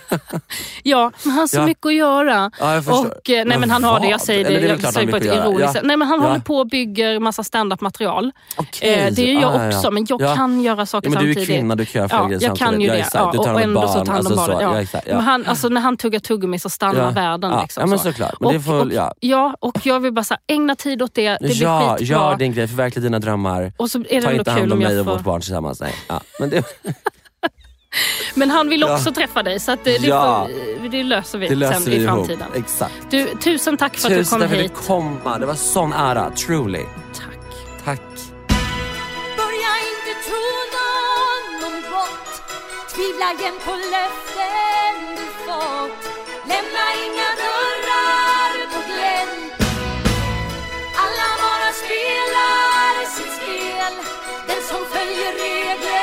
[SPEAKER 1] Ja, men han har så
[SPEAKER 2] Ja.
[SPEAKER 1] mycket att göra.
[SPEAKER 2] Ja, jag förstår.
[SPEAKER 1] och, eh, nej men
[SPEAKER 2] Men
[SPEAKER 1] han har det, jag
[SPEAKER 2] vad?
[SPEAKER 1] säger
[SPEAKER 2] Eller
[SPEAKER 1] det,
[SPEAKER 2] det är väl
[SPEAKER 1] jag
[SPEAKER 2] klart
[SPEAKER 1] säger
[SPEAKER 2] han
[SPEAKER 1] på ett
[SPEAKER 2] mycket att göra.
[SPEAKER 1] ironiskt
[SPEAKER 2] Ja.
[SPEAKER 1] sätt. Nej men han
[SPEAKER 2] Ja.
[SPEAKER 1] håller på och bygger massa stand-up material.
[SPEAKER 2] Okej.
[SPEAKER 1] Eh, det gör jag
[SPEAKER 2] Ja, ja, ja.
[SPEAKER 1] också, men jag
[SPEAKER 2] Ja.
[SPEAKER 1] kan göra saker
[SPEAKER 2] Ja, men du är
[SPEAKER 1] samtidigt.
[SPEAKER 2] kvinna, du kan göra flera
[SPEAKER 1] Ja,
[SPEAKER 2] grejer
[SPEAKER 1] jag kan ju
[SPEAKER 2] samtidigt.
[SPEAKER 1] det.
[SPEAKER 2] Ja, exakt. Du
[SPEAKER 1] ja,
[SPEAKER 2] tar
[SPEAKER 1] och
[SPEAKER 2] hand om
[SPEAKER 1] ändå så
[SPEAKER 2] barn,
[SPEAKER 1] tar han om
[SPEAKER 2] alltså så.
[SPEAKER 1] barnen. Ja.
[SPEAKER 2] Ja, exakt, ja.
[SPEAKER 1] Men han, alltså, när han tuggar tuggummi så stannar
[SPEAKER 2] Ja.
[SPEAKER 1] världen.
[SPEAKER 2] Ja,
[SPEAKER 1] Liksom,
[SPEAKER 2] ja, men
[SPEAKER 1] så.
[SPEAKER 2] såklart. Men det
[SPEAKER 1] och,
[SPEAKER 2] får-
[SPEAKER 1] och,
[SPEAKER 2] ja.
[SPEAKER 1] ja, och jag vill bara säga, ägna tid åt det. Det blir
[SPEAKER 2] ja,
[SPEAKER 1] skitbra.
[SPEAKER 2] gör din grej, förverkliga dina drömmar.
[SPEAKER 1] Och så är det
[SPEAKER 2] Ta
[SPEAKER 1] ändå
[SPEAKER 2] inte hand
[SPEAKER 1] kul
[SPEAKER 2] om
[SPEAKER 1] om
[SPEAKER 2] mig och
[SPEAKER 1] jag
[SPEAKER 2] vårt
[SPEAKER 1] får...
[SPEAKER 2] barn tillsammans. Nej. Ja, men det,
[SPEAKER 1] Men han vill
[SPEAKER 2] Ja.
[SPEAKER 1] också träffa dig så att det, det,
[SPEAKER 2] Ja.
[SPEAKER 1] får, det löser vi
[SPEAKER 2] det löser
[SPEAKER 1] sen
[SPEAKER 2] vi
[SPEAKER 1] i
[SPEAKER 2] ihop.
[SPEAKER 1] framtiden.
[SPEAKER 2] Exakt.
[SPEAKER 1] Du, tusen tack för
[SPEAKER 2] Tusen
[SPEAKER 1] att
[SPEAKER 2] tack
[SPEAKER 1] du kom
[SPEAKER 2] för att
[SPEAKER 1] hit.
[SPEAKER 2] du kom. Det var sån ära, truly.
[SPEAKER 1] Tack.
[SPEAKER 2] Tack.
[SPEAKER 5] Börja inte tro någon gott Tvivla jämt på löften du fått Lämna inga dörrar på glänt Alla bara spelar sitt spel Den som följer regler